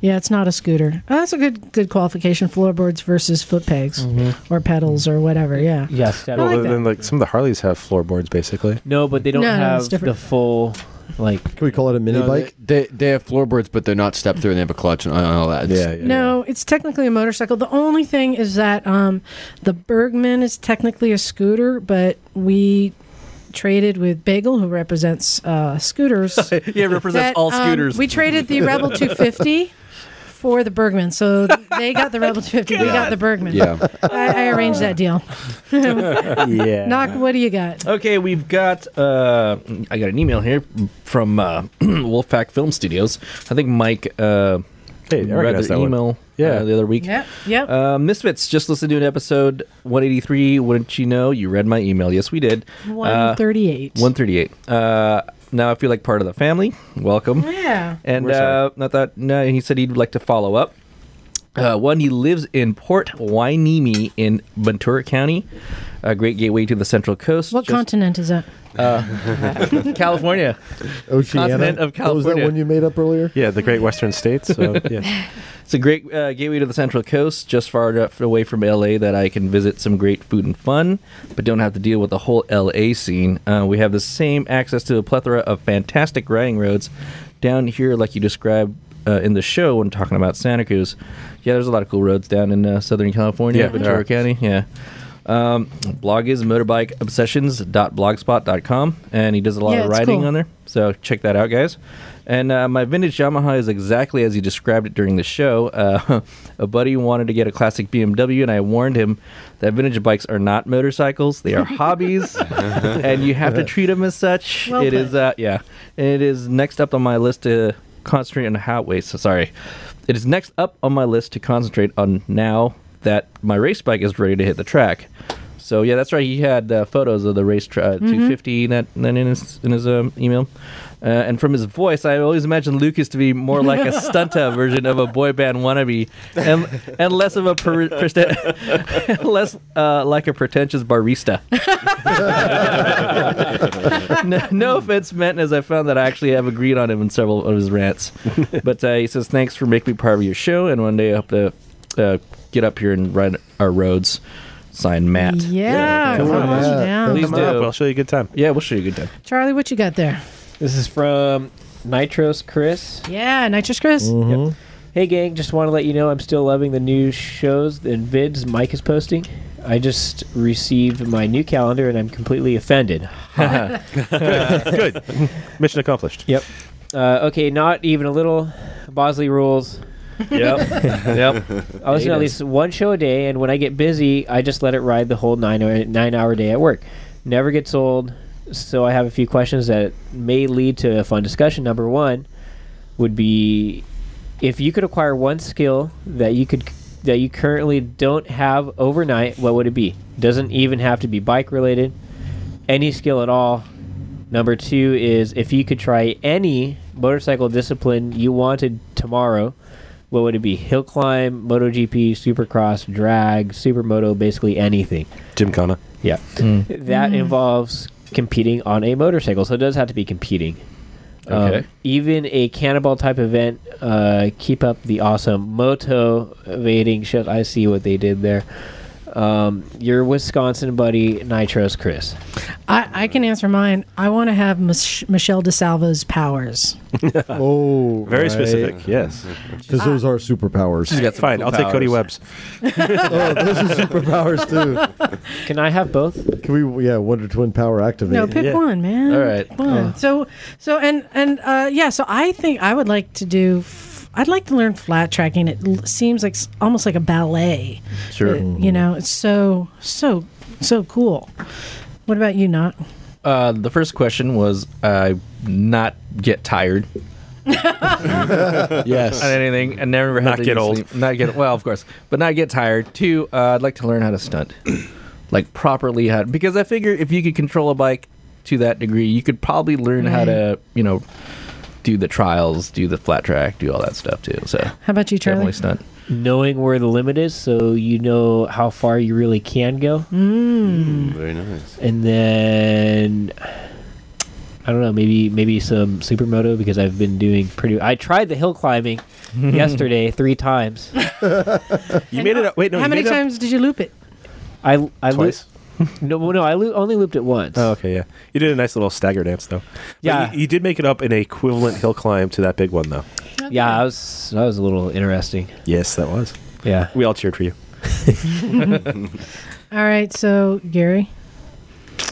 [SPEAKER 3] Yeah, it's not a scooter. Oh, that's a good good qualification. Floorboards versus foot pegs
[SPEAKER 7] Mhm.
[SPEAKER 3] or pedals or whatever. Yeah.
[SPEAKER 7] Yes,
[SPEAKER 3] I
[SPEAKER 6] Well,
[SPEAKER 3] like that.
[SPEAKER 6] then, like some of the Harleys have floorboards, basically.
[SPEAKER 7] No, but they don't
[SPEAKER 3] No, no, it's
[SPEAKER 7] have
[SPEAKER 3] different.
[SPEAKER 7] the full like.
[SPEAKER 11] Can we call it a mini
[SPEAKER 8] No,
[SPEAKER 11] bike?
[SPEAKER 8] They, they they have floorboards, but they're not step through, and they have a clutch and all that. Yeah,
[SPEAKER 3] No, it's technically a motorcycle. The only thing is that um, the Bergman is technically a scooter, but we traded with Bagel, who represents uh, scooters.
[SPEAKER 14] Yeah, represents
[SPEAKER 3] that,
[SPEAKER 14] all
[SPEAKER 3] um,
[SPEAKER 14] scooters.
[SPEAKER 3] we traded the Rebel 250 for the Bergman, so they got the Rebel 250. We got the Bergman.
[SPEAKER 14] Yeah.
[SPEAKER 3] I, I arranged that deal.
[SPEAKER 14] Yeah.
[SPEAKER 3] Knock. What do you got?
[SPEAKER 14] Okay, we've got. Uh, I got an email here from uh, Wolfpack Film Studios. I think Mike uh,
[SPEAKER 6] hey, I
[SPEAKER 14] read
[SPEAKER 6] recognize
[SPEAKER 14] the
[SPEAKER 6] that one.
[SPEAKER 14] email
[SPEAKER 6] Yeah.
[SPEAKER 14] uh, the other week.
[SPEAKER 3] Yep. Yep.
[SPEAKER 14] Uh, Misfits just listened to an episode 183. Wouldn't you know? You read my email. Yes, we did. Uh,
[SPEAKER 3] 138.
[SPEAKER 14] 138. Uh, now I feel like part of the family. Welcome.
[SPEAKER 3] Yeah.
[SPEAKER 14] And
[SPEAKER 3] We're sorry.
[SPEAKER 14] uh, I thought, no, he said he'd like to follow up. Uh, one, he lives in Port Hueneme in Ventura County, a great gateway to the Central Coast.
[SPEAKER 3] What continent is that?
[SPEAKER 14] Uh, California. Continent of
[SPEAKER 11] Oh, was that
[SPEAKER 14] California.
[SPEAKER 11] one you made up earlier?
[SPEAKER 6] Yeah, the Great Western States. So, yeah.
[SPEAKER 14] It's a great uh, gateway to the Central Coast, just far enough away from LA that I can visit some great food and fun, but don't have to deal with the whole LA scene. Uh, we have the same access to a plethora of fantastic riding roads down here, like you described uh, in the show when talking about Santa Cruz. Yeah, there's a lot of cool roads down in uh, Southern California,
[SPEAKER 6] Yeah, there
[SPEAKER 14] Ventura
[SPEAKER 6] are.
[SPEAKER 14] County. Yeah. Um, blog is motorbikeobsessions.blogspot.com, and he does a lot
[SPEAKER 6] Yeah,
[SPEAKER 14] of
[SPEAKER 6] it's
[SPEAKER 14] riding
[SPEAKER 6] cool.
[SPEAKER 14] on there. So check that out, guys. And uh, my vintage Yamaha is exactly as he described it during the show. Uh, a buddy wanted to get a classic BMW, and I warned him that vintage bikes are not motorcycles; they are hobbies, and you have to treat them as such.
[SPEAKER 6] Well
[SPEAKER 14] it
[SPEAKER 6] played.
[SPEAKER 14] is, uh, yeah, and it is next up on my list to concentrate on how. Wait, so sorry. It is next up on my list to concentrate on now that my race bike is ready to hit the track. So yeah, that's right. He had uh, photos of the race tra- uh,
[SPEAKER 6] Mhm.
[SPEAKER 14] 250 that then in his in his um, email, uh, and from his voice, I always imagined Lucas to be more like a stunta version of a boy band wannabe, and and less of a per- preste- less uh, like a pretentious barista. no, no offense meant, as I found that I actually have agreed on him in several of his rants. but uh, he says, "Thanks for making me part of your show, and one day I hope to uh, get up here and ride our roads." Signed Matt.
[SPEAKER 3] Yeah, come on down.
[SPEAKER 14] Please
[SPEAKER 3] Come up,
[SPEAKER 14] do.
[SPEAKER 3] we'll
[SPEAKER 14] show you a good time. Yeah, we'll show you a good time.
[SPEAKER 3] Charlie, what you got there?
[SPEAKER 7] This is from Nitros Chris.
[SPEAKER 3] Yeah, Nitrous Chris.
[SPEAKER 7] Yep. Hey, gang, just want to let you know I'm still loving the new shows and vids Mike is posting. I just received my new calendar and I'm completely offended.
[SPEAKER 6] Good. Mission accomplished.
[SPEAKER 7] Yep. Uh, okay, not even a little. Bosley rules.
[SPEAKER 6] Yep. Yep.
[SPEAKER 7] I listen to
[SPEAKER 6] It
[SPEAKER 7] at
[SPEAKER 6] is.
[SPEAKER 7] least one show a day, and when I get busy, I just let it ride the whole nine hour, nine hour day at work. Never gets old, so I have a few questions that may lead to a fun discussion. Number one would be if you could acquire one skill that you could that you currently don't have overnight, what would it be? Doesn't even have to be bike related. Any skill at all. Number two is if you could try any motorcycle discipline you wanted tomorrow, what would it be? Hill climb, MotoGP, Supercross, drag, supermoto, basically anything.
[SPEAKER 6] Gymkhana.
[SPEAKER 7] Yeah. That
[SPEAKER 6] Mm.
[SPEAKER 7] involves competing on a motorcycle, so it does have to be competing. Um,
[SPEAKER 14] Okay.
[SPEAKER 7] even a cannonball type event. Uh, keep up the awesome moto evading shit. I see what they did there. Um, your Wisconsin buddy Nitros Chris.
[SPEAKER 3] I, I can answer mine. I want to have Mich- Michelle DeSalvo's powers.
[SPEAKER 11] oh,
[SPEAKER 6] Very
[SPEAKER 11] right.
[SPEAKER 6] specific, yes.
[SPEAKER 11] Because those are superpowers.
[SPEAKER 6] She's got some Fine, cool I'll take Cody powers.
[SPEAKER 11] oh, those are superpowers too.
[SPEAKER 7] Can I have both?
[SPEAKER 11] Can we? Yeah, Wonder Twin power activated.
[SPEAKER 3] No, pick one, man.
[SPEAKER 11] All right.
[SPEAKER 3] Pick one.
[SPEAKER 11] Oh.
[SPEAKER 3] So, so and and uh, yeah. So I think I would like to do. F- I'd like to learn flat tracking. It l- seems like s- almost like a ballet.
[SPEAKER 14] Sure.
[SPEAKER 3] It- you know, it's so so so cool. What about you, not?
[SPEAKER 14] Uh, the first question was uh, not get tired.
[SPEAKER 6] Yes.
[SPEAKER 14] On anything, and never have
[SPEAKER 6] Not
[SPEAKER 14] to
[SPEAKER 6] get old.
[SPEAKER 14] sleep. Not get well, of course, but not get tired. Two, uh, I'd like to learn how to stunt, like properly how, because I figure if you could control a bike to that degree, you could probably learn how to, you know, do the trials, do the flat track, do all that stuff too. So
[SPEAKER 3] How about you, Charlie?
[SPEAKER 14] definitely stunt.
[SPEAKER 7] Knowing where the limit is, so you know how far you really can go.
[SPEAKER 3] Mm.
[SPEAKER 10] Very nice.
[SPEAKER 7] And then I don't know, maybe maybe some supermoto because I've been doing pretty. I tried the hill climbing yesterday three times.
[SPEAKER 6] You made it up. Wait, no.
[SPEAKER 3] How
[SPEAKER 6] you
[SPEAKER 3] many
[SPEAKER 6] made it up-
[SPEAKER 3] times did you loop it?
[SPEAKER 7] I I loo-
[SPEAKER 6] Twice?
[SPEAKER 7] no, no, I loo- only looped it once.
[SPEAKER 6] Oh, okay, yeah. You did a nice little stagger dance, though. But
[SPEAKER 7] Yeah.
[SPEAKER 6] you, you did make it up in a equivalent hill climb to that big one, though.
[SPEAKER 7] Yeah, I was that was a little interesting.
[SPEAKER 6] Yes, that was.
[SPEAKER 7] Yeah,
[SPEAKER 6] we all cheered for you.
[SPEAKER 3] All right. So Gary.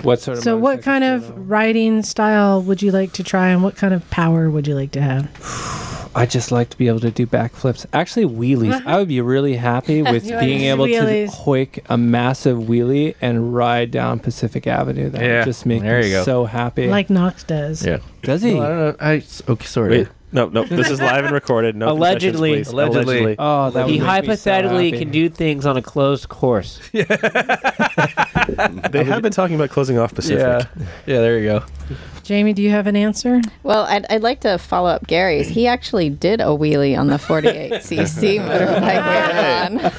[SPEAKER 12] What sort of
[SPEAKER 3] So what kind of riding style would you like to try, and what kind of power would you like to have?
[SPEAKER 12] I just like to be able to do backflips. Actually, wheelies. I would be really happy with
[SPEAKER 3] Uh-huh. You like
[SPEAKER 12] being
[SPEAKER 3] to do
[SPEAKER 12] able
[SPEAKER 3] wheelies.
[SPEAKER 12] to hoik a massive wheelie and ride down Pacific Avenue. That
[SPEAKER 14] Yeah.
[SPEAKER 12] would just make
[SPEAKER 14] There you
[SPEAKER 12] me
[SPEAKER 14] go.
[SPEAKER 12] so happy.
[SPEAKER 3] Like Knox does.
[SPEAKER 14] Yeah.
[SPEAKER 12] Does he?
[SPEAKER 14] No, I don't know. I okay, sorry.
[SPEAKER 6] Wait, no, no. This is live and recorded. No
[SPEAKER 7] Allegedly.
[SPEAKER 6] concessions, please.
[SPEAKER 14] Allegedly.
[SPEAKER 12] Oh, that
[SPEAKER 7] he
[SPEAKER 12] would make me so
[SPEAKER 7] hypothetically
[SPEAKER 12] happy.
[SPEAKER 7] can do things on a closed course.
[SPEAKER 6] They have been talking about closing off Pacific.
[SPEAKER 14] Yeah. Yeah, there you go.
[SPEAKER 3] Jamie, do you have an answer?
[SPEAKER 13] Well, I'd, I'd like to follow up Gary's. He actually did a wheelie on the 48cc motorbike we were on.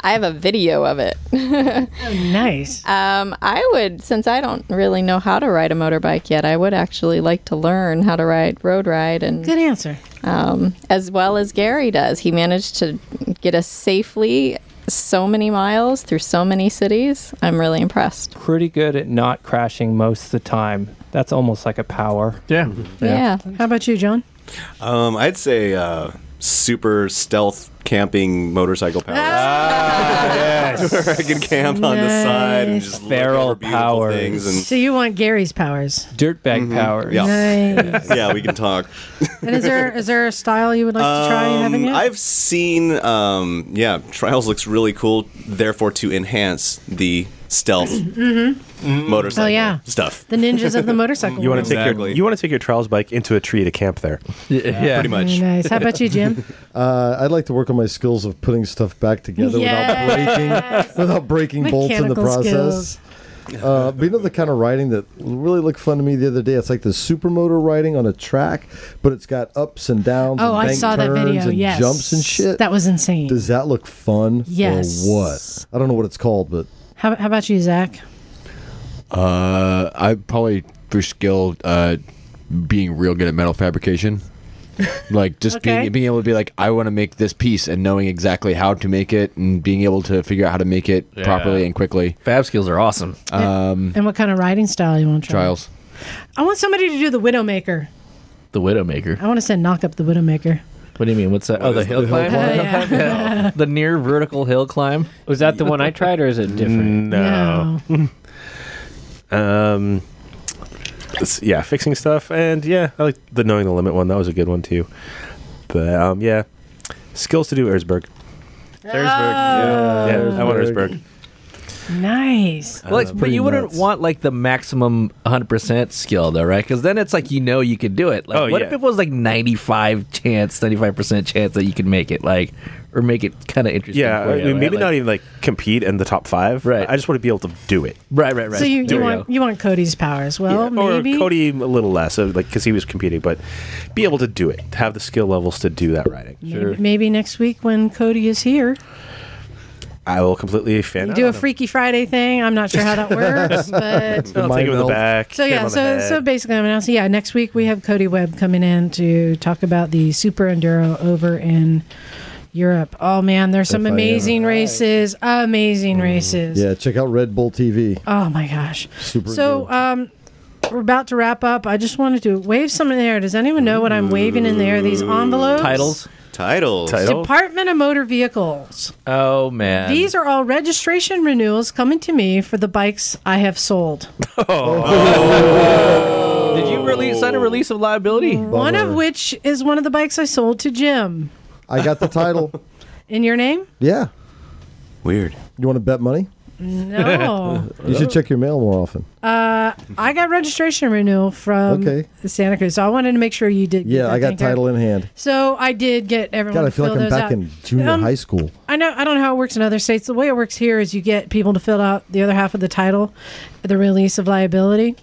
[SPEAKER 13] I have a video of it.
[SPEAKER 3] Oh, nice.
[SPEAKER 13] Um, I would, since I don't really know how to ride a motorbike yet, I would actually like to learn how to ride road ride and
[SPEAKER 3] good answer.
[SPEAKER 13] Um, as well as Gary does, he managed to get us safely so many miles through so many cities. I'm really impressed.
[SPEAKER 12] Pretty good at not crashing most of the time. That's almost like a power.
[SPEAKER 10] Yeah.
[SPEAKER 13] Yeah.
[SPEAKER 3] How about you, John?
[SPEAKER 10] Um, I'd say uh, super stealth camping motorcycle power. Ah, Where I can camp on the side and just feral power things and
[SPEAKER 3] So you want Gary's powers?
[SPEAKER 12] dirtbag power.
[SPEAKER 10] Mm-hmm. yeah.
[SPEAKER 3] Nice.
[SPEAKER 10] yeah, we can talk.
[SPEAKER 3] And is there is there a style you would like to try you haven't
[SPEAKER 10] Um,
[SPEAKER 3] yet?
[SPEAKER 10] I've seen, um, yeah, Trials looks really cool. Therefore, to enhance the stealth
[SPEAKER 3] mm-hmm.
[SPEAKER 10] motorcycle
[SPEAKER 3] Oh, yeah.
[SPEAKER 10] stuff.
[SPEAKER 3] The ninjas of the motorcycle.
[SPEAKER 6] You want
[SPEAKER 3] world.
[SPEAKER 6] to take your you want to take your trials bike into a tree to camp there.
[SPEAKER 10] Yeah. pretty
[SPEAKER 3] Very nice. How about you, Jim?
[SPEAKER 11] Uh, I'd like to work on my skills of putting stuff back together
[SPEAKER 3] Yes.
[SPEAKER 11] without breaking, without breaking bolts in the
[SPEAKER 3] Mechanical
[SPEAKER 11] process. Uh, but you know the kind of riding that really looked fun to me the other day. It's like the supermoto riding on a track, but it's got ups and downs.
[SPEAKER 3] Oh,
[SPEAKER 11] and
[SPEAKER 3] I
[SPEAKER 11] bank
[SPEAKER 3] saw that
[SPEAKER 11] turns
[SPEAKER 3] video.
[SPEAKER 11] And
[SPEAKER 3] Yes.
[SPEAKER 11] jumps and shit.
[SPEAKER 3] That was insane.
[SPEAKER 11] Does that look fun?
[SPEAKER 3] Yes.
[SPEAKER 11] Or what? I don't know what it's called, but
[SPEAKER 3] How, how about you, Zach?
[SPEAKER 8] Uh, I probably for skill, uh, being real good at metal fabrication. like just
[SPEAKER 3] Okay.
[SPEAKER 8] being being able to be like, I want to make this piece, and knowing exactly how to make it, and being able to figure out how to make it
[SPEAKER 3] Yeah.
[SPEAKER 8] properly and quickly.
[SPEAKER 14] Fab skills are awesome.
[SPEAKER 8] Um,
[SPEAKER 3] And what kind of riding style you want to try?
[SPEAKER 8] trials.
[SPEAKER 3] I want somebody to do the Widowmaker.
[SPEAKER 14] The Widowmaker.
[SPEAKER 3] I want to send knock up the Widowmaker.
[SPEAKER 14] What do you mean? What's that? oh, the hill climb. Yeah. the near vertical hill climb.
[SPEAKER 7] Was that the one I tried, or is it
[SPEAKER 6] Mm,
[SPEAKER 7] different?
[SPEAKER 6] No. um, it's- yeah, fixing stuff, and yeah, I like the knowing the limit one. That was a good one too. But um, yeah, skills to do Erzberg. Yeah, I want Uh, Erzberg.
[SPEAKER 3] Oh. Nice.
[SPEAKER 14] Well, it's, but you wouldn't want like the maximum 100% skill though, right? Because then it's like you know you could do it. Like,
[SPEAKER 6] Oh,
[SPEAKER 14] what
[SPEAKER 6] yeah.
[SPEAKER 14] if it was like 95 chance, 95% chance that you could make it, like, or make it kind of interesting?
[SPEAKER 6] Yeah,
[SPEAKER 14] for
[SPEAKER 6] I
[SPEAKER 14] you,
[SPEAKER 6] mean,
[SPEAKER 14] right?
[SPEAKER 6] maybe
[SPEAKER 14] Like-
[SPEAKER 6] not even like compete in the top five. Right. I just want to be able to do it.
[SPEAKER 14] Right, right,
[SPEAKER 3] So you, you want you want Cody's powers? Well,
[SPEAKER 6] or
[SPEAKER 3] maybe.
[SPEAKER 6] Cody a little less, uh, like because he was competing, but be able to do it, have the skill levels to do that riding.
[SPEAKER 3] Maybe, maybe next week when Cody is here,
[SPEAKER 6] I will completely fan
[SPEAKER 3] you
[SPEAKER 6] out
[SPEAKER 3] do a
[SPEAKER 6] on him.
[SPEAKER 3] Freaky Friday thing. I'm not sure how that works, but
[SPEAKER 6] I'll take him in the back.
[SPEAKER 3] so
[SPEAKER 6] hit him
[SPEAKER 3] yeah,
[SPEAKER 6] on the
[SPEAKER 3] so
[SPEAKER 6] head.
[SPEAKER 3] so basically, I'm announcing. Yeah, next week we have Cody Webb coming in to talk about the Super Enduro over in Europe. Oh man, there's some
[SPEAKER 11] If I am
[SPEAKER 3] amazing races,
[SPEAKER 6] Mm-hmm.
[SPEAKER 3] amazing races.
[SPEAKER 11] yeah, check out Red Bull TV.
[SPEAKER 3] Oh my gosh.
[SPEAKER 11] Super.
[SPEAKER 3] So um, we're about to wrap up. I just wanted to wave some in the air. Does anyone know what I'm waving in the air? These envelopes.
[SPEAKER 10] Titles.
[SPEAKER 3] Department of Motor Vehicles.
[SPEAKER 14] Oh, man.
[SPEAKER 3] These are all registration renewals coming to me for the bikes I have sold.
[SPEAKER 6] Oh.
[SPEAKER 14] Did you release sign a release of liability?
[SPEAKER 3] Oh. One of which is one of the bikes I sold to Jim.
[SPEAKER 11] I got the title.
[SPEAKER 3] In your name?
[SPEAKER 11] yeah.
[SPEAKER 10] Weird.
[SPEAKER 11] You want to bet money?
[SPEAKER 3] No.
[SPEAKER 11] You should check your mail more often.
[SPEAKER 3] Uh, I got registration renewal from
[SPEAKER 11] Okay.
[SPEAKER 3] Santa Cruz, so I wanted to make sure you did. get
[SPEAKER 11] Yeah,
[SPEAKER 3] that
[SPEAKER 11] I got
[SPEAKER 3] taken care of.
[SPEAKER 11] title in hand.
[SPEAKER 3] So I did get everyone.
[SPEAKER 11] God,
[SPEAKER 3] to
[SPEAKER 11] I feel like
[SPEAKER 3] fill
[SPEAKER 11] I'm
[SPEAKER 3] those
[SPEAKER 11] back
[SPEAKER 3] out.
[SPEAKER 11] in junior
[SPEAKER 3] Um,
[SPEAKER 11] high school.
[SPEAKER 3] I know I don't know how it works in other states. The way it works here is you get people to fill out the other half of the title, the release of liability.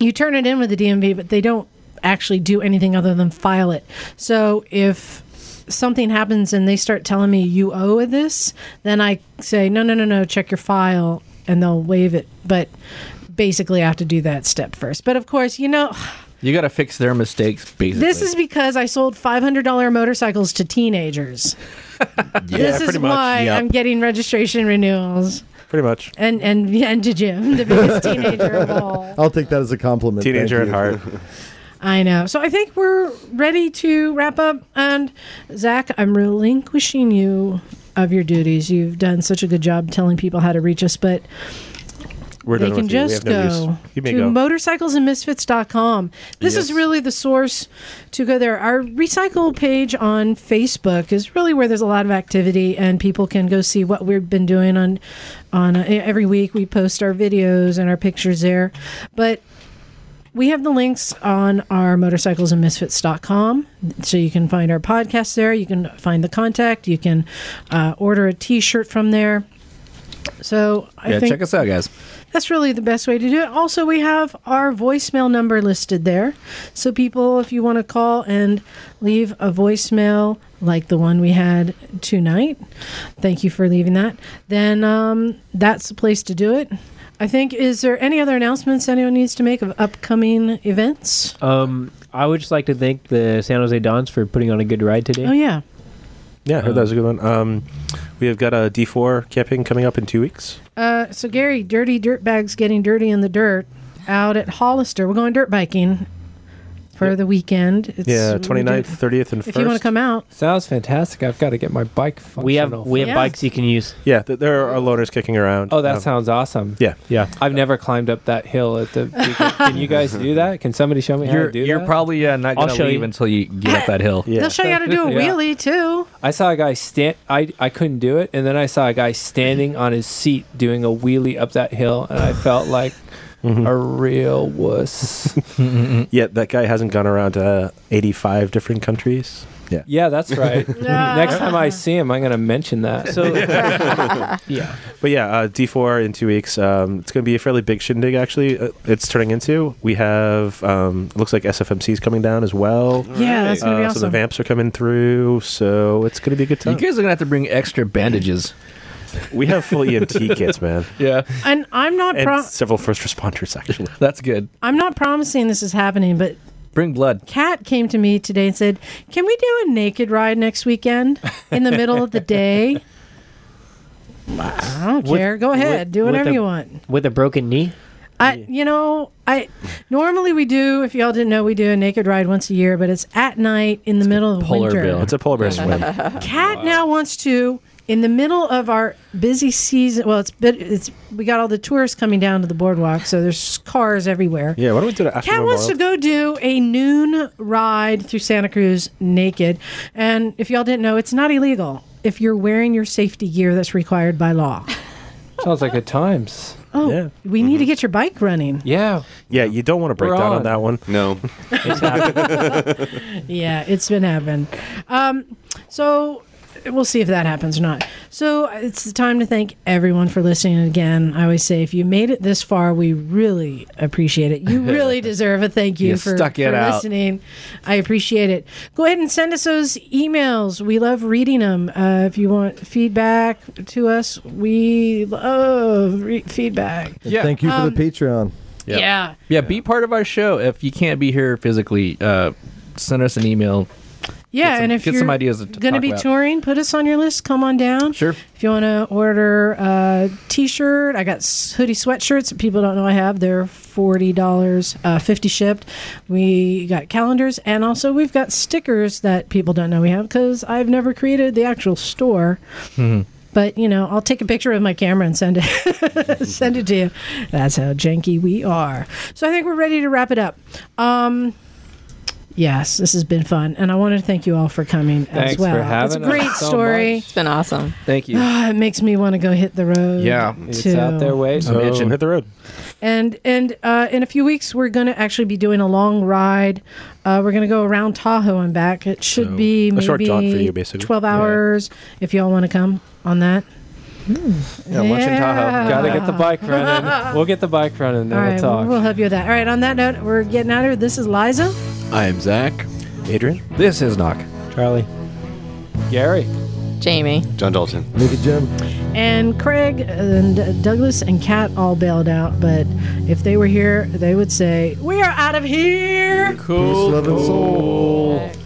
[SPEAKER 3] You turn it in with the DMV, but they don't actually do anything other than file it. So if something happens and they start telling me you owe this, then I say no, no, no, no, check your file, and they'll waive it. But basically, I have to do that step first. But of course, you know.
[SPEAKER 14] You got to fix their mistakes, basically.
[SPEAKER 3] This is because I sold $500 motorcycles to teenagers. this is
[SPEAKER 6] pretty much.
[SPEAKER 3] why
[SPEAKER 6] Yep.
[SPEAKER 3] I'm getting registration renewals.
[SPEAKER 6] Pretty much.
[SPEAKER 3] And and and to Jim, the biggest teenager of all.
[SPEAKER 11] I'll take that as a compliment.
[SPEAKER 6] Teenager
[SPEAKER 11] Thank
[SPEAKER 6] at heart.
[SPEAKER 3] I know. So I think we're ready to wrap up. And Zach, I'm relinquishing you of your duties. You've done such a good job telling people how to reach us, but
[SPEAKER 6] We're
[SPEAKER 3] they
[SPEAKER 6] done
[SPEAKER 3] can
[SPEAKER 6] with you. We
[SPEAKER 3] just
[SPEAKER 6] have no
[SPEAKER 3] go
[SPEAKER 6] use. You may
[SPEAKER 3] to
[SPEAKER 6] go.
[SPEAKER 3] motorcyclesandmisfits.com. This is
[SPEAKER 6] Yes.
[SPEAKER 3] really the source to go there. Our recycle page on Facebook is really where there's a lot of activity, and people can go see what we've been doing on on uh, every week. We post our videos and our pictures there, but we have the links on our motorcyclesandmisfits.com. So you can find our podcast there. You can find the contact. You can uh, order a t shirt from there. So I
[SPEAKER 14] yeah,
[SPEAKER 3] think
[SPEAKER 14] check us out, guys.
[SPEAKER 3] That's really the best way to do it. Also, we have our voicemail number listed there. So, people, if you want to call and leave a voicemail like the one we had tonight, thank you for leaving that, then um, that's the place to do it. I think, is there any other announcements anyone needs to make of upcoming events?
[SPEAKER 7] Um, I would just like to thank the San Jose Dons for putting on a good ride today.
[SPEAKER 3] Oh, yeah.
[SPEAKER 6] Yeah, I heard that was a good one. Um, we have got a D4 camping coming up in two weeks.
[SPEAKER 3] Uh, so, Gary, Dirty Dirt Bags Getting Dirty in the Dirt out at Hollister. We're going dirt biking for the weekend. It's,
[SPEAKER 6] yeah,
[SPEAKER 3] we did-
[SPEAKER 6] 29th, 30th, and 1st.
[SPEAKER 3] If you want to come out,
[SPEAKER 12] Sounds fantastic. I've got to get my bike.
[SPEAKER 7] We have we have
[SPEAKER 3] Yeah.
[SPEAKER 7] bikes you can use.
[SPEAKER 6] Yeah, th- there are loaders kicking around.
[SPEAKER 12] Oh, that
[SPEAKER 6] Um,
[SPEAKER 12] sounds awesome.
[SPEAKER 6] Yeah,
[SPEAKER 12] yeah. I've never climbed up that hill at the. beginning. Can you guys do that? Can somebody show me how
[SPEAKER 14] You're-
[SPEAKER 12] to do
[SPEAKER 14] you're
[SPEAKER 12] that?
[SPEAKER 14] probably uh, not
[SPEAKER 12] I'll
[SPEAKER 14] gonna
[SPEAKER 12] show
[SPEAKER 14] leave
[SPEAKER 12] you.
[SPEAKER 14] until you get up that hill.
[SPEAKER 3] they'll show you how to do a
[SPEAKER 12] Yeah.
[SPEAKER 3] wheelie, too.
[SPEAKER 12] I saw a guy stand. I I couldn't do it, and then I saw a guy standing on his seat doing a wheelie up that hill, and I felt like
[SPEAKER 14] Mm-hmm.
[SPEAKER 12] a real wuss.
[SPEAKER 6] yeah, that guy hasn't gone around to 85 different countries. Yeah.
[SPEAKER 12] Yeah, that's right. Next time I see him, I'm going to mention that.
[SPEAKER 7] So
[SPEAKER 12] yeah.
[SPEAKER 6] But yeah, uh, D4 in two weeks. Um, it's going to be a fairly big shindig, actually. Uh, it's turning into. We have, um, it looks like SFMC is coming down as well. Uh,
[SPEAKER 3] Yeah, that's gonna be
[SPEAKER 6] So the
[SPEAKER 3] awesome.
[SPEAKER 6] vamps are coming through. So it's going to be a good time.
[SPEAKER 14] You guys are gonna have to bring extra bandages.
[SPEAKER 6] We have full EMT kits, man.
[SPEAKER 14] Yeah,
[SPEAKER 3] And I'm not
[SPEAKER 6] and
[SPEAKER 3] pro-
[SPEAKER 6] several first responders actually.
[SPEAKER 14] That's good.
[SPEAKER 3] I'm not promising this is happening, but
[SPEAKER 14] Bring blood.
[SPEAKER 3] Kat came to me today and said, "Can we do a naked ride next weekend in the middle of the day?" I don't
[SPEAKER 7] With-
[SPEAKER 3] care. Go ahead.
[SPEAKER 7] with-
[SPEAKER 3] do
[SPEAKER 7] with
[SPEAKER 3] whatever
[SPEAKER 7] a-
[SPEAKER 3] you want.
[SPEAKER 7] With a broken knee.
[SPEAKER 3] I, you know, I normally we do. If y'all didn't know, we do a naked ride once a year, but it's at night in the middle of winter.
[SPEAKER 6] It's a polar bear swim.
[SPEAKER 3] Cat now wants to in the middle of our busy season. Well, it's bit. It's we got all the tourists coming down to the boardwalk, so there's cars everywhere.
[SPEAKER 6] Yeah, why don't we do that after
[SPEAKER 3] Cat wants to
[SPEAKER 6] Memorial?
[SPEAKER 3] go do a noon ride through Santa Cruz naked, and if y'all didn't know, it's not illegal if you're wearing your safety gear that's required by law.
[SPEAKER 12] Sounds like good times.
[SPEAKER 3] Oh, we need to get your bike running.
[SPEAKER 12] Yeah.
[SPEAKER 6] Yeah, you don't want to break
[SPEAKER 12] We're
[SPEAKER 6] down on.
[SPEAKER 12] on.
[SPEAKER 6] that one. No.
[SPEAKER 3] yeah, it's been happening. Um, so we'll see if that happens or not. So it's the time to thank everyone for listening again. I always say if you made it this far, we really appreciate it. You really deserve a thank you,
[SPEAKER 14] You
[SPEAKER 3] for,
[SPEAKER 14] stuck it
[SPEAKER 3] for
[SPEAKER 14] out.
[SPEAKER 3] listening. I appreciate it. Go ahead and send us those emails. We love reading them. Uh, if you want feedback to us, we love re- feedback.
[SPEAKER 11] And Thank you for
[SPEAKER 3] Um,
[SPEAKER 11] the Patreon.
[SPEAKER 3] Yeah.
[SPEAKER 14] Yeah, be part of our show. If you can't be here physically, uh, send us an email.
[SPEAKER 3] Yeah,
[SPEAKER 14] Get some-
[SPEAKER 3] and if
[SPEAKER 14] get
[SPEAKER 3] you're
[SPEAKER 14] some ideas to
[SPEAKER 3] going to
[SPEAKER 14] talk
[SPEAKER 3] be
[SPEAKER 14] about.
[SPEAKER 3] touring, put us on your list. Come on down. Sure. If you want to order a t-shirt, I got s- hoodie sweatshirts that people don't know I have. They're forty dollars, uh, fifty shipped. We got calendars, and also we've got stickers that people don't know we have because I've never created the actual store. But you know, I'll take a picture with my camera and send it send it to you. That's how janky we are. So I think we're ready to wrap it up. Um, yes, this has been fun, and I want to thank you all for coming
[SPEAKER 14] Thanks
[SPEAKER 3] as
[SPEAKER 14] for
[SPEAKER 3] well. it's a
[SPEAKER 14] having us
[SPEAKER 3] great
[SPEAKER 14] so
[SPEAKER 3] story.
[SPEAKER 14] much.
[SPEAKER 13] It's been awesome.
[SPEAKER 14] Thank you.
[SPEAKER 3] Ah, it makes me want to go hit the road.
[SPEAKER 14] Yeah,
[SPEAKER 3] it's
[SPEAKER 12] out there waiting.
[SPEAKER 14] I'm itching.
[SPEAKER 6] Hit the road.
[SPEAKER 3] And and uh, in a few weeks, we're going to actually be doing a long ride. Uh, we're going to go around Tahoe and back. It should
[SPEAKER 6] So,
[SPEAKER 3] be
[SPEAKER 6] a
[SPEAKER 3] maybe
[SPEAKER 6] short jaunt for you, basically.
[SPEAKER 3] twelve
[SPEAKER 6] Yeah.
[SPEAKER 3] hours. If y'all want to come on that.
[SPEAKER 12] Hmm. Yeah,
[SPEAKER 3] lunch in Tahoe. Yeah.
[SPEAKER 12] Gotta get the bike running. We'll get the bike running, then
[SPEAKER 3] All right,
[SPEAKER 12] we'll talk.
[SPEAKER 3] we'll help you with that. All right, on that note, we're getting out of here. This is Liza.
[SPEAKER 8] I am Zach.
[SPEAKER 6] Adrian.
[SPEAKER 14] This is Knock.
[SPEAKER 12] Charlie. Gary.
[SPEAKER 13] Jamie.
[SPEAKER 8] John Dalton.
[SPEAKER 11] Make it, Jim.
[SPEAKER 3] And Craig and uh, Douglas and Kat all bailed out, but if they were here, they would say, We are out of here.
[SPEAKER 11] Peace, love, and soul.